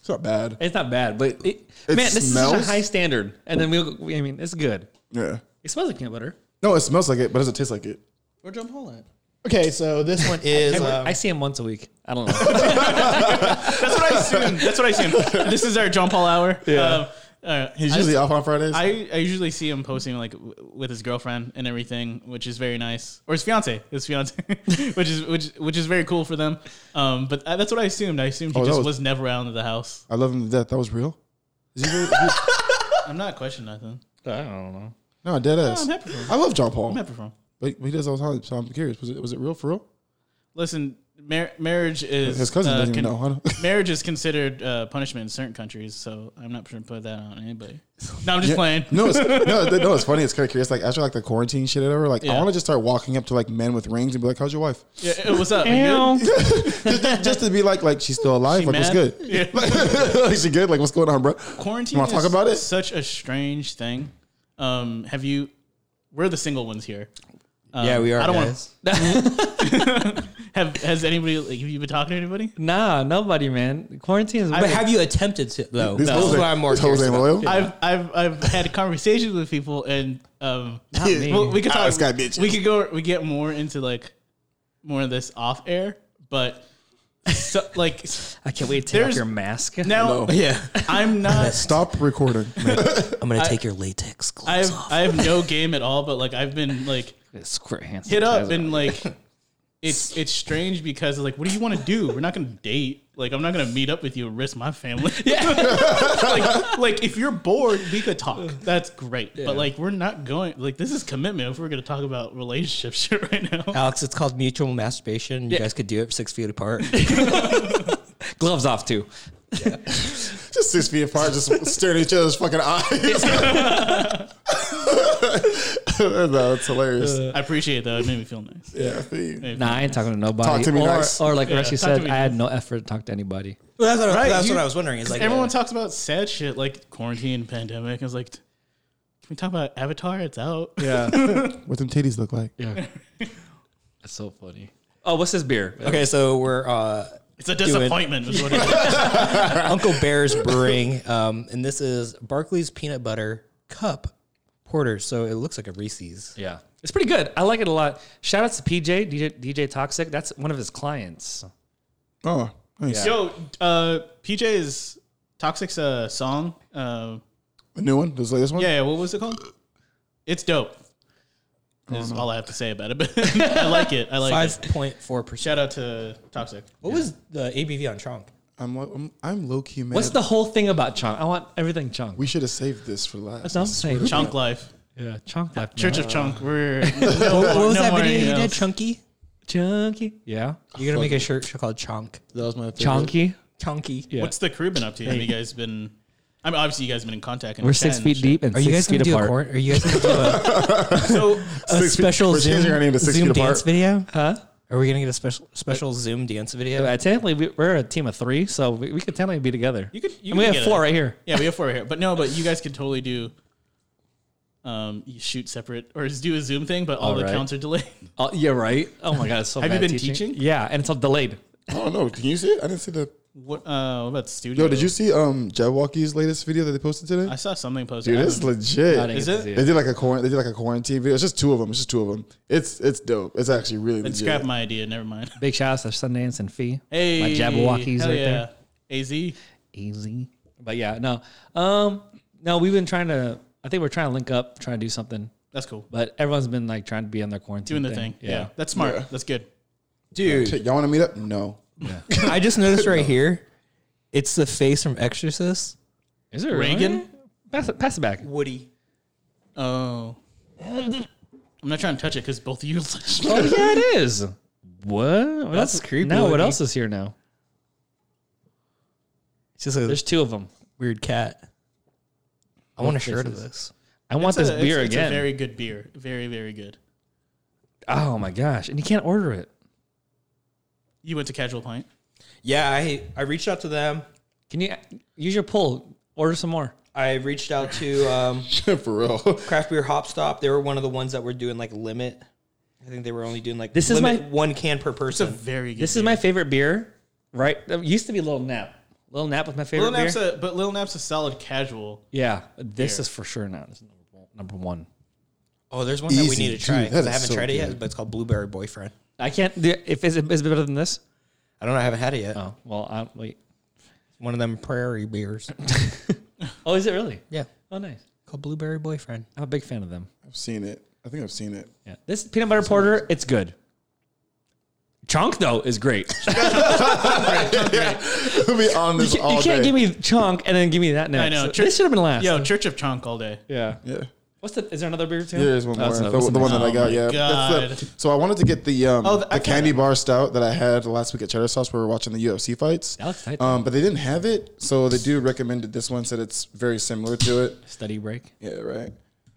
Speaker 6: It's not bad.
Speaker 4: it's not bad, but it,
Speaker 6: It
Speaker 4: man, this is
Speaker 6: smells?
Speaker 4: such a high standard. And then we'll. I mean, it's good.
Speaker 6: Yeah.
Speaker 4: It smells like peanut butter.
Speaker 6: No, it smells like it, but it doesn't taste like it.
Speaker 5: Or jump hole at.
Speaker 3: Okay, so this one is. uh,
Speaker 6: um,
Speaker 4: I see him once a week. I
Speaker 6: [laughs]
Speaker 4: don't know.
Speaker 5: That's what I assume. That's what I assume. this is our John Paul hour. Yeah. uh,
Speaker 6: He's usually off on Fridays.
Speaker 5: I, I usually see him posting like w- with his girlfriend and everything, which is very nice, or his fiance, his fiance, [laughs] which is which which is very cool for them. Um, but I, that's what I assumed. I assumed he
Speaker 6: Oh, that
Speaker 5: just was,
Speaker 6: was-
Speaker 5: never out of the house.
Speaker 6: I love him to death. That was real. Is he really-
Speaker 5: [laughs]
Speaker 6: he-
Speaker 5: I'm not questioning nothing.
Speaker 4: I don't know.
Speaker 6: no, dead ass.
Speaker 5: I'm happy for him.
Speaker 6: I love John
Speaker 5: I'm
Speaker 6: Paul,
Speaker 5: happy for him.
Speaker 6: but he does all the time. So I'm curious. Was it, was it real for real?
Speaker 5: Listen, mar- marriage is
Speaker 6: His cousin
Speaker 5: uh,
Speaker 6: doesn't even
Speaker 5: con-
Speaker 6: know. I don't-
Speaker 5: marriage is considered uh, punishment in certain countries, so I'm not sure to put that on anybody. No, I'm just playing. [laughs]
Speaker 6: No, it's, no, th- no, it's funny. It's kind of curious. Like after like the quarantine shit or whatever, like I
Speaker 5: Yeah.
Speaker 6: want to just start walking up to like men with rings and be like, "How's your wife?"
Speaker 5: Yeah, uh, what's up? You good?
Speaker 4: Ew.
Speaker 6: Just to be like, like she's still alive.
Speaker 5: She
Speaker 6: like what's
Speaker 5: mad?
Speaker 6: good? [laughs] like she good? Like what's going on, bro?
Speaker 5: Quarantine.
Speaker 6: You want to talk
Speaker 5: is
Speaker 6: about it?
Speaker 5: Such a strange thing. Um, have you? We're the single ones here. Um,
Speaker 3: yeah, we are.
Speaker 5: I don't wanna-
Speaker 3: guys.
Speaker 5: Have has anybody? Like, have you been talking to anybody?
Speaker 4: Nah, nobody, man. Quarantine is.
Speaker 3: But have you attempted to though?
Speaker 6: These
Speaker 3: That's
Speaker 6: hoes
Speaker 3: what
Speaker 6: ain't-
Speaker 3: I'm more
Speaker 6: these hoes
Speaker 3: curious
Speaker 6: ain't
Speaker 3: about. [laughs]
Speaker 6: loyal.
Speaker 5: I've I've I've had conversations with people, and um,
Speaker 4: me.
Speaker 5: well, we could
Speaker 6: Ah,
Speaker 5: talk.
Speaker 6: this guy bitch.
Speaker 5: We could go. We get more into like more of this off air, but so, like
Speaker 4: I can't wait to take off
Speaker 5: There's-
Speaker 4: your mask. [laughs]
Speaker 5: now,
Speaker 6: Yeah.
Speaker 5: I'm not. [laughs]
Speaker 6: Stop recording. [laughs]
Speaker 3: I'm gonna take your latex gloves
Speaker 5: I have
Speaker 3: off.
Speaker 5: I have no game at all, but like I've been like
Speaker 4: Squirt hand
Speaker 5: hit up [laughs]
Speaker 4: sanitizer.
Speaker 5: and like it's it's strange because like, what do you want to do? We're not going to date. Like, I'm not going to meet up with you and risk my family. [laughs] Yeah. like, like if you're bored, we could talk. That's great. But like, we're not going. Like, this is commitment. If we're going to talk about relationship [laughs] shit right now,
Speaker 3: Alex, it's called mutual masturbation. You guys could do it six feet [laughs] apart.
Speaker 4: Gloves off too.
Speaker 6: Just six feet
Speaker 5: [laughs]
Speaker 6: apart, just staring at each other's fucking eyes. [laughs] no, that's hilarious.
Speaker 5: I appreciate that. It made me feel nice.
Speaker 6: yeah. Hey,
Speaker 4: Nah, I ain't talking to nobody.
Speaker 6: Talk to me
Speaker 4: or,
Speaker 6: nice.
Speaker 4: or like Rusty
Speaker 5: talk to
Speaker 4: said,
Speaker 5: me
Speaker 4: I had no effort to talk to anybody.
Speaker 3: that's what, I, that's
Speaker 5: you-
Speaker 3: what I was wondering. Is like
Speaker 5: Everyone talks about sad shit like quarantine, pandemic. I was like, can we talk about Avatar? It's out.
Speaker 6: Yeah. what them titties look like.
Speaker 4: Yeah. That's so funny. Oh, what's this beer?
Speaker 3: Okay, so we're uh,
Speaker 5: It's a disappointment. Is what it [laughs] is.
Speaker 3: [laughs] Uncle Bear's Brewing, um, and this is Barclays Peanut Butter Cup Porter. So it looks like a Reese's.
Speaker 4: Yeah. It's pretty good. I like it a lot. Shout outs to PJ, DJ, DJ Toxic. That's one of his clients.
Speaker 6: Oh, nice.
Speaker 5: Yo, uh, PJ's Toxic's uh, song. Uh,
Speaker 6: A new one? This latest one?
Speaker 5: yeah, yeah, what was it called? It's dope. Is all I have to say about it. But [laughs] I like it. I like
Speaker 3: Five
Speaker 5: it.
Speaker 3: point four percent.
Speaker 5: Shout out to Toxic.
Speaker 3: What was the ABV on Tronk?
Speaker 6: I'm, lo- I'm, I'm low key mad.
Speaker 4: What's the whole thing about Chunk? I want everything Chunk.
Speaker 6: we should have saved this for last.
Speaker 4: That's what I'm saying.
Speaker 5: Chunk Life.
Speaker 4: Yeah, Chunk Life.
Speaker 5: Church of Chunk. We're
Speaker 3: What was that video
Speaker 5: you
Speaker 3: you did? Chunky.
Speaker 4: Chunky. Yeah.
Speaker 3: You're gonna make a shirt called Chonk.
Speaker 6: That was my favorite.
Speaker 4: Chunky.
Speaker 3: Chunky.
Speaker 4: Yeah.
Speaker 5: What's the crew been up to? Have you guys been? I mean, obviously, you guys have been in contact. and
Speaker 4: We're six
Speaker 5: chatting
Speaker 4: feet
Speaker 5: and
Speaker 4: deep and
Speaker 3: Are
Speaker 4: six
Speaker 3: you guys gonna
Speaker 4: feet
Speaker 3: do a
Speaker 4: apart.
Speaker 3: corn? Are you guys gonna do a,
Speaker 6: [laughs]
Speaker 5: shit. So
Speaker 3: a
Speaker 6: Six feet-
Speaker 3: special
Speaker 6: we're changing
Speaker 3: Zoom,
Speaker 6: our name to Six
Speaker 3: Zoom
Speaker 6: Feet Apart.
Speaker 3: dance video?
Speaker 4: Huh?
Speaker 3: Are we gonna get a special special Zoom dance video?
Speaker 4: Uh, technically, we, we're a team of three, so we, we could technically be together.
Speaker 5: you could. You
Speaker 4: and we
Speaker 5: could
Speaker 4: have
Speaker 5: get
Speaker 4: four
Speaker 5: a-
Speaker 4: right here.
Speaker 5: Yeah, we have four right here. But no, but you guys could totally do. Um, you shoot separate or just do a Zoom thing, but all, the
Speaker 4: Alright.
Speaker 5: counts are delayed. [laughs]
Speaker 4: Oh, yeah, right. Oh my god, it's so
Speaker 5: Have you
Speaker 4: bad
Speaker 5: been teaching?
Speaker 4: Yeah, and it's all delayed.
Speaker 6: I don't know. Can you see it? I didn't see the.
Speaker 5: What, uh, what about studio?
Speaker 6: Yo, did you see um Jabwalkie's latest video that they posted today?
Speaker 5: I saw something posted.
Speaker 6: Dude,
Speaker 5: I
Speaker 6: it's
Speaker 5: haven't-
Speaker 4: I didn't
Speaker 6: legit.
Speaker 5: Is
Speaker 4: get to
Speaker 5: it?
Speaker 4: see
Speaker 6: They did like a quarant- they did like a quarantine video. It's just two of them. It's just two of them. It's it's dope. It's actually really
Speaker 5: Then
Speaker 6: legit.
Speaker 5: scrap my idea. Never mind.
Speaker 4: Big shout outs to Sundance and Fee.
Speaker 5: Hey,
Speaker 4: my Jabberwockies
Speaker 5: hell
Speaker 4: right
Speaker 5: yeah.
Speaker 4: there.
Speaker 5: Az.
Speaker 4: Easy. But yeah, no. Um, no, we've been trying to. I think we're trying to link up, trying to do something.
Speaker 5: That's cool.
Speaker 4: But everyone's been like trying to be on their quarantine,
Speaker 5: Doing the thing. Yeah. That's smart. That's good.
Speaker 6: Shit, y'all want to meet up? No.
Speaker 3: I just noticed right here, it's the face from Exorcist.
Speaker 4: Is it
Speaker 5: Reagan?
Speaker 4: Pass it, pass it back.
Speaker 3: Woody.
Speaker 5: Oh. I'm not trying to touch it because both of you. [laughs]
Speaker 4: Oh yeah, it is. What? Well, that's,
Speaker 3: creepy
Speaker 4: Now what
Speaker 3: looking.
Speaker 4: else is here now?
Speaker 3: It's just a
Speaker 4: There's two of them.
Speaker 3: weird cat. I want a
Speaker 4: faces.
Speaker 3: shirt of this.
Speaker 4: I want this
Speaker 5: It's a-
Speaker 4: beer
Speaker 5: it's,
Speaker 4: again.
Speaker 5: It's a very good beer. Very, very good.
Speaker 4: oh my gosh! And you can't order it.
Speaker 5: You went to Casual Pint.
Speaker 3: Yeah, I I reached out to them.
Speaker 4: Can you uh, use your pull? Order some more.
Speaker 3: I reached out to um,
Speaker 6: [laughs] For real.
Speaker 3: Craft Beer Hop Stop. They were one of the ones that were doing like limit. I think they were only doing like
Speaker 4: This is
Speaker 3: limit
Speaker 4: my-
Speaker 3: one can per
Speaker 5: It's
Speaker 3: person.
Speaker 5: a very good.
Speaker 4: This is my favorite beer. Right? It used to be Little Nap. Little Nap was my favorite
Speaker 5: Lil
Speaker 4: beer.
Speaker 5: Nap's a, but Lil Nap's a solid casual.
Speaker 4: yeah, this is for sure now. This is number one- number one.
Speaker 3: oh, there's one that we
Speaker 6: Easy,
Speaker 3: need to try.
Speaker 6: dude,
Speaker 3: 'cause I
Speaker 6: that is
Speaker 3: haven't
Speaker 6: so
Speaker 3: tried it yet,
Speaker 6: good.
Speaker 3: but it's called Blueberry Boyfriend.
Speaker 4: I can't. If is it is it better than this?
Speaker 3: I don't know. I haven't had it yet.
Speaker 4: Oh well, I wait.
Speaker 3: One of them prairie beers.
Speaker 4: Oh, is it really?
Speaker 3: yeah,
Speaker 4: Oh, nice.
Speaker 3: called Blueberry Boyfriend.
Speaker 4: I'm a big fan of them.
Speaker 6: I've seen it. I think I've seen it.
Speaker 4: Yeah. This peanut butter porter, it's good. Chunk though is great.
Speaker 6: [laughs] We'll be on
Speaker 4: You
Speaker 6: this
Speaker 4: can't,
Speaker 6: all
Speaker 4: you can't
Speaker 6: day.
Speaker 4: give me chunk and then give me that next.
Speaker 5: I know.
Speaker 4: So this should have been last.
Speaker 5: Yo, Church of Chunk all day.
Speaker 4: Yeah.
Speaker 6: yeah.
Speaker 4: What's the? Is there another beer too?
Speaker 6: Yeah, There's one more.
Speaker 4: That's
Speaker 6: The,
Speaker 4: another-
Speaker 6: the one that I
Speaker 5: Oh
Speaker 6: got,
Speaker 5: my
Speaker 6: yeah. That's the, so I wanted to get the um,
Speaker 5: Oh,
Speaker 6: the,
Speaker 5: the- I
Speaker 6: candy bar stout that I had last week at Cheddar Sauce. Where we were watching the UFC fights.
Speaker 4: That looks tight.
Speaker 6: Um, but they didn't have it, so the dude recommended this one. Said it's very similar to it.
Speaker 4: Study break.
Speaker 6: Yeah, right.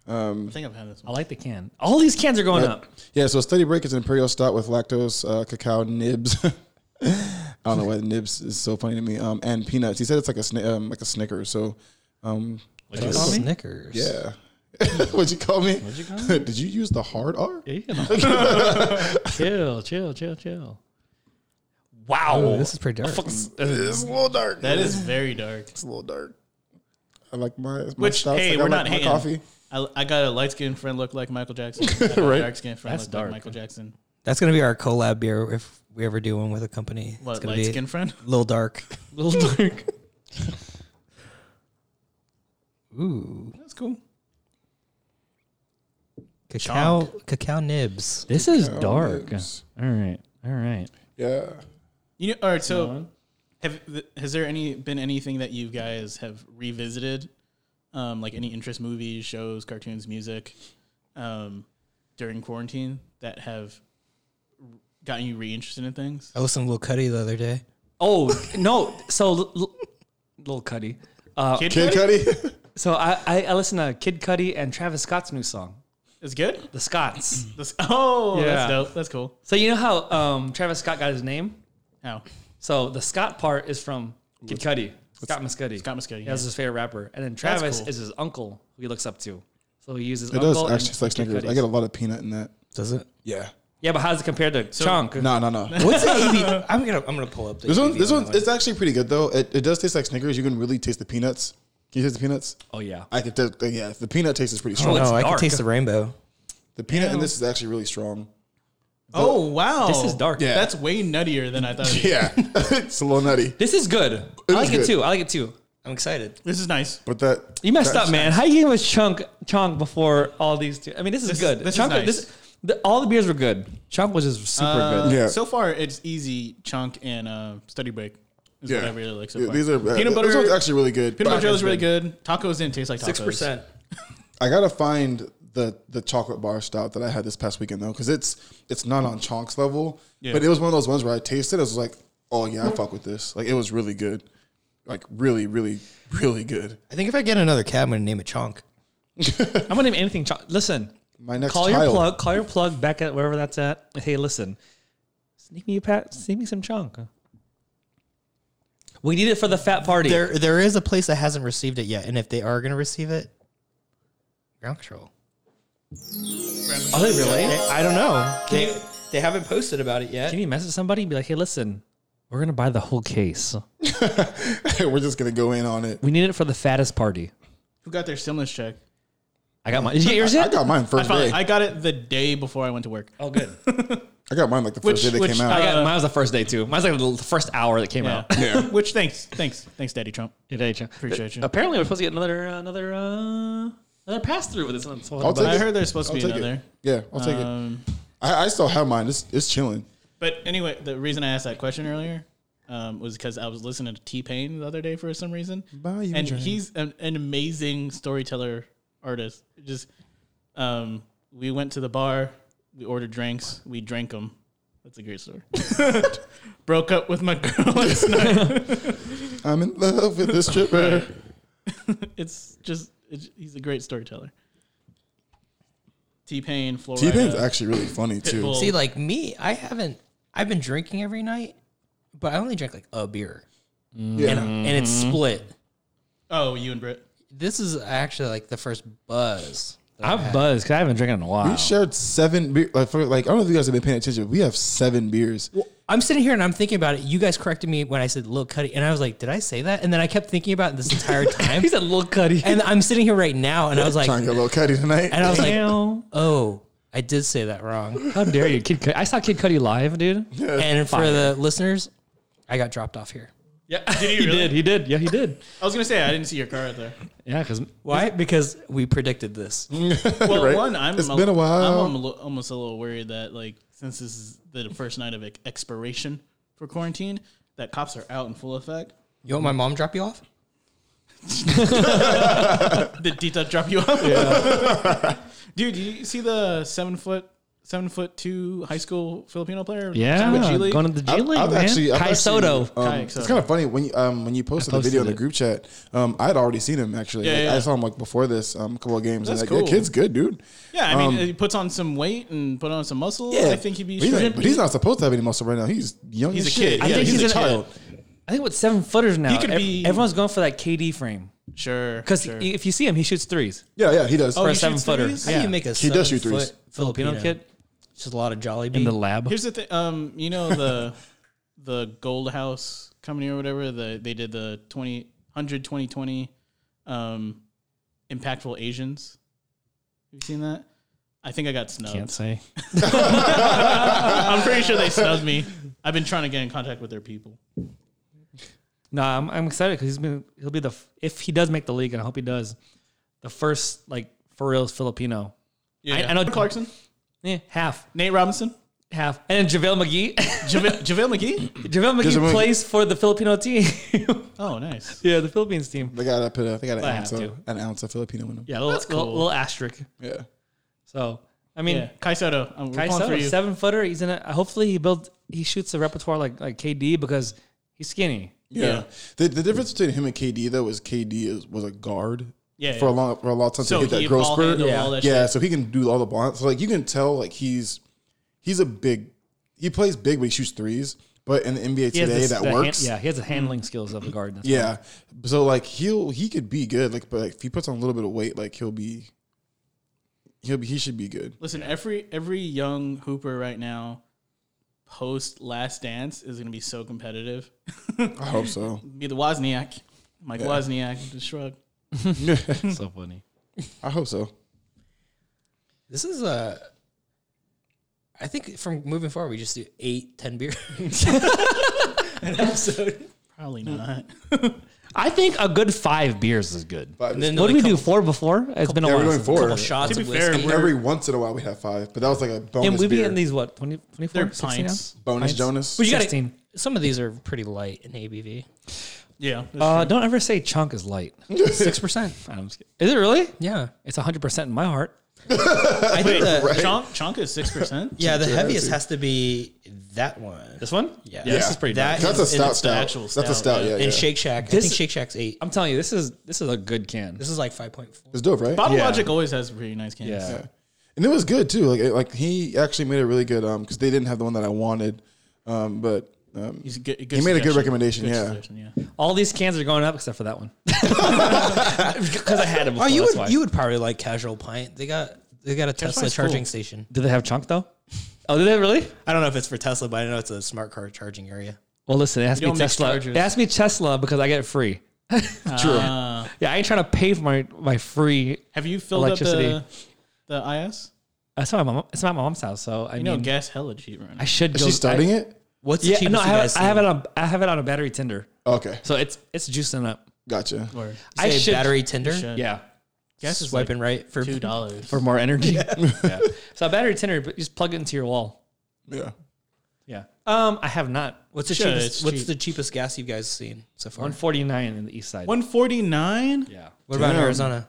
Speaker 5: I think I've had this
Speaker 4: I
Speaker 5: one.
Speaker 4: like the can. All these cans are going up.
Speaker 6: Yeah, so Study Break is an imperial stout with lactose, uh, cacao nibs. [laughs] I don't know why the nibs is so funny to me. Um, and peanuts. He said it's like a sni- um, like a Snickers. So, um,
Speaker 3: Snickers.
Speaker 6: [laughs] yeah. What'd you call me? What'd you call me? [laughs] Did you use the hard R?
Speaker 4: chill, chill, chill, chill. Wow,
Speaker 3: Oh, this is pretty dark.
Speaker 6: It's a little dark.
Speaker 5: That is very dark.
Speaker 6: It's a little dark. I like my, my
Speaker 5: Which
Speaker 6: stouts,
Speaker 5: hey,
Speaker 6: like, I
Speaker 5: we're
Speaker 6: like
Speaker 5: not
Speaker 6: my
Speaker 5: hating.
Speaker 6: coffee.
Speaker 5: I, I got a light skinned friend look like Michael Jackson.
Speaker 4: [laughs]
Speaker 5: I got a
Speaker 6: Right.
Speaker 5: Dark skinned friend
Speaker 4: That's
Speaker 5: look
Speaker 4: dark.
Speaker 5: like Michael Jackson.
Speaker 3: That's gonna be our collab beer if we ever do one with a company. it's
Speaker 5: What
Speaker 3: gonna
Speaker 5: light
Speaker 3: be
Speaker 5: skinned friend?
Speaker 3: Lil Dark.
Speaker 4: little
Speaker 6: [laughs]
Speaker 4: dark.
Speaker 3: Ooh,
Speaker 5: That's cool.
Speaker 3: cacao cacao nibs.
Speaker 4: This is dark. All right, All right.
Speaker 6: Yeah.
Speaker 5: You know, all right. So, have th- has there any been anything that you guys have revisited, um, like any interest movies, shows, cartoons, music, um, during quarantine that have r- gotten you reinterested in things?
Speaker 3: I listened to Lil Cuddy the other day.
Speaker 4: Oh no! So L- L- little Cuddy. Uh,
Speaker 5: Kid,
Speaker 6: Kid
Speaker 5: Cudi?
Speaker 6: [laughs] Cudi?
Speaker 4: so I, I I listened to Kid Cudi and Travis Scott's new song,
Speaker 5: is good.
Speaker 4: The Scots.
Speaker 5: That's- oh,
Speaker 4: Yeah.
Speaker 5: that's dope. That's cool.
Speaker 4: so you know how um, Travis Scott got his name?
Speaker 5: How
Speaker 4: So the Scott part is from Kid Cudi, Scott Muscudi.
Speaker 5: Scott Muscati.
Speaker 4: He was his favorite rapper, and then Travis
Speaker 5: cool.
Speaker 4: is his uncle who he looks up to. So he uses
Speaker 6: It
Speaker 4: uncle.
Speaker 6: does
Speaker 4: and
Speaker 6: actually taste like
Speaker 4: Kid
Speaker 6: Snickers. I
Speaker 4: Cudi's.
Speaker 6: get a lot of peanut in that.
Speaker 3: Does it?
Speaker 6: Yeah.
Speaker 4: yeah, but how's it compared to Chunk?
Speaker 6: No, [laughs] no, no.
Speaker 3: What's [laughs] the AV? I'm gonna I'm gonna pull up the
Speaker 6: This one,
Speaker 3: AV
Speaker 6: this
Speaker 3: on
Speaker 6: one,
Speaker 3: that
Speaker 6: it's actually pretty good though. It, it does taste like Snickers. You can really taste the peanuts. Can you taste the peanuts?
Speaker 4: Oh yeah.
Speaker 6: I could. Taste, uh, yeah, the peanut taste is pretty strong.
Speaker 5: Oh,
Speaker 3: No, I can
Speaker 4: dark.
Speaker 3: taste the rainbow.
Speaker 6: The peanut in this is actually really strong.
Speaker 5: oh wow,
Speaker 4: This is dark.
Speaker 6: Yeah.
Speaker 5: That's way nuttier than I thought. It was.
Speaker 6: [laughs] Yeah, [laughs] it's a little nutty,
Speaker 4: This is good. I
Speaker 6: is
Speaker 4: like
Speaker 6: good.
Speaker 4: it too. I like it too.
Speaker 3: I'm excited.
Speaker 5: This is nice.
Speaker 6: but that
Speaker 4: You messed
Speaker 6: that-
Speaker 4: up, man. How you gave us chunk chunk before all these two? I mean, this is
Speaker 5: This-
Speaker 4: good.
Speaker 5: this is
Speaker 4: chunk,
Speaker 5: nice.
Speaker 4: this, the, all the beers were good. Chunk was just super
Speaker 5: Uh,
Speaker 4: good.
Speaker 6: Yeah.
Speaker 5: So far, it's easy chunk and uh, study break. Is what I really like so
Speaker 6: Yeah,
Speaker 5: far.
Speaker 6: These are uh,
Speaker 5: peanut
Speaker 6: This one's
Speaker 5: butter.
Speaker 6: actually really good.
Speaker 5: Peanut butter
Speaker 6: but
Speaker 5: jelly is really good. Tacos didn't taste like tacos.
Speaker 3: Six percent.
Speaker 6: I gotta find the the chocolate bar stout that I had this past weekend though, because it's it's not on Chonk's level,
Speaker 5: Yeah.
Speaker 6: but it was one of those ones where I tasted. it, I was like, oh yeah, I fuck with this. Like it was really good, like really, really, really good.
Speaker 3: I think if I get another cab, I'm gonna name it Chonk.
Speaker 4: I'm gonna name anything chunk. Listen,
Speaker 6: My next
Speaker 4: call
Speaker 6: child.
Speaker 4: your plug. Call your plug back at wherever that's at. Hey, listen, sneak me a pat. Sneak me some chunk. We need it for the fat party.
Speaker 3: There there is a place that hasn't received it yet, and if they are gonna receive it, ground control.
Speaker 4: Are they really?
Speaker 3: I don't know. They, they haven't posted about it yet.
Speaker 4: Can you message somebody and be like, hey, listen, we're gonna buy the whole case.
Speaker 6: [laughs] We're just gonna go in on it.
Speaker 4: We need it for the fattest party.
Speaker 5: Who got their stimulus check?
Speaker 4: I got mine. Did you get yours
Speaker 6: I
Speaker 4: yet?
Speaker 6: got mine
Speaker 5: I,
Speaker 6: first
Speaker 5: found-
Speaker 6: day.
Speaker 5: I got it the day before I went to work.
Speaker 4: Oh, good.
Speaker 6: I got mine like the
Speaker 5: Which-
Speaker 6: first day they
Speaker 5: which
Speaker 6: came out.
Speaker 4: I got
Speaker 5: Uh,
Speaker 4: mine was the first day too. Mine's like the first hour that came
Speaker 5: Yeah. [laughs]
Speaker 4: out.
Speaker 5: Which thanks, thanks, thanks, Daddy Trump.
Speaker 4: Good day, Chuck.
Speaker 5: Appreciate you.
Speaker 4: [laughs] Apparently, we're supposed to get another uh, another uh, another pass through with this one. So
Speaker 6: I'll
Speaker 4: but-
Speaker 6: take
Speaker 5: I
Speaker 6: it.
Speaker 5: heard there's supposed
Speaker 6: I'll
Speaker 5: to be
Speaker 6: take
Speaker 5: another.
Speaker 6: it. Yeah, I'll take it.
Speaker 5: Um,
Speaker 6: I, I still have mine. It's it's chilling.
Speaker 5: but anyway, the reason I asked that question earlier um, was because I was listening to T Pain the other day for some reason,
Speaker 6: Buy you a
Speaker 5: and
Speaker 6: drink.
Speaker 5: he's an, an amazing storyteller artist. Just um, we went to the bar, we ordered drinks, we drank them. That's a great story. [laughs] Broke up with my [laughs] girl last night.
Speaker 6: I'm in love
Speaker 5: [laughs]
Speaker 6: with this stripper.
Speaker 5: It's just it's, he's a great storyteller. T Pain, Florida.
Speaker 6: T Pain's actually really funny too.
Speaker 5: Pitbull.
Speaker 3: See, like me, I haven't. I've been drinking every night, but I only drink like a beer, and,
Speaker 6: Yeah.
Speaker 3: and it's split.
Speaker 5: Oh, you and Britt.
Speaker 3: This is actually like the first buzz.
Speaker 4: I'm buzzed because I haven't drinking in a while.
Speaker 6: We shared seven beer like, for, like I don't know if you guys have been paying attention. But we have seven beers.
Speaker 3: I'm sitting here and I'm thinking about it. You guys corrected me when I said Lil Cuddy, and I was like, did I say that? And then I kept thinking about it this entire time.
Speaker 4: He's a little cutty.
Speaker 3: and I'm sitting here right now, and I was like,
Speaker 6: Trying to get a little cutty tonight.
Speaker 3: and I was like,
Speaker 4: Damn.
Speaker 3: oh, I did say that
Speaker 6: [laughs]
Speaker 3: wrong.
Speaker 4: How dare you, Kid Cudi? I saw Kid Cudi live, dude. Yeah,
Speaker 3: And for the listeners, I got dropped off here.
Speaker 5: Did [laughs] he
Speaker 4: he
Speaker 5: really?
Speaker 4: did. He did. Yeah, he did.
Speaker 5: I was gonna say I didn't see your car out there.
Speaker 4: Yeah, because
Speaker 3: Why? Because we predicted this.
Speaker 5: Well,
Speaker 6: [laughs] Right?
Speaker 5: one, I'm
Speaker 6: It's
Speaker 5: a-
Speaker 6: been a
Speaker 5: I'm
Speaker 6: while.
Speaker 5: almo- almost a little worried that like since this is the first night of ex- expiration for quarantine, that cops are out in full effect.
Speaker 3: You want my mom to drop you off?
Speaker 5: Did Dita drop you off? [laughs] Dude, did you see the seven foot seven foot two high school Filipino player?
Speaker 4: yeah,
Speaker 5: With G League?
Speaker 4: going to the G
Speaker 6: I've-
Speaker 4: League,
Speaker 6: I've
Speaker 4: man.
Speaker 6: actually- I've
Speaker 4: Kai
Speaker 6: actually-
Speaker 4: Soto.
Speaker 6: Um,
Speaker 5: Kayak
Speaker 6: it's
Speaker 5: soda.
Speaker 6: kind of funny when you um, when you posted,
Speaker 4: posted
Speaker 6: the video in the
Speaker 4: it.
Speaker 6: group chat. Um, I'd already seen him actually.
Speaker 5: Yeah,
Speaker 6: Like,
Speaker 5: yeah.
Speaker 6: I saw him like before this um, couple of games.
Speaker 5: That's
Speaker 6: and, like,
Speaker 5: cool.
Speaker 6: Yeah, kid's good, dude.
Speaker 5: yeah. I mean, he puts on some weight and put on some muscle. I think he'd be.
Speaker 6: Um, But he's,
Speaker 5: straight.
Speaker 6: like- but he's not supposed to have any muscle right now. He's young.
Speaker 5: He's
Speaker 6: as
Speaker 5: a
Speaker 6: shit.
Speaker 5: kid. Yeah,
Speaker 4: think he's
Speaker 5: he's, a
Speaker 4: an-
Speaker 5: child.
Speaker 4: I think with seven footers now,
Speaker 5: could
Speaker 4: ev-
Speaker 5: be-
Speaker 4: everyone's going for that KD frame
Speaker 5: Sure.
Speaker 4: because
Speaker 5: sure.
Speaker 4: if you see him, he shoots threes.
Speaker 6: Yeah, yeah, he does.
Speaker 5: Oh,
Speaker 4: for a
Speaker 5: he shoots
Speaker 4: seven footer.
Speaker 5: threes?
Speaker 3: How do you make a
Speaker 6: He does shoot
Speaker 3: seven-foot
Speaker 6: threes.
Speaker 4: Filipino kid
Speaker 3: It's just a lot of Jolly
Speaker 4: in
Speaker 3: Bee.
Speaker 4: the lab.
Speaker 5: Here's the thing. Um, you know the [laughs] the Gold House company or whatever. The they did the 20, 100, 2020 um, impactful Asians. Have you seen that? I think I got snubbed.
Speaker 4: Can't say.
Speaker 5: I'm pretty sure they
Speaker 4: [laughs]
Speaker 5: snubbed me. I've been trying to get in contact with their people.
Speaker 4: No, I'm, I'm excited because he's been he'll be the f- if he does make the league, and I hope he does. The first like for real Filipino,
Speaker 5: Yeah,
Speaker 4: I know-
Speaker 5: Clarkson,
Speaker 4: yeah, half.
Speaker 5: Nate Robinson.
Speaker 4: half. And then JaVale McGee. [laughs]
Speaker 5: JaVale, [laughs] JaVale McGee?
Speaker 4: JaVale
Speaker 6: Just a
Speaker 4: McGee
Speaker 6: moment.
Speaker 4: plays for the Filipino team. [laughs]
Speaker 5: Oh, nice.
Speaker 4: yeah, the Philippines team.
Speaker 6: They got to put a, they got an
Speaker 4: I
Speaker 6: ounce
Speaker 4: have
Speaker 6: of, an ounce of Filipino in them.
Speaker 4: Yeah, little, little, little asterisk.
Speaker 6: Yeah.
Speaker 4: So, I
Speaker 5: I
Speaker 4: mean,
Speaker 5: mean, Kai Soto. I'm
Speaker 4: Kai
Speaker 5: calling for
Speaker 4: Soto,
Speaker 5: you.
Speaker 4: seven footer. He's in a. Hopefully, he builds. He shoots a repertoire like like KD because he's skinny.
Speaker 6: Yeah. The, the difference between him and KD though is KD is, was a guard
Speaker 5: Yeah,
Speaker 6: for a
Speaker 5: yeah.
Speaker 6: long for a long time
Speaker 5: So
Speaker 6: to get
Speaker 5: he
Speaker 6: that growth
Speaker 5: ball
Speaker 6: spurt.
Speaker 5: handle
Speaker 6: Yeah.
Speaker 5: all that
Speaker 6: yeah, so he can do all the ball. So like you can tell like he's he's a big he plays big but he shoots threes. But in the NBA
Speaker 4: He has
Speaker 6: today
Speaker 4: this-
Speaker 6: that
Speaker 4: the hand-
Speaker 6: works.
Speaker 4: yeah, he has the handling skills of the guard. That's
Speaker 6: Yeah. So like he'll he could be good. Like but like, if he puts on a little bit of weight, like he'll be he'll be he should be good.
Speaker 5: Listen, every every young hooper right now, post Last Dance, is going to be so competitive.
Speaker 6: I hope so.
Speaker 5: Be the Wozniak, Mike Wozniak, just shrug.
Speaker 4: so funny.
Speaker 6: I hope so.
Speaker 3: This is a. I think from moving forward, we just do eight, ten
Speaker 6: [laughs]
Speaker 3: beer [laughs] an episode.
Speaker 5: Probably not.
Speaker 4: I think a good five beers is good.
Speaker 6: But
Speaker 3: And then
Speaker 4: What did we
Speaker 3: like
Speaker 4: do? Four before? It's been a
Speaker 6: yeah,
Speaker 4: while.
Speaker 6: we're going
Speaker 4: since-
Speaker 3: a
Speaker 6: forward.
Speaker 3: couple shots
Speaker 5: To
Speaker 3: of
Speaker 5: be fair,
Speaker 3: whiskey.
Speaker 6: Every once in a while we had five, but that was like a bonus.
Speaker 4: And we be
Speaker 6: beer.
Speaker 4: in these what 20, 24,
Speaker 5: They're
Speaker 4: 16
Speaker 5: pints.
Speaker 4: ounce?
Speaker 6: bonus Jonas.
Speaker 3: But you gotta,
Speaker 4: 16.
Speaker 3: some of these are pretty light in ABV.
Speaker 5: Yeah. that's
Speaker 4: Uh,
Speaker 5: true.
Speaker 4: don't ever say chunk is light.
Speaker 3: Six percent.
Speaker 4: I'm just kidding. Is it really?
Speaker 3: Yeah,
Speaker 4: It's hundred percent in my heart.
Speaker 3: I think the
Speaker 5: Chonk, Chonk is six percent.
Speaker 3: yeah the heaviest has to be that one.
Speaker 4: This one?
Speaker 3: Yeah,
Speaker 5: Yeah, this is pretty
Speaker 3: That
Speaker 6: That's a
Speaker 3: is- and
Speaker 6: stout
Speaker 3: it's
Speaker 6: stout.
Speaker 5: actual
Speaker 6: That's a
Speaker 5: stout,
Speaker 6: stout.
Speaker 5: yeah.
Speaker 6: Yeah,
Speaker 3: And
Speaker 6: yeah.
Speaker 3: Shake Shack. I
Speaker 4: This-
Speaker 3: think Shake Shack's eight.
Speaker 4: I'm telling you, this is this is a good can.
Speaker 3: This is like five point four.
Speaker 6: It's dope, right?
Speaker 5: Bottle
Speaker 4: Yeah.
Speaker 5: Logic always has pretty nice cans.
Speaker 4: Yeah.
Speaker 6: Yeah. And it was good too. Like it- like he actually made a really good um because they didn't have the one that I wanted, um but um
Speaker 5: He's a good,
Speaker 6: He made a good recommendation, yeah.
Speaker 5: yeah.
Speaker 4: All these cans are going up except for that one. [laughs] Because I had them.
Speaker 3: Oh,
Speaker 4: Before,
Speaker 3: you
Speaker 4: that's
Speaker 3: would
Speaker 4: why.
Speaker 3: you would probably like Casual Pint. They got they got a Tesla
Speaker 5: Pint's
Speaker 3: charging
Speaker 5: cool.
Speaker 3: station.
Speaker 4: Did they have chunk though? Oh, did they really?
Speaker 3: I don't know if it's for Tesla, but I know it's a smart car charging area.
Speaker 4: Well, listen, it has
Speaker 5: You
Speaker 4: to be
Speaker 5: don't mix
Speaker 4: Tesla.
Speaker 5: chargers.
Speaker 4: It has to be Tesla because I get it free.
Speaker 6: true.
Speaker 5: Uh,
Speaker 4: Yeah, I ain't trying to pay for my my free.
Speaker 5: have you filled
Speaker 4: Electricity.
Speaker 5: up the the IS?
Speaker 4: That's not my mom. uh, It's not my mom's house, so I
Speaker 5: You
Speaker 4: know.
Speaker 5: know, gas hella cheap right now.
Speaker 4: I should
Speaker 6: Is
Speaker 4: go.
Speaker 6: she starting
Speaker 4: I,
Speaker 6: it?
Speaker 3: What's the
Speaker 4: Yeah,
Speaker 3: cheapest
Speaker 4: no, I
Speaker 3: you guys seen?
Speaker 4: have, I have it on. I have it on a battery tender,
Speaker 6: Okay,
Speaker 4: so it's it's juicing up.
Speaker 6: gotcha.
Speaker 5: Or
Speaker 4: I
Speaker 3: Say
Speaker 4: should-
Speaker 3: battery Tinder.
Speaker 5: should.
Speaker 4: Yeah,
Speaker 5: gas is
Speaker 3: swiping
Speaker 5: like
Speaker 3: right for
Speaker 5: two dollars.
Speaker 4: for more energy. [laughs] Yeah. So a battery tender, but you just plug it into your wall.
Speaker 6: Yeah,
Speaker 4: Yeah. Um, I have not.
Speaker 3: What's the
Speaker 5: Sure,
Speaker 3: cheapest?
Speaker 5: it's
Speaker 3: What's
Speaker 5: cheap.
Speaker 3: the cheapest gas you guys seen so far?
Speaker 4: One forty nine in the east side.
Speaker 5: One forty nine.
Speaker 4: Yeah.
Speaker 3: what about in
Speaker 6: Damn.
Speaker 3: Arizona?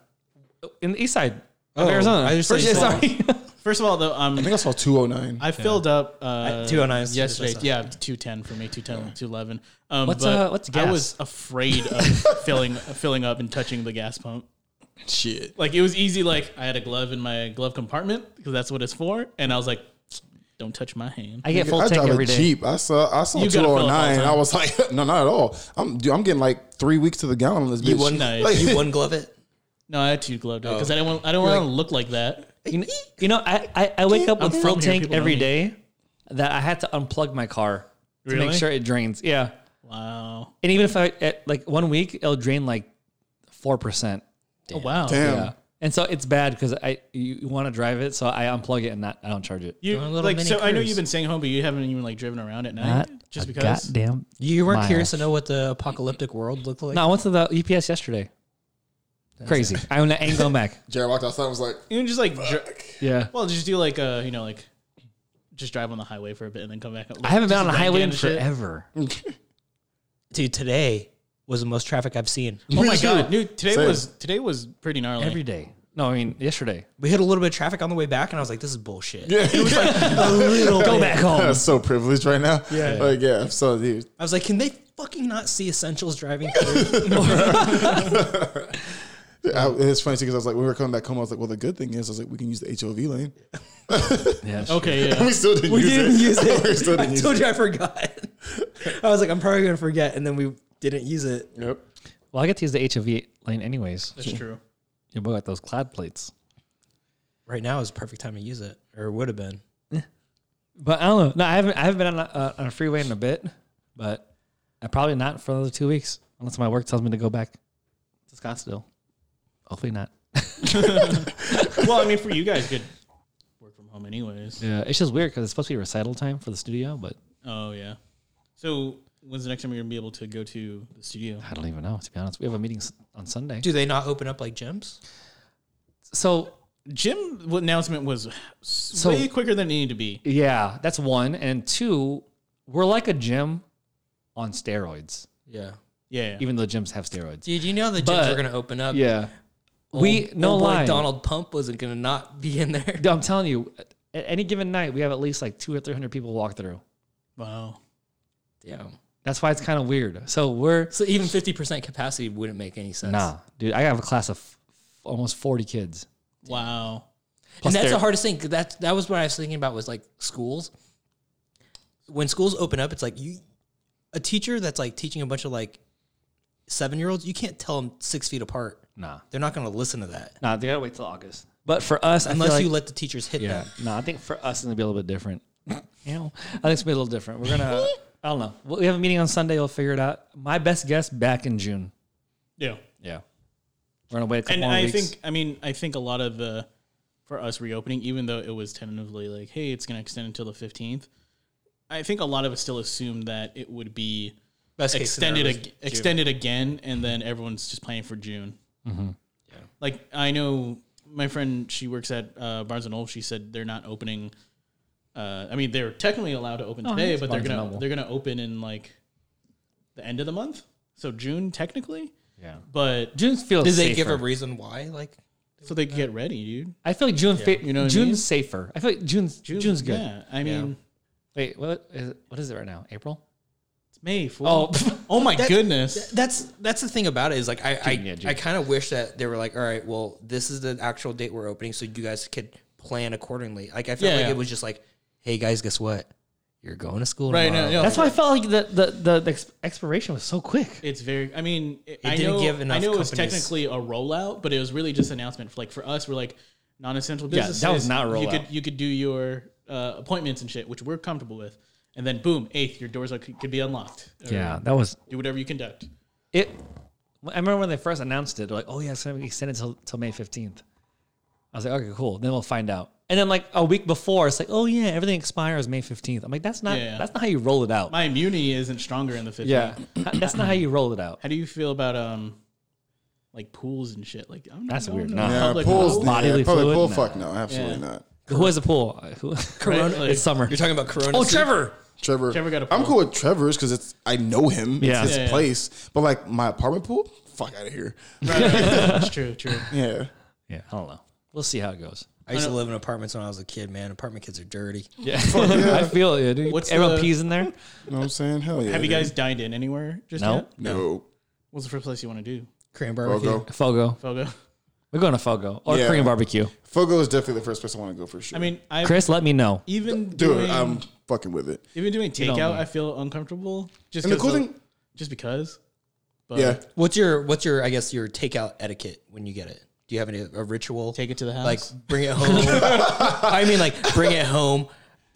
Speaker 4: In the east side
Speaker 6: Oh.
Speaker 4: of Arizona.
Speaker 3: I just
Speaker 4: First-
Speaker 3: thought you
Speaker 4: sorry.
Speaker 5: First of all, though, um,
Speaker 6: I think I saw two oh nine.
Speaker 5: I filled up uh,
Speaker 3: 209 is
Speaker 5: yesterday.
Speaker 3: cheapest,
Speaker 5: Yeah, two ten for me, two ten, two eleven. Um,
Speaker 4: What's,
Speaker 5: but
Speaker 4: uh, what's
Speaker 5: I
Speaker 4: gas?
Speaker 5: was
Speaker 4: [laughs]
Speaker 5: afraid of filling filling up and touching the gas pump.
Speaker 6: Shit,
Speaker 5: Like it was easy. Like I had a glove in my glove compartment because that's what it's for, and I was like, "Don't touch my hand."
Speaker 4: I get full
Speaker 6: I
Speaker 4: tank
Speaker 6: drive
Speaker 4: every
Speaker 6: a
Speaker 4: day.
Speaker 6: Jeep. I saw I saw
Speaker 5: You
Speaker 6: two
Speaker 5: gotta fill up
Speaker 6: oh
Speaker 5: all
Speaker 6: nine.
Speaker 5: the
Speaker 6: and I
Speaker 5: time.
Speaker 6: was like, [laughs] no, not at all. I'm dude, I'm getting like three weeks to the gallon on this bitch.
Speaker 5: You wouldn't- Nice.
Speaker 6: Like,
Speaker 3: You one glove it.
Speaker 5: No, I had two glove because I didn't want I don't want to look like that.
Speaker 4: You know, you know I, I, I wake up
Speaker 5: I'm
Speaker 4: with full
Speaker 5: from here,
Speaker 4: tank
Speaker 5: people know
Speaker 4: every
Speaker 5: me.
Speaker 4: day that I had to unplug my car to
Speaker 5: Really?
Speaker 4: make sure it drains. Yeah.
Speaker 5: Wow. Oh,
Speaker 4: And even if I, at like one week, it'll drain like 4%.
Speaker 5: Oh wow.
Speaker 6: damn.
Speaker 4: Yeah. And so it's bad because I you, you want to drive it, so I unplug it and not I don't charge it.
Speaker 5: You
Speaker 3: Doing a little
Speaker 5: like
Speaker 3: mini
Speaker 5: so? I know
Speaker 3: cruise.
Speaker 5: you've been staying home, but you haven't even like driven around at night
Speaker 4: Not
Speaker 5: just
Speaker 4: a
Speaker 5: because.
Speaker 4: goddamn.
Speaker 3: You weren't
Speaker 4: Mile.
Speaker 3: curious to know what the apocalyptic world looked like.
Speaker 4: No, I went to the EPS yesterday. Crazy. I own an ain't going
Speaker 5: [laughs]
Speaker 4: back.
Speaker 6: Jared walked outside. and was [laughs] like,
Speaker 5: You know, just like dri-
Speaker 4: Yeah.
Speaker 5: well, just do like uh, you know, like just drive on the highway for a bit and then come back.
Speaker 4: I haven't been on
Speaker 5: a
Speaker 4: a highway in forever.
Speaker 3: Dude, today was the most traffic I've seen.
Speaker 5: Oh my
Speaker 6: Me too.
Speaker 5: god, dude! Today
Speaker 6: Same.
Speaker 5: was today was pretty gnarly.
Speaker 4: Every day. No, I mean yesterday.
Speaker 3: We hit a little bit of traffic on the way back, and I was like, "This is bullshit."
Speaker 6: yeah,
Speaker 4: [laughs]
Speaker 3: A little
Speaker 4: Go
Speaker 3: bit.
Speaker 4: back
Speaker 5: Um,
Speaker 4: home.
Speaker 6: that's so privileged right now. Yeah, like yeah. So dude,
Speaker 3: I was like, "Can they fucking not see essentials
Speaker 4: [laughs]
Speaker 3: driving?" through?
Speaker 6: I, it's funny too because I was like, when we were coming back home, I was like, well, the good thing is, I was like, we can use the HOV lane. [laughs]
Speaker 4: Yeah. [laughs]
Speaker 5: okay, yeah.
Speaker 6: We still didn't
Speaker 3: we
Speaker 6: use
Speaker 3: didn't
Speaker 6: it.
Speaker 3: use it.
Speaker 6: [laughs] we still
Speaker 3: I
Speaker 6: didn't
Speaker 3: told
Speaker 6: use it.
Speaker 3: you I forgot. I was like, "I'm probably gonna forget," and then we didn't use it.
Speaker 6: Yep.
Speaker 4: Well, I get to use the HOV lane anyways.
Speaker 5: That's true.
Speaker 4: You both got those clad plates.
Speaker 3: Right now is the perfect time to use it, or would have been.
Speaker 4: But I don't know. No, I haven't. I haven't been on a, uh, on a freeway in a bit, but I probably not for another two weeks unless my work tells me to go back to Scottsdale. Hopefully not.
Speaker 5: Well, I mean, for you guys, good work from home, anyways.
Speaker 4: Yeah, it's just weird because it's supposed to be recital time for the studio, but
Speaker 5: Oh yeah. So when's the next time you're gonna be able to go to the studio?
Speaker 4: I don't even know to be honest. We have a meeting s- on Sunday,
Speaker 3: Do they not open up like gyms?
Speaker 4: so
Speaker 5: Jim's announcement was s way quicker than it needed to be.
Speaker 4: Yeah, that's one. And two, we're like a gym on steroids,
Speaker 3: Yeah.
Speaker 5: Yeah.
Speaker 4: even though gyms have steroids.
Speaker 3: Dude, you know the gyms
Speaker 4: But-
Speaker 3: are going to open up.
Speaker 4: Yeah. Oh, We,
Speaker 3: Old-
Speaker 4: no
Speaker 3: old boy
Speaker 4: lie.
Speaker 3: Donald Pump wasn't going to not be in there.
Speaker 4: I'm telling you, at any given night, we have at least like two or 300 people walk through.
Speaker 5: wow.
Speaker 3: Yeah.
Speaker 4: That's why it's kind of weird. So we're,
Speaker 3: So even 50% capacity wouldn't make any sense.
Speaker 4: nah, dude, I have a class of f- almost 40 kids.
Speaker 5: Wow.
Speaker 3: and
Speaker 4: Plus
Speaker 3: that's
Speaker 4: they're-
Speaker 3: the hardest thing. 'cause That that was what I was thinking about was like schools. When schools open up, it's like you, a teacher that's like teaching a bunch of like seven year olds, you can't tell them six feet apart.
Speaker 4: Nah,
Speaker 3: They're not going to listen to that
Speaker 4: nah, they gotta wait till August. But for us, I feel
Speaker 3: unless
Speaker 4: like-
Speaker 3: you let the teachers hit
Speaker 4: Yeah.
Speaker 3: them.
Speaker 4: No, I think for us it's gonna be a little bit different. [laughs] you know, I think it's gonna be a little different. We're [laughs] gonna. I don't know. We have a meeting on Sunday. We'll figure it out. My best guess back in June.
Speaker 5: Yeah.
Speaker 4: Yeah. We're gonna wait a couple
Speaker 5: and
Speaker 4: more
Speaker 5: I
Speaker 4: weeks.
Speaker 5: think I mean I think a lot of the for us reopening, even though it was tentatively like, hey, it's gonna extend until the fifteenth, I think a lot of us still assumed that it would be
Speaker 3: Best case
Speaker 5: extended
Speaker 3: scenario is
Speaker 5: ag- extended again, and then everyone's just playing for June.
Speaker 4: Mm-hmm.
Speaker 5: Yeah, like I know my friend, she works at uh, Barnes and Noble. She said they're not opening. Uh, I mean, they're technically allowed to open today,
Speaker 4: Oh, it's
Speaker 5: but they're
Speaker 4: Barnes and
Speaker 5: gonna
Speaker 4: Noble.
Speaker 5: they're gonna open in like the end of the month, so June technically.
Speaker 4: Yeah.
Speaker 5: But
Speaker 4: June feels.
Speaker 3: Did they
Speaker 4: safer.
Speaker 3: give a reason why? Like
Speaker 5: so they could get ready, dude.
Speaker 4: I feel like June. Fa-
Speaker 5: You know what I
Speaker 4: June's
Speaker 5: mean?
Speaker 4: safer. I feel like June's June's, good.
Speaker 5: Yeah, I mean
Speaker 4: Wait, what is it, what is it right now? April.
Speaker 5: it's May.
Speaker 4: Oh, [laughs]
Speaker 5: Fool. oh my
Speaker 3: That-
Speaker 5: goodness.
Speaker 3: that's that's the thing about it is like I I,
Speaker 4: June, yeah, June.
Speaker 3: I kind of wish that they were like all right, well this is the actual date we're opening, so you guys could plan accordingly. Like I felt
Speaker 5: Yeah,
Speaker 3: like
Speaker 5: yeah.
Speaker 3: it was just like, hey guys, guess what? You're going to school
Speaker 5: right
Speaker 3: tomorrow.
Speaker 5: now, no,
Speaker 4: that's why I felt like the the the, the ex- expiration was so quick.
Speaker 5: it's very. I mean, it, I
Speaker 3: didn't
Speaker 5: know.
Speaker 3: give
Speaker 5: I
Speaker 3: enough
Speaker 5: know it was
Speaker 3: companies-
Speaker 5: technically a rollout, but it was really just announcement. For like for us, we're like non-essential
Speaker 4: Yeah, that
Speaker 5: businesses.
Speaker 4: was not a
Speaker 5: You
Speaker 4: rollout.
Speaker 5: could you could do your uh, appointments and shit, which we're comfortable with, and then boom, eighth, your doors are, could be unlocked. Or
Speaker 4: that was
Speaker 5: do whatever you conduct.
Speaker 4: it. I remember when they first announced it, they're like, oh yeah, it's gonna be extended till, till May 15th. I was like, okay, cool. Then we'll find out. And then like a week before, it's like, oh yeah, everything expires May 15th. I'm like, that's not
Speaker 5: Yeah.
Speaker 4: that's not how you roll it out.
Speaker 5: My immunity isn't stronger in the fifteenth.
Speaker 4: yeah. that's not how you roll it out.
Speaker 5: How do you feel about um, like pools and shit? Like I'm not
Speaker 4: That's
Speaker 5: going
Speaker 4: weird. [laughs]
Speaker 5: to
Speaker 4: No.
Speaker 5: the
Speaker 6: Yeah,
Speaker 5: public
Speaker 6: pools.
Speaker 5: pool.
Speaker 6: yeah,
Speaker 4: Bodily
Speaker 6: public
Speaker 4: fluid?
Speaker 6: pool.
Speaker 4: Nah.
Speaker 6: Fuck no, absolutely
Speaker 5: Yeah.
Speaker 6: not.
Speaker 4: Who has a pool? Who,
Speaker 5: Corona-
Speaker 4: [laughs]
Speaker 5: Like-
Speaker 4: it's summer.
Speaker 3: You're talking about Corona.
Speaker 4: oh,
Speaker 3: soup?
Speaker 4: Trevor.
Speaker 6: Trevor,
Speaker 5: Trevor got a
Speaker 6: I'm
Speaker 5: pool.
Speaker 6: cool with Trevor's because it's I know him.
Speaker 4: Yeah.
Speaker 6: It's his
Speaker 5: Yeah, yeah.
Speaker 6: place. But like my apartment pool, fuck out of here. [laughs]
Speaker 5: That's true. True.
Speaker 6: Yeah.
Speaker 4: Yeah, I don't know. We'll see how it goes.
Speaker 3: I used to live in apartments when I was a kid, man. Apartment kids are dirty.
Speaker 4: Yeah, [laughs] I feel it. dude.
Speaker 5: What's
Speaker 4: Everyone
Speaker 5: the-
Speaker 4: pees in there.
Speaker 6: You know what I'm saying? Hell yeah.
Speaker 5: Have you
Speaker 6: dude.
Speaker 5: guys dined in anywhere just
Speaker 4: No.
Speaker 5: yet?
Speaker 6: No.
Speaker 5: What's the first place you want to do?
Speaker 3: Cran
Speaker 6: Fogo.
Speaker 3: barbecue.
Speaker 4: Fogo.
Speaker 5: Fogo.
Speaker 4: We're going to Fogo or
Speaker 6: Yeah.
Speaker 4: Korean barbecue.
Speaker 6: Fogo is definitely the first place I want to go for sure.
Speaker 5: I mean, I
Speaker 4: Chris, let me know.
Speaker 5: even
Speaker 6: dude,
Speaker 5: doing
Speaker 6: I'm fucking with it.
Speaker 5: even doing
Speaker 4: don't
Speaker 5: takeout,
Speaker 4: know.
Speaker 5: I feel uncomfortable. Just
Speaker 6: And the
Speaker 5: 'cause
Speaker 6: cool
Speaker 5: of-
Speaker 6: thing,
Speaker 5: just because. But
Speaker 6: yeah,
Speaker 3: What's your what's your I guess your takeout etiquette when you get it? Do you have any a ritual?
Speaker 5: Take it to the house.
Speaker 3: Like bring it
Speaker 6: [laughs]
Speaker 3: home. I mean like bring it home,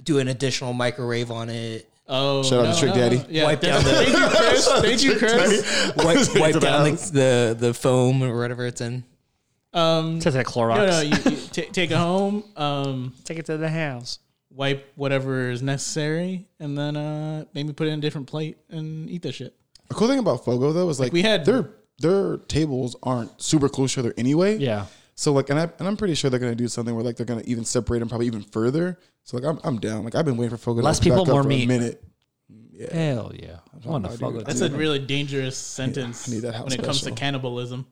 Speaker 3: do an additional microwave on
Speaker 6: [laughs]
Speaker 3: it,
Speaker 5: oh,
Speaker 6: Shout out to Trick Daddy.
Speaker 5: Yeah,
Speaker 3: Wipe down
Speaker 5: definitely.
Speaker 3: the-
Speaker 5: thank you, [laughs] Chris. Thank you, Chris.
Speaker 3: wipe,
Speaker 6: it
Speaker 3: wipe
Speaker 6: to the
Speaker 3: down
Speaker 6: house.
Speaker 3: the, the the foam or whatever it's in.
Speaker 5: Um,
Speaker 4: Take that Clorox.
Speaker 5: no, no, you, you ta- take it home. Um,
Speaker 4: Take it to the house.
Speaker 5: wipe whatever is necessary, and then uh, maybe put it in a different plate and eat that shit.
Speaker 6: the cool thing about Fogo though is like,
Speaker 5: we had-
Speaker 6: their their tables aren't super close to each other anyway.
Speaker 4: Yeah.
Speaker 6: So like, and I and I'm pretty sure they're gonna do something where like they're gonna even separate them probably even further. So like, I'm I'm down. Like I've been waiting for Fogo
Speaker 4: Less
Speaker 6: to open
Speaker 4: people,
Speaker 6: back up
Speaker 4: more
Speaker 6: for
Speaker 4: meat.
Speaker 6: a minute.
Speaker 4: Hell yeah. I want to fuck with
Speaker 5: That's a really dangerous sentence
Speaker 6: need that house
Speaker 5: when it comes to [laughs]
Speaker 6: special.
Speaker 5: cannibalism.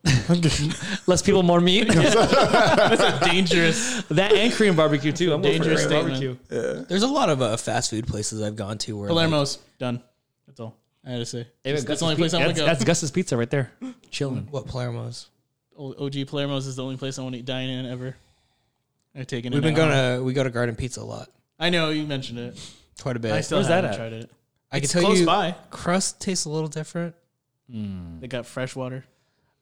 Speaker 4: Less people, more [laughs] meat. that
Speaker 5: That's a dangerous,
Speaker 4: and Korean barbecue too. I'm going for
Speaker 5: dangerous
Speaker 4: Korean
Speaker 5: statement.
Speaker 4: barbecue.
Speaker 3: There's a lot of uh, fast food places I've gone to where like,
Speaker 5: Palermo's done. That's all I had to say. That's, that's the only place I want
Speaker 4: that's,
Speaker 5: to go.
Speaker 4: that's Gus's Pizza right there. Chilling.
Speaker 3: what Palermo's.
Speaker 5: O- OG Palermo's is the only place I want to dine in ever. I've taken.
Speaker 3: We've
Speaker 5: it
Speaker 3: been
Speaker 5: out.
Speaker 3: going to we go to Garden Pizza a lot.
Speaker 5: I know you mentioned it.
Speaker 3: Quite a bit.
Speaker 5: I
Speaker 3: I,
Speaker 5: still
Speaker 4: Where's that
Speaker 5: haven't
Speaker 4: at?
Speaker 5: tried it.
Speaker 3: can
Speaker 5: It's
Speaker 3: tell
Speaker 5: close
Speaker 3: you
Speaker 5: by.
Speaker 3: crust tastes a little different.
Speaker 5: They got fresh water.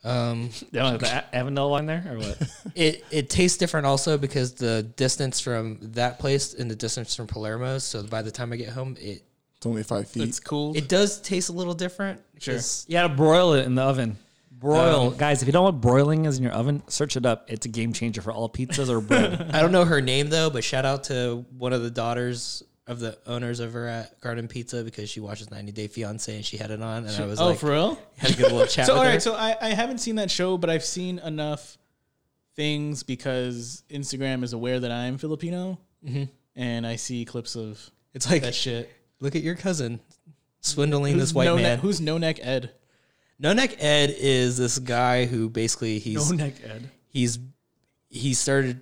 Speaker 3: Um
Speaker 4: They don't have the A- Avondale line there or what?
Speaker 3: It it tastes different also because the distance from that place and the distance from Palermo's. So by the time I get home, it
Speaker 6: It's only five feet.
Speaker 5: It's cool.
Speaker 3: it does taste a little different.
Speaker 5: Sure. [laughs]
Speaker 3: 'cause
Speaker 4: [laughs] you gotta broil it in the oven. Broil,
Speaker 3: Um,
Speaker 4: guys. If you don't know what broiling is in your oven, search it up. It's a game changer for all pizzas or [laughs] bread.
Speaker 3: I don't know her name though, but shout out to one of the daughters of the owners over at Garden Pizza because she watches 90 Day Fiance and she had it on and I was
Speaker 5: oh,
Speaker 3: like
Speaker 5: for real?
Speaker 3: [laughs] had a good little chat
Speaker 5: So
Speaker 3: with
Speaker 5: all
Speaker 3: her.
Speaker 5: right. So I, I haven't seen that show, but I've seen enough things because Instagram is aware that I'm Filipino,
Speaker 3: Mm-hmm.
Speaker 5: and I see clips of it's like that shit.
Speaker 3: Look at your cousin swindling
Speaker 5: Who's [laughs]
Speaker 3: this white
Speaker 5: no
Speaker 3: man.
Speaker 5: neck, who's no neck Ed?
Speaker 3: No Neck Ed is this guy who basically he's
Speaker 5: neck Ed.
Speaker 3: he's he started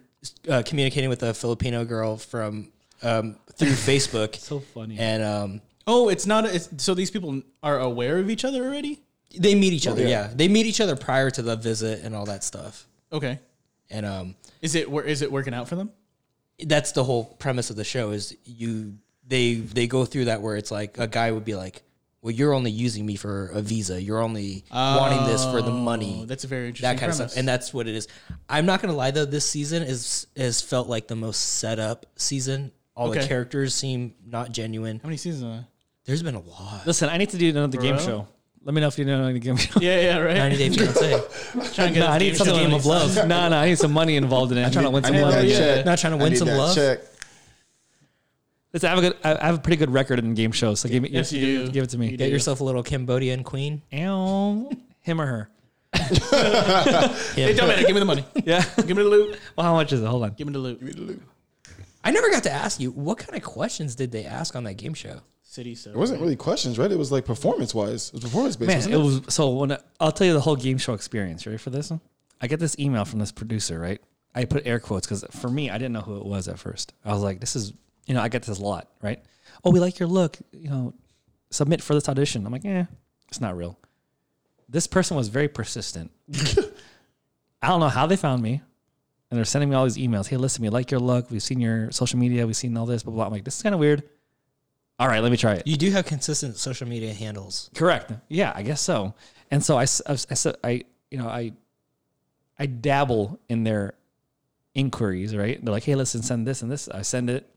Speaker 3: uh, communicating with a Filipino girl from um, through Facebook.
Speaker 4: So funny.
Speaker 3: and um,
Speaker 5: Oh, it's not. A, it's, so these people are aware of each other already.
Speaker 3: they meet each other. yeah. they meet each other prior to the visit and all that stuff.
Speaker 5: Okay,
Speaker 3: And um,
Speaker 5: is it wor- is it working out for them?
Speaker 3: that's the whole premise of the show is you they they go through that where it's like a guy would be like, well, you're only using me for a visa. You're only wanting this for the money.
Speaker 5: Oh, that's a very interesting.
Speaker 3: that kind of
Speaker 5: premise.
Speaker 3: stuff. And that's what it is. I'm not gonna lie though, this season is has felt like the most set up season. All the
Speaker 5: Okay.
Speaker 3: characters seem not genuine.
Speaker 5: How many seasons? Are there?
Speaker 3: There's been a lot. [laughs]
Speaker 4: Listen, I need to do another game
Speaker 5: Bro.
Speaker 4: show. Let me know if you know any game [laughs] show.
Speaker 5: Yeah, yeah, right. [laughs]
Speaker 3: 90 Day [laughs] Fiance.
Speaker 5: Trying to get
Speaker 4: No,
Speaker 5: this
Speaker 4: I
Speaker 5: game
Speaker 4: need something
Speaker 5: show
Speaker 4: game
Speaker 5: on
Speaker 4: of
Speaker 5: these-
Speaker 4: love. no, no, I need some money involved in it. I'm trying to win
Speaker 6: I
Speaker 4: some
Speaker 6: need that
Speaker 4: money. Yeah.
Speaker 6: check.
Speaker 3: Not trying to
Speaker 6: I
Speaker 3: win
Speaker 6: need
Speaker 3: some
Speaker 6: that
Speaker 3: love?
Speaker 6: Check.
Speaker 4: Listen, I have a good, I I have a pretty good record in game shows. So give me,
Speaker 5: Yes,
Speaker 4: yes,
Speaker 5: you
Speaker 4: you
Speaker 5: do.
Speaker 4: give it to
Speaker 5: You
Speaker 4: me.
Speaker 5: do.
Speaker 3: Get yourself a little Cambodian queen.
Speaker 4: Ow. Him or her?
Speaker 5: It don't matter. Give me the money.
Speaker 4: [laughs] Yeah.
Speaker 5: Give me the loot.
Speaker 4: well, how much is it? Hold on.
Speaker 5: Give me the loot.
Speaker 3: I never got to ask you what kind of questions did they ask on that game show?
Speaker 5: City so
Speaker 6: It wasn't really questions, right? It was like performance wise. It was performance based.
Speaker 4: Man, it
Speaker 6: [laughs]
Speaker 4: was so. When I, I'll tell you the whole game show experience. Ready for this one? I get this email from this producer, right? I put air quotes because for me, I didn't know who it was at first. I was like, "This is, you know, I get this a lot, right? Oh, we like your look, you know, submit for this audition." I'm like, "Eh, it's not real." This person was very persistent. [laughs] I don't know how they found me, and they're sending me all these emails. Hey, listen, we like your look. We've seen your social media. We've seen all this, blah blah. blah. I'm like, this is kind of weird. All right, let me try it.
Speaker 3: You do have consistent social media handles.
Speaker 4: Correct. Yeah, I guess so. And so I, s- I s- I s- I, you know, I, I dabble in their inquiries, right? They're like, hey, listen, send this and this. I send it.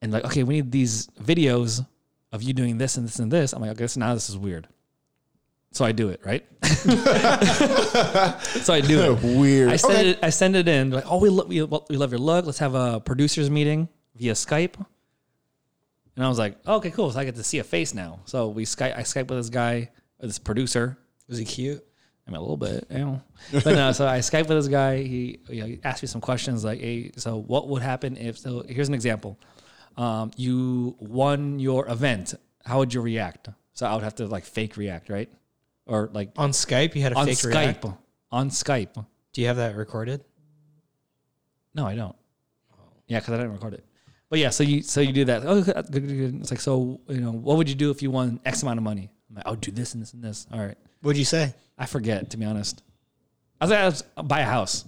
Speaker 4: And like, okay, we need these videos of you doing this and this and this. I'm like, okay, so now this is weird. So I do it, right? [laughs] so I do it.
Speaker 6: [laughs] Weird.
Speaker 4: I send
Speaker 6: Okay.
Speaker 4: it. I send it in. Like, oh, we lo- we, lo- we love your look. Let's have a producers meeting via Skype. And I was like, "Oh, okay, cool. So I get to see a face now. So we Skype. I Skype with this guy, or this producer.
Speaker 3: Was he cute?
Speaker 4: I mean, a little bit, you [laughs] know. But no, so I Skype with this guy. He, you know, he asked me some questions like, hey, so what would happen if, so here's an example. Um, you won your event. How would you react? So I would have to like fake react, right? Or like
Speaker 3: On Skype, you had a
Speaker 4: on
Speaker 3: fake
Speaker 4: Skype.
Speaker 3: react.
Speaker 4: On Skype.
Speaker 3: Do you have that recorded?
Speaker 4: No, I don't. Yeah, because I didn't record it. But yeah, so you so you do that. Oh, good, good, good. It's like so you know what would you do if you won X amount of money? I'm like, I would do this and this and this. All right,
Speaker 3: What'd you say?
Speaker 4: I forget to be honest. I was like, I was, buy a house.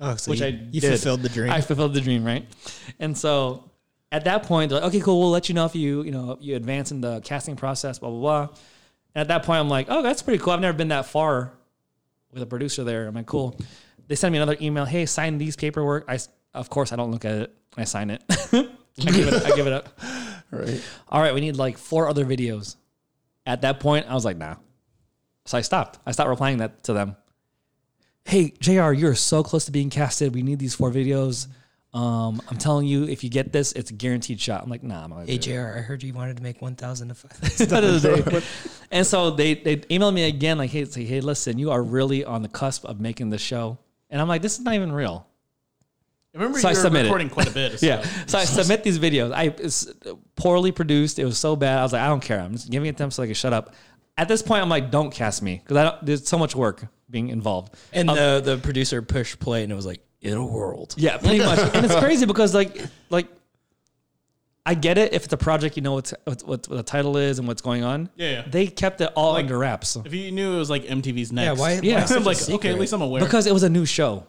Speaker 3: Oh, so
Speaker 4: Which
Speaker 3: you,
Speaker 4: I
Speaker 3: you
Speaker 4: did.
Speaker 3: fulfilled the dream.
Speaker 4: I fulfilled the dream, right? And so at that point, they're like, okay, cool. We'll let you know if you you know you advance in the casting process, blah blah blah. And at that point, I'm like, oh, that's pretty cool. I've never been that far with a producer there. I'm like, cool. They send me another email. Hey, sign these paperwork. I s- of course I don't look at it. I sign it. [laughs] I give it. I give it up.
Speaker 6: Right.
Speaker 4: All right, we need like four other videos. At that point, I was like, nah. So I stopped. I stopped replying that to them. Hey, JR, you're so close to being casted. We need these four videos. Um, I'm telling you, if you get this, it's a guaranteed shot. I'm like, nah, I'm not gonna
Speaker 3: [laughs]
Speaker 4: do
Speaker 3: Hey
Speaker 4: it."
Speaker 3: JR, I heard you wanted to make one thousand to five.
Speaker 4: That is a- and so they they emailed me again, like, hey, say, hey, listen, you are really on the cusp of making the show. And I'm like, this is not even real.
Speaker 5: I remember
Speaker 4: So I
Speaker 5: you were
Speaker 4: submitted.
Speaker 5: recording quite
Speaker 4: [laughs]
Speaker 5: a bit.
Speaker 4: Yeah. So I submit these videos. I it's poorly produced. It was so bad. I was like, I don't care. I'm just giving it to them so they can shut up. At this point, I'm like, don't cast me because I don't. There's so much work being involved.
Speaker 3: And the the producer pushed play, and it was like in a world.
Speaker 4: Yeah, pretty much. and it's crazy because like like I get it if it's a project, you know what's what, what the title is and what's going on.
Speaker 5: Yeah, yeah.
Speaker 4: They kept it all under wraps
Speaker 5: If you knew it was like MTV's next.
Speaker 3: Yeah, why?
Speaker 4: Yeah.
Speaker 3: why
Speaker 4: [laughs] such
Speaker 5: [laughs] I'm like, okay, at least I'm aware.
Speaker 4: because it was a new show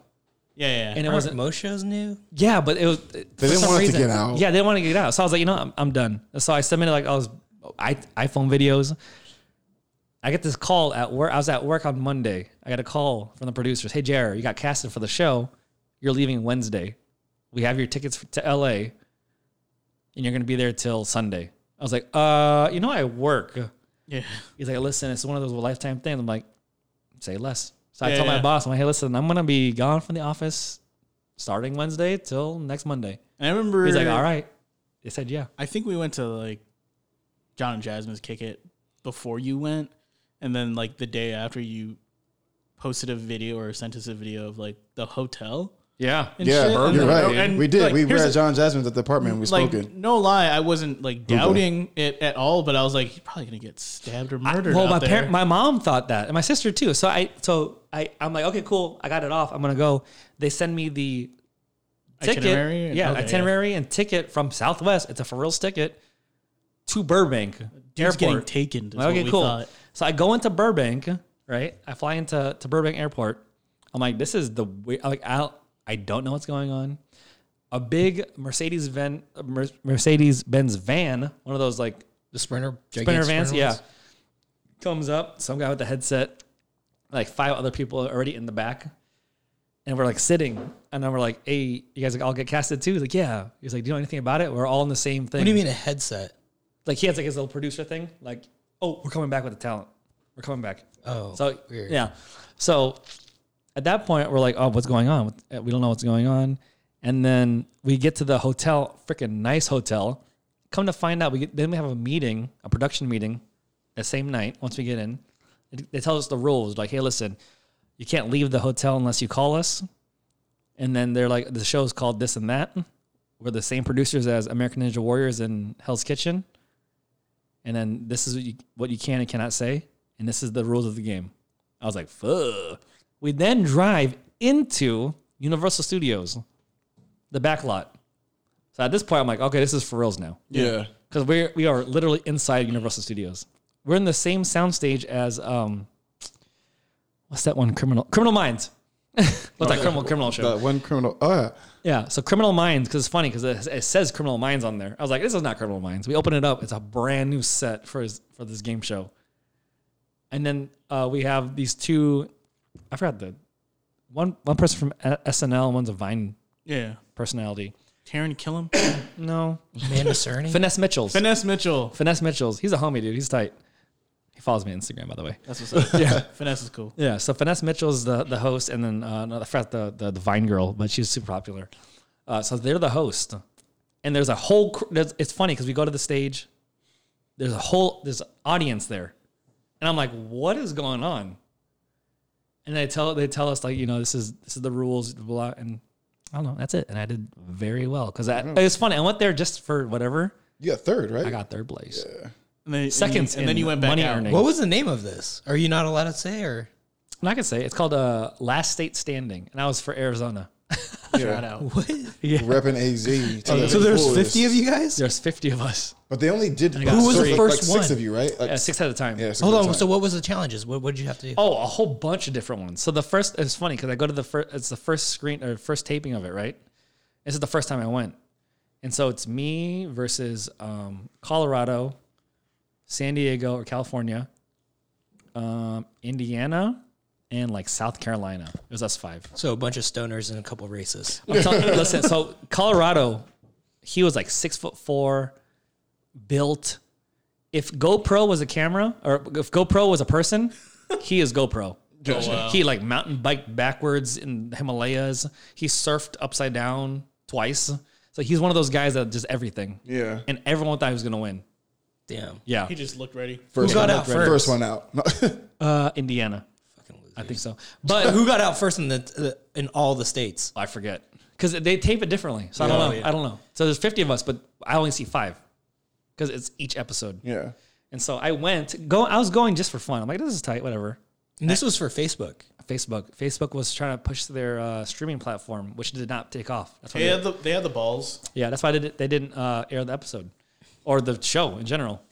Speaker 5: yeah, yeah.
Speaker 4: and it
Speaker 3: it
Speaker 4: wasn't.
Speaker 3: wasn't most shows new.
Speaker 4: Yeah, but it was. They
Speaker 6: didn't want it to get out.
Speaker 4: Yeah, they didn't want to get out. So I was like, you know, I'm, I'm done. So I submitted like all those I, iPhone videos. I get this call at work. I was at work on Monday. I got a call from the producers. Hey, Jared, you got casted for the show. You're leaving Wednesday. We have your tickets for, to LA, and you're going to be there till Sunday. I was like, uh, you know, I work.
Speaker 5: yeah.
Speaker 4: He's like, listen, it's one of those lifetime things. I'm like, say less. So I
Speaker 5: Yeah,
Speaker 4: told my
Speaker 5: yeah.
Speaker 4: boss, I'm like, hey, listen, I'm gonna be gone from the office starting Wednesday till next Monday.
Speaker 5: And I remember
Speaker 4: He's like, all right. They said, yeah.
Speaker 5: I think we went to like John and Jasmine's Kick It before you went, and then like the day after you posted a video or sent us a video of like the hotel.
Speaker 4: Yeah.
Speaker 5: And
Speaker 6: Yeah,
Speaker 5: shit.
Speaker 6: Burger
Speaker 5: And-
Speaker 6: you're right.
Speaker 5: and,
Speaker 6: we did.
Speaker 5: like,
Speaker 6: we were
Speaker 5: here's
Speaker 6: at
Speaker 5: the-
Speaker 6: John Jasmine's at the apartment. We
Speaker 5: like
Speaker 6: spoken.
Speaker 5: no lie, I wasn't like doubting it at all, but I was like, he's probably gonna get stabbed or murdered.
Speaker 4: well,
Speaker 5: out
Speaker 4: my
Speaker 5: there.
Speaker 4: parent, my mom thought that, and my sister too. So I, so I, I'm like, okay, cool, I got it off. I'm gonna go. They send me the ticket,
Speaker 5: Itinerary and-
Speaker 4: yeah,
Speaker 5: okay, yeah.
Speaker 4: itinerary and ticket from Southwest. It's a for real ticket to Burbank
Speaker 5: Dude's getting
Speaker 4: airport.
Speaker 5: taken. Is
Speaker 4: okay,
Speaker 5: what we
Speaker 4: cool.
Speaker 5: Thought.
Speaker 4: So I go into Burbank, right? I fly into to Burbank Airport. I'm like, this is the we- I'm like I I don't know what's going on. A big Mercedes van, Mercedes Benz van, one of those like
Speaker 3: The sprinter,
Speaker 4: Sprinter
Speaker 3: gigantic
Speaker 4: Vance,
Speaker 3: sprinter
Speaker 4: yeah.
Speaker 3: ones?
Speaker 4: Comes up, some guy with the headset, like five other people are already in the back. And we're like sitting, and then we're like, hey, you guys all get casted too? He's like, yeah. He's like, do you know anything about it? We're all in the same thing.
Speaker 3: What do you mean a headset?
Speaker 4: Like, he has like his little producer thing, like, oh, we're coming back with the talent. We're coming back.
Speaker 3: Oh,
Speaker 4: So
Speaker 3: weird.
Speaker 4: yeah, so at that point we're like, oh, what's going on? We don't know what's going on. And then we get to the hotel, freaking nice hotel. Come to find out, we get, then we have a meeting, a production meeting, the same night. Once we get in, They- they tell us the rules. Like, hey, listen, you can't leave the hotel unless you call us. And then they're like, the show's called this and that. We're the same producers as American Ninja Warriors and Hell's Kitchen. And then this is what you, what you can and cannot say. And this is the rules of the game. I was like, fuck. We then drive into Universal Studios, the back lot. So at this point, I'm like, okay, this is for reals now.
Speaker 6: yeah.
Speaker 4: Because we we are literally inside Universal Studios. We're in the same soundstage as um, what's that one? Criminal Criminal Minds. [laughs] what's that criminal criminal show?
Speaker 6: Oh, That one criminal. Oh, yeah.
Speaker 4: Yeah, so Criminal Minds, because it's funny, because it, it says Criminal Minds on there. I was like, this is not Criminal Minds. We open it up, it's a brand new set for his, for this game show. And then uh, we have these two, I forgot the one one person from A- SNL, and one's a Vine
Speaker 5: Yeah,
Speaker 4: personality.
Speaker 5: Taryn Killam, [coughs]
Speaker 4: No,
Speaker 3: Amanda [laughs] Cerny.
Speaker 4: Finesse Mitchells.
Speaker 5: Finesse Mitchell.
Speaker 4: Finesse Mitchells. He's a homie, dude. He's tight. He follows me on Instagram, by the way.
Speaker 5: That's what's [laughs] up. yeah, Finesse is cool.
Speaker 4: Yeah, so Finesse Mitchell is the, the host, and then uh, no, I forgot the, the the Vine girl, but she's super popular. Uh, so they're the host, and there's a whole. cr- There's, it's funny because we go to the stage, there's a whole there's an audience there, and I'm like, what is going on? And they tell they tell us like you know this is this is the rules blah, blah and I don't know that's it, and I did very well because it's funny. I went there just for whatever.
Speaker 6: You got third, right?
Speaker 4: I got third place.
Speaker 5: And then,
Speaker 4: Seconds
Speaker 5: and, then you
Speaker 4: in
Speaker 5: went back
Speaker 4: money
Speaker 5: out.
Speaker 4: earning.
Speaker 3: What was the name of this? Are you not allowed to say or?
Speaker 4: And I could say it's called uh, Last State Standing, and I was for Arizona.
Speaker 5: Shout out.
Speaker 3: [laughs] What? [laughs]
Speaker 6: repping AZ. to the
Speaker 3: So there's
Speaker 6: fullest.
Speaker 3: 50 of you guys?
Speaker 4: There's 50 of us.
Speaker 6: But they only did.
Speaker 4: got
Speaker 6: like,
Speaker 4: Who was
Speaker 6: six-
Speaker 3: the
Speaker 6: like-
Speaker 3: first
Speaker 6: like Six
Speaker 3: one?
Speaker 6: of you, right? Like,
Speaker 4: Yeah, six at a time.
Speaker 6: yeah, six
Speaker 3: Hold
Speaker 6: at a
Speaker 3: on.
Speaker 6: time.
Speaker 3: So what was the challenges? What what did you have to do?
Speaker 4: Oh, a whole bunch of different ones. So the first it's funny because I go to the first it's the first screen or first taping of it, right? This is the first time I went. And so it's me versus um, Colorado, San Diego or California, um, Indiana, and like South Carolina. It was us five.
Speaker 3: So a bunch of stoners and a couple racists.
Speaker 4: I'm telling you, listen, so Colorado, he was like six foot four, built. If GoPro was a camera, or if GoPro was a person, he is GoPro. He like mountain biked backwards in the Himalayas. He surfed upside down twice. So he's one of those guys that does everything.
Speaker 6: Yeah.
Speaker 4: And everyone thought he was gonna win.
Speaker 3: Damn.
Speaker 4: Yeah.
Speaker 5: He just looked ready.
Speaker 6: First
Speaker 3: Who got
Speaker 6: one
Speaker 3: out first?
Speaker 6: First one out. [laughs]
Speaker 4: Uh, Indiana. I think so.
Speaker 3: [laughs]
Speaker 4: But
Speaker 3: Who got out first in the uh, in all the states?
Speaker 4: I forget because they tape it differently. So I don't know. I don't know. So there's 50 of us, but I only see five because it's each episode.
Speaker 6: yeah.
Speaker 4: And so I went go. I was going just for fun. I'm like, this is tight. Whatever.
Speaker 3: And this was for Facebook.
Speaker 4: Facebook. Facebook was trying to push their uh, streaming platform, which did not take off. That's why
Speaker 5: They
Speaker 4: yeah.
Speaker 5: had the they had the balls.
Speaker 4: They, yeah, that's why they, did, they didn't uh, air the episode or the show in general.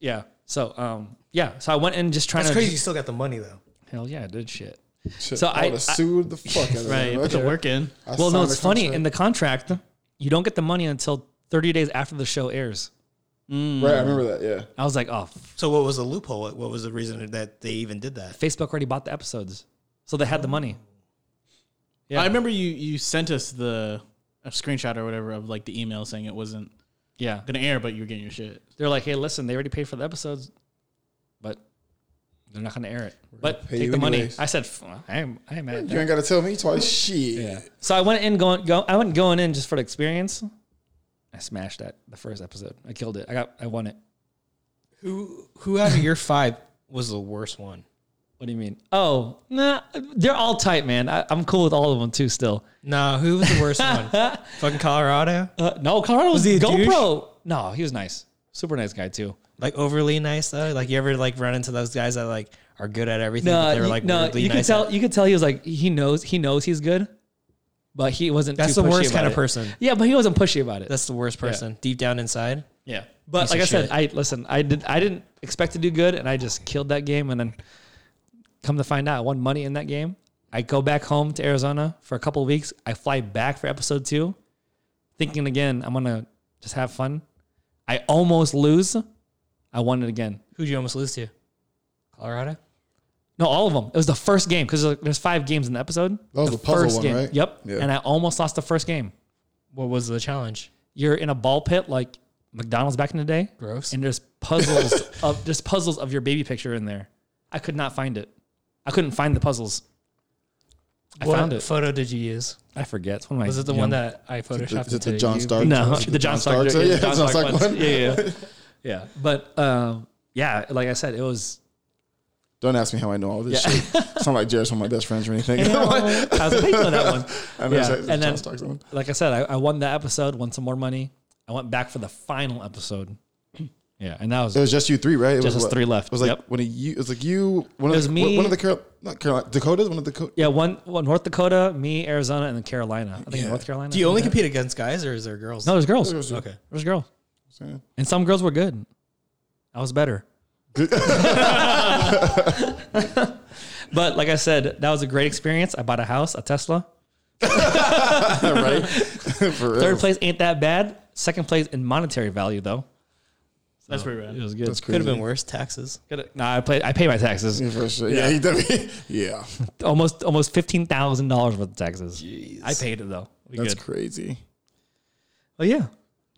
Speaker 4: Yeah. So um, yeah. So I went in just trying
Speaker 3: That's
Speaker 4: to.
Speaker 3: crazy. You still got the money though.
Speaker 4: Hell yeah, I did shit.
Speaker 6: Shit,
Speaker 4: So I-
Speaker 6: I would
Speaker 4: I-
Speaker 6: have sued oh, the fuck out of
Speaker 5: Right,
Speaker 6: them.
Speaker 5: put the work in.
Speaker 6: I
Speaker 4: well, no,
Speaker 6: signed
Speaker 4: it's
Speaker 6: a
Speaker 4: funny.
Speaker 6: contract.
Speaker 4: In the contract, you don't get the money until 30 days after the show airs.
Speaker 6: Right, I remember that. Yeah.
Speaker 4: I was like, oh, f-
Speaker 3: So what was the loophole? What, what was the reason that they even did that?
Speaker 4: Facebook already bought the episodes, so they had the money. Yeah.
Speaker 5: I remember you you sent us the a screenshot or whatever of like the email saying it wasn't
Speaker 4: Yeah.
Speaker 5: gonna air, but you were getting your shit.
Speaker 4: they're like, hey, listen, they already paid for the episodes, but they're not going to air it. But
Speaker 6: pay
Speaker 4: take
Speaker 6: you
Speaker 4: the money.
Speaker 6: anyways.
Speaker 4: I said, "F- I am, I am mad at
Speaker 6: You
Speaker 4: that.
Speaker 6: ain't got to tell me twice. Shit.
Speaker 4: Yeah. So I went in going, go, I went going in just for the experience. I smashed that the first episode. I killed it. I got, I won it.
Speaker 3: Who who out of your five was the worst one?
Speaker 4: What do you mean? Oh, nah, they're all tight, man. I, I'm cool with all of them too. Still,
Speaker 3: No, who was the worst
Speaker 4: [laughs]
Speaker 3: one? Fucking Colorado?
Speaker 4: uh, no, Colorado was,
Speaker 3: he a
Speaker 4: GoPro. No, he was nice, super nice guy too.
Speaker 3: Like overly nice though? Like you ever like run into those guys that like are good at everything but
Speaker 4: No,
Speaker 3: they were like
Speaker 4: you, no,
Speaker 3: weirdly
Speaker 4: you could
Speaker 3: nice?
Speaker 4: tell.
Speaker 3: at-
Speaker 4: You could tell he was like he knows he knows he's good, but he wasn't.
Speaker 3: That's
Speaker 4: too
Speaker 3: the
Speaker 4: pushy
Speaker 3: worst kind
Speaker 4: about
Speaker 3: of
Speaker 4: it.
Speaker 3: person.
Speaker 4: Yeah, but he wasn't pushy about it.
Speaker 3: That's the worst person deep down inside.
Speaker 4: yeah, but
Speaker 3: Piece
Speaker 4: like I
Speaker 3: of
Speaker 4: said,
Speaker 3: shit.
Speaker 4: I listen. I did. I didn't expect to do good, and I just killed that game. And then come to find out, I won money in that game. I go back home to Arizona for a couple of weeks. I fly back for episode two, thinking again I'm gonna just have fun. I almost lose. I won it again.
Speaker 3: Who'd you almost lose to? Colorado?
Speaker 4: No, all of them. It was the first game because there's five games in the episode.
Speaker 6: That was the puzzle
Speaker 4: first
Speaker 6: one,
Speaker 4: game.
Speaker 6: right?
Speaker 4: Yep.
Speaker 6: Yeah.
Speaker 4: And I almost lost the first game.
Speaker 3: What was the challenge?
Speaker 4: You're in a ball pit like McDonald's back in the day,
Speaker 3: Gross.
Speaker 4: [laughs] and there's puzzles of there's puzzles of your baby picture in there. I could not find it. I couldn't find the puzzles. I
Speaker 3: what
Speaker 4: found it.
Speaker 3: photo did you use?
Speaker 4: I forget. It's one of my
Speaker 3: Was it the
Speaker 4: young-
Speaker 3: one that I
Speaker 6: Is it
Speaker 3: photoshopped
Speaker 6: the,
Speaker 3: into
Speaker 6: John
Speaker 3: you?
Speaker 6: Stark?
Speaker 4: [laughs] No,
Speaker 6: is it
Speaker 4: the John Stark.
Speaker 6: Stark?
Speaker 4: yeah,
Speaker 6: Yeah, John Stark
Speaker 4: ones.
Speaker 6: one.
Speaker 4: Yeah, yeah, yeah. yeah. But um, yeah, like I said, it was
Speaker 6: Don't ask me how I know all this shit. It's not like Jared's one of my best friends
Speaker 4: [laughs]
Speaker 6: or anything.
Speaker 4: I was like, I know that one.
Speaker 6: I know
Speaker 4: Yeah,
Speaker 6: exactly
Speaker 4: and
Speaker 6: John
Speaker 4: then-
Speaker 6: Stark's one.
Speaker 4: Like I said, I, I won that episode, won some more money. I went back for the final episode. [clears throat] Yeah, and that was
Speaker 6: It was just you three, right? It
Speaker 4: Just
Speaker 6: was
Speaker 4: us
Speaker 6: what-
Speaker 4: three left.
Speaker 6: It was like
Speaker 4: Yep.
Speaker 6: one of you. It was like you. One of
Speaker 4: It was
Speaker 6: the,
Speaker 4: me.
Speaker 6: One of the Carol, not Carolina, Dakotas. One of the Dakotas.
Speaker 4: yeah one, one North Dakota, me, Arizona, and then Carolina. I think
Speaker 6: Yeah.
Speaker 4: North Carolina.
Speaker 3: Do you only compete against guys or is there girls?
Speaker 4: no, there's girls.
Speaker 6: Those are-
Speaker 3: Okay.
Speaker 4: There's girls,
Speaker 6: Yeah.
Speaker 4: and some girls were good. I was
Speaker 6: [laughs]
Speaker 4: better. but like I said, that was a great experience. I bought a house, a Tesla.
Speaker 6: right? For real.
Speaker 4: Third place ain't that bad. Second place in monetary value though.
Speaker 5: That's pretty
Speaker 4: It
Speaker 5: rad.
Speaker 4: was good.
Speaker 6: That's
Speaker 3: Could have
Speaker 6: crazy.
Speaker 3: been worse. Taxes.
Speaker 4: Coulda- Nah, I played. I pay my taxes.
Speaker 6: Yeah, for sure. Yeah, he definitely. [laughs] Yeah,
Speaker 4: almost almost fifteen thousand dollars worth of taxes. I paid it though. We
Speaker 6: that's
Speaker 4: good.
Speaker 6: crazy.
Speaker 4: Oh yeah,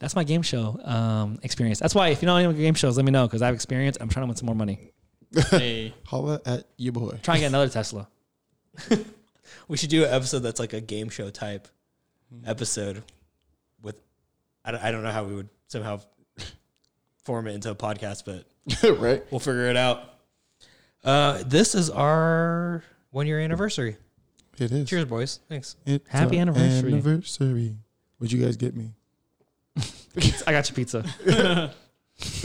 Speaker 4: that's my game show um, experience. That's why if you know any game shows, let me know because I have experience. I'm trying to win some more money.
Speaker 5: hey,
Speaker 6: Holla at your boy.
Speaker 4: Try and get another Tesla.
Speaker 3: We should do an episode that's like a game show type Hmm. episode with I don't, I don't know how we would somehow form it into a podcast, but
Speaker 6: [laughs] right?
Speaker 3: we'll figure it out. Uh, this is our one year anniversary.
Speaker 6: It is.
Speaker 3: Cheers, boys. Thanks.
Speaker 6: It's
Speaker 4: Happy
Speaker 6: our
Speaker 4: anniversary.
Speaker 6: Anniversary. What'd you guys get me?
Speaker 4: I got your
Speaker 6: [laughs]
Speaker 4: pizza.
Speaker 6: Good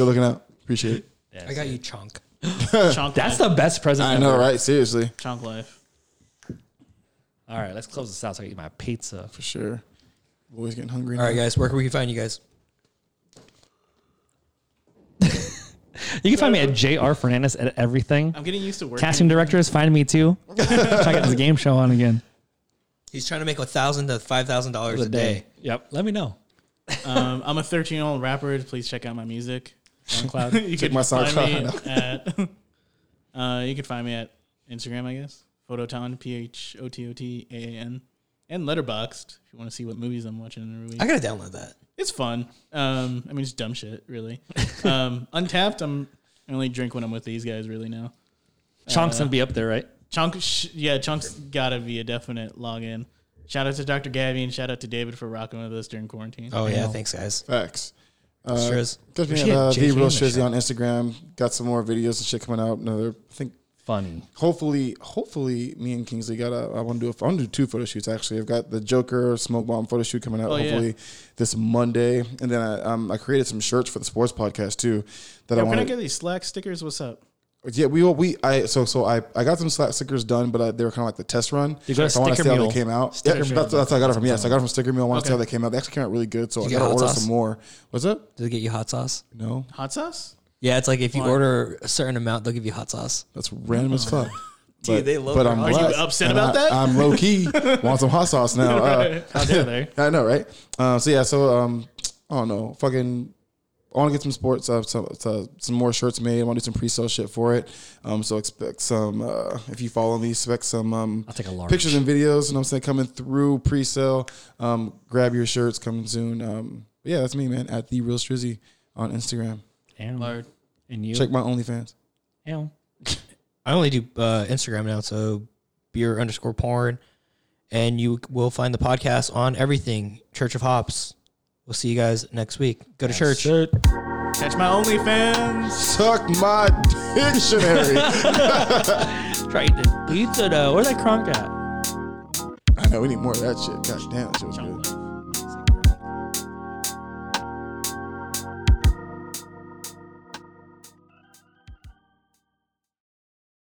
Speaker 6: looking out. Appreciate it.
Speaker 3: I got you chunk.
Speaker 5: chonk
Speaker 4: That's
Speaker 5: life.
Speaker 4: the best present.
Speaker 6: I
Speaker 4: ever.
Speaker 6: know, right? Seriously,
Speaker 5: chonk life.
Speaker 4: All right, let's close this out so I can eat my pizza.
Speaker 6: for sure. Boys getting hungry.
Speaker 3: All right,
Speaker 6: now.
Speaker 3: guys. Where can we find you guys?
Speaker 4: You can find me at Jr. Fernandez at everything.
Speaker 5: I'm getting used to working.
Speaker 4: Casting directors, find me [laughs] too. Try to get this game show on again.
Speaker 3: He's trying to make a thousand to five thousand dollars a day.
Speaker 4: Yep. Let me know.
Speaker 5: Um, I'm a 13 year old rapper. Please check out my [laughs] music.
Speaker 4: SoundCloud.
Speaker 5: you
Speaker 6: my
Speaker 5: find
Speaker 6: SoundCloud.
Speaker 5: me at. [laughs] Uh, you can find me at Instagram, I guess. Phototon, P H O T O T A A N, and Letterboxed if you want to see what movies I'm watching in the week.
Speaker 3: I gotta download that.
Speaker 5: It's fun. Um, I mean, it's dumb shit, really. Um, untapped. I'm. I only drink when I'm with these guys, really. Now,
Speaker 4: Chonk's gonna be up there, right?
Speaker 5: Chunk, sh- yeah, Chunk's gotta be a definite login. Shout out to Dr. Gabby and shout out to David for rocking with us during quarantine.
Speaker 3: Oh yeah,
Speaker 4: Yeah.
Speaker 3: thanks, guys.
Speaker 6: Facts. Uh,
Speaker 3: Shiz.
Speaker 6: Catch me
Speaker 4: She
Speaker 6: at
Speaker 4: had
Speaker 6: uh,
Speaker 4: JJ
Speaker 6: the
Speaker 4: in
Speaker 6: real
Speaker 4: the
Speaker 6: Shizzy
Speaker 4: show.
Speaker 6: on Instagram. Got some more videos and shit coming out. Another, I think
Speaker 4: Funny.
Speaker 6: hopefully, hopefully, me and Kingsley got a. I want to do. A, I want to do two photo shoots. Actually, I've got the Joker smoke bomb photo shoot coming out.
Speaker 5: Oh, yeah.
Speaker 6: hopefully, this Monday, and then I, um, I created some shirts for the sports podcast too. That I
Speaker 5: Yo, can I
Speaker 6: want.
Speaker 5: get these Slack stickers? What's up?
Speaker 6: yeah, we we I so so I I got some slack stickers done, but I, they were kind of like the test run.
Speaker 4: You got a
Speaker 6: so I want to
Speaker 4: sticker
Speaker 6: see how
Speaker 4: mule.
Speaker 6: they came out.
Speaker 4: Sticker
Speaker 6: yeah,
Speaker 4: mule.
Speaker 6: that's, that's how I got it from. Yes, I got it from Sticker Meal. I want
Speaker 5: Okay.
Speaker 6: to see how they came out. They actually came out really good, so I
Speaker 3: you get
Speaker 6: got to
Speaker 3: hot
Speaker 6: order
Speaker 3: sauce?
Speaker 6: some more. What's up?
Speaker 3: Did it get you hot sauce?
Speaker 6: No,
Speaker 5: Hot sauce?
Speaker 3: Yeah, it's like if you order a certain amount, they'll give you hot sauce.
Speaker 6: that's random
Speaker 4: [laughs]
Speaker 6: as fuck.
Speaker 3: Dude, they love their hot
Speaker 5: Are you
Speaker 6: blessed,
Speaker 5: upset
Speaker 6: and
Speaker 5: about
Speaker 6: I-
Speaker 5: that?
Speaker 6: I'm low key.
Speaker 5: [laughs]
Speaker 6: Want some hot sauce now? Uh,
Speaker 4: How dare they?
Speaker 6: [laughs] I know, right? Um, so yeah, so um, I don't know. Fucking, I want to get some sports, uh, some so- some more shirts made. I want to do some pre-sale shit for it. Um, so expect some. Uh, if you follow me, expect some. Um,
Speaker 4: I'll take a large.
Speaker 6: pictures and videos. You know what I'm saying coming through pre-sale. Um, grab your shirts coming soon. Um, but yeah, that's me, man. At the real Strizzy on Instagram.
Speaker 4: Damn. And you.
Speaker 6: Check my OnlyFans.
Speaker 4: Damn.
Speaker 3: I only do uh, Instagram now, so beer underscore porn. And you will find the podcast on everything Church of Hops. We'll see you guys next week. Go to church.
Speaker 5: Catch my OnlyFans.
Speaker 6: [laughs] Suck my dictionary.
Speaker 4: Trying to pizza dough. Where's that crunk at?
Speaker 6: I know we need more of that shit. God damn, that shit was good.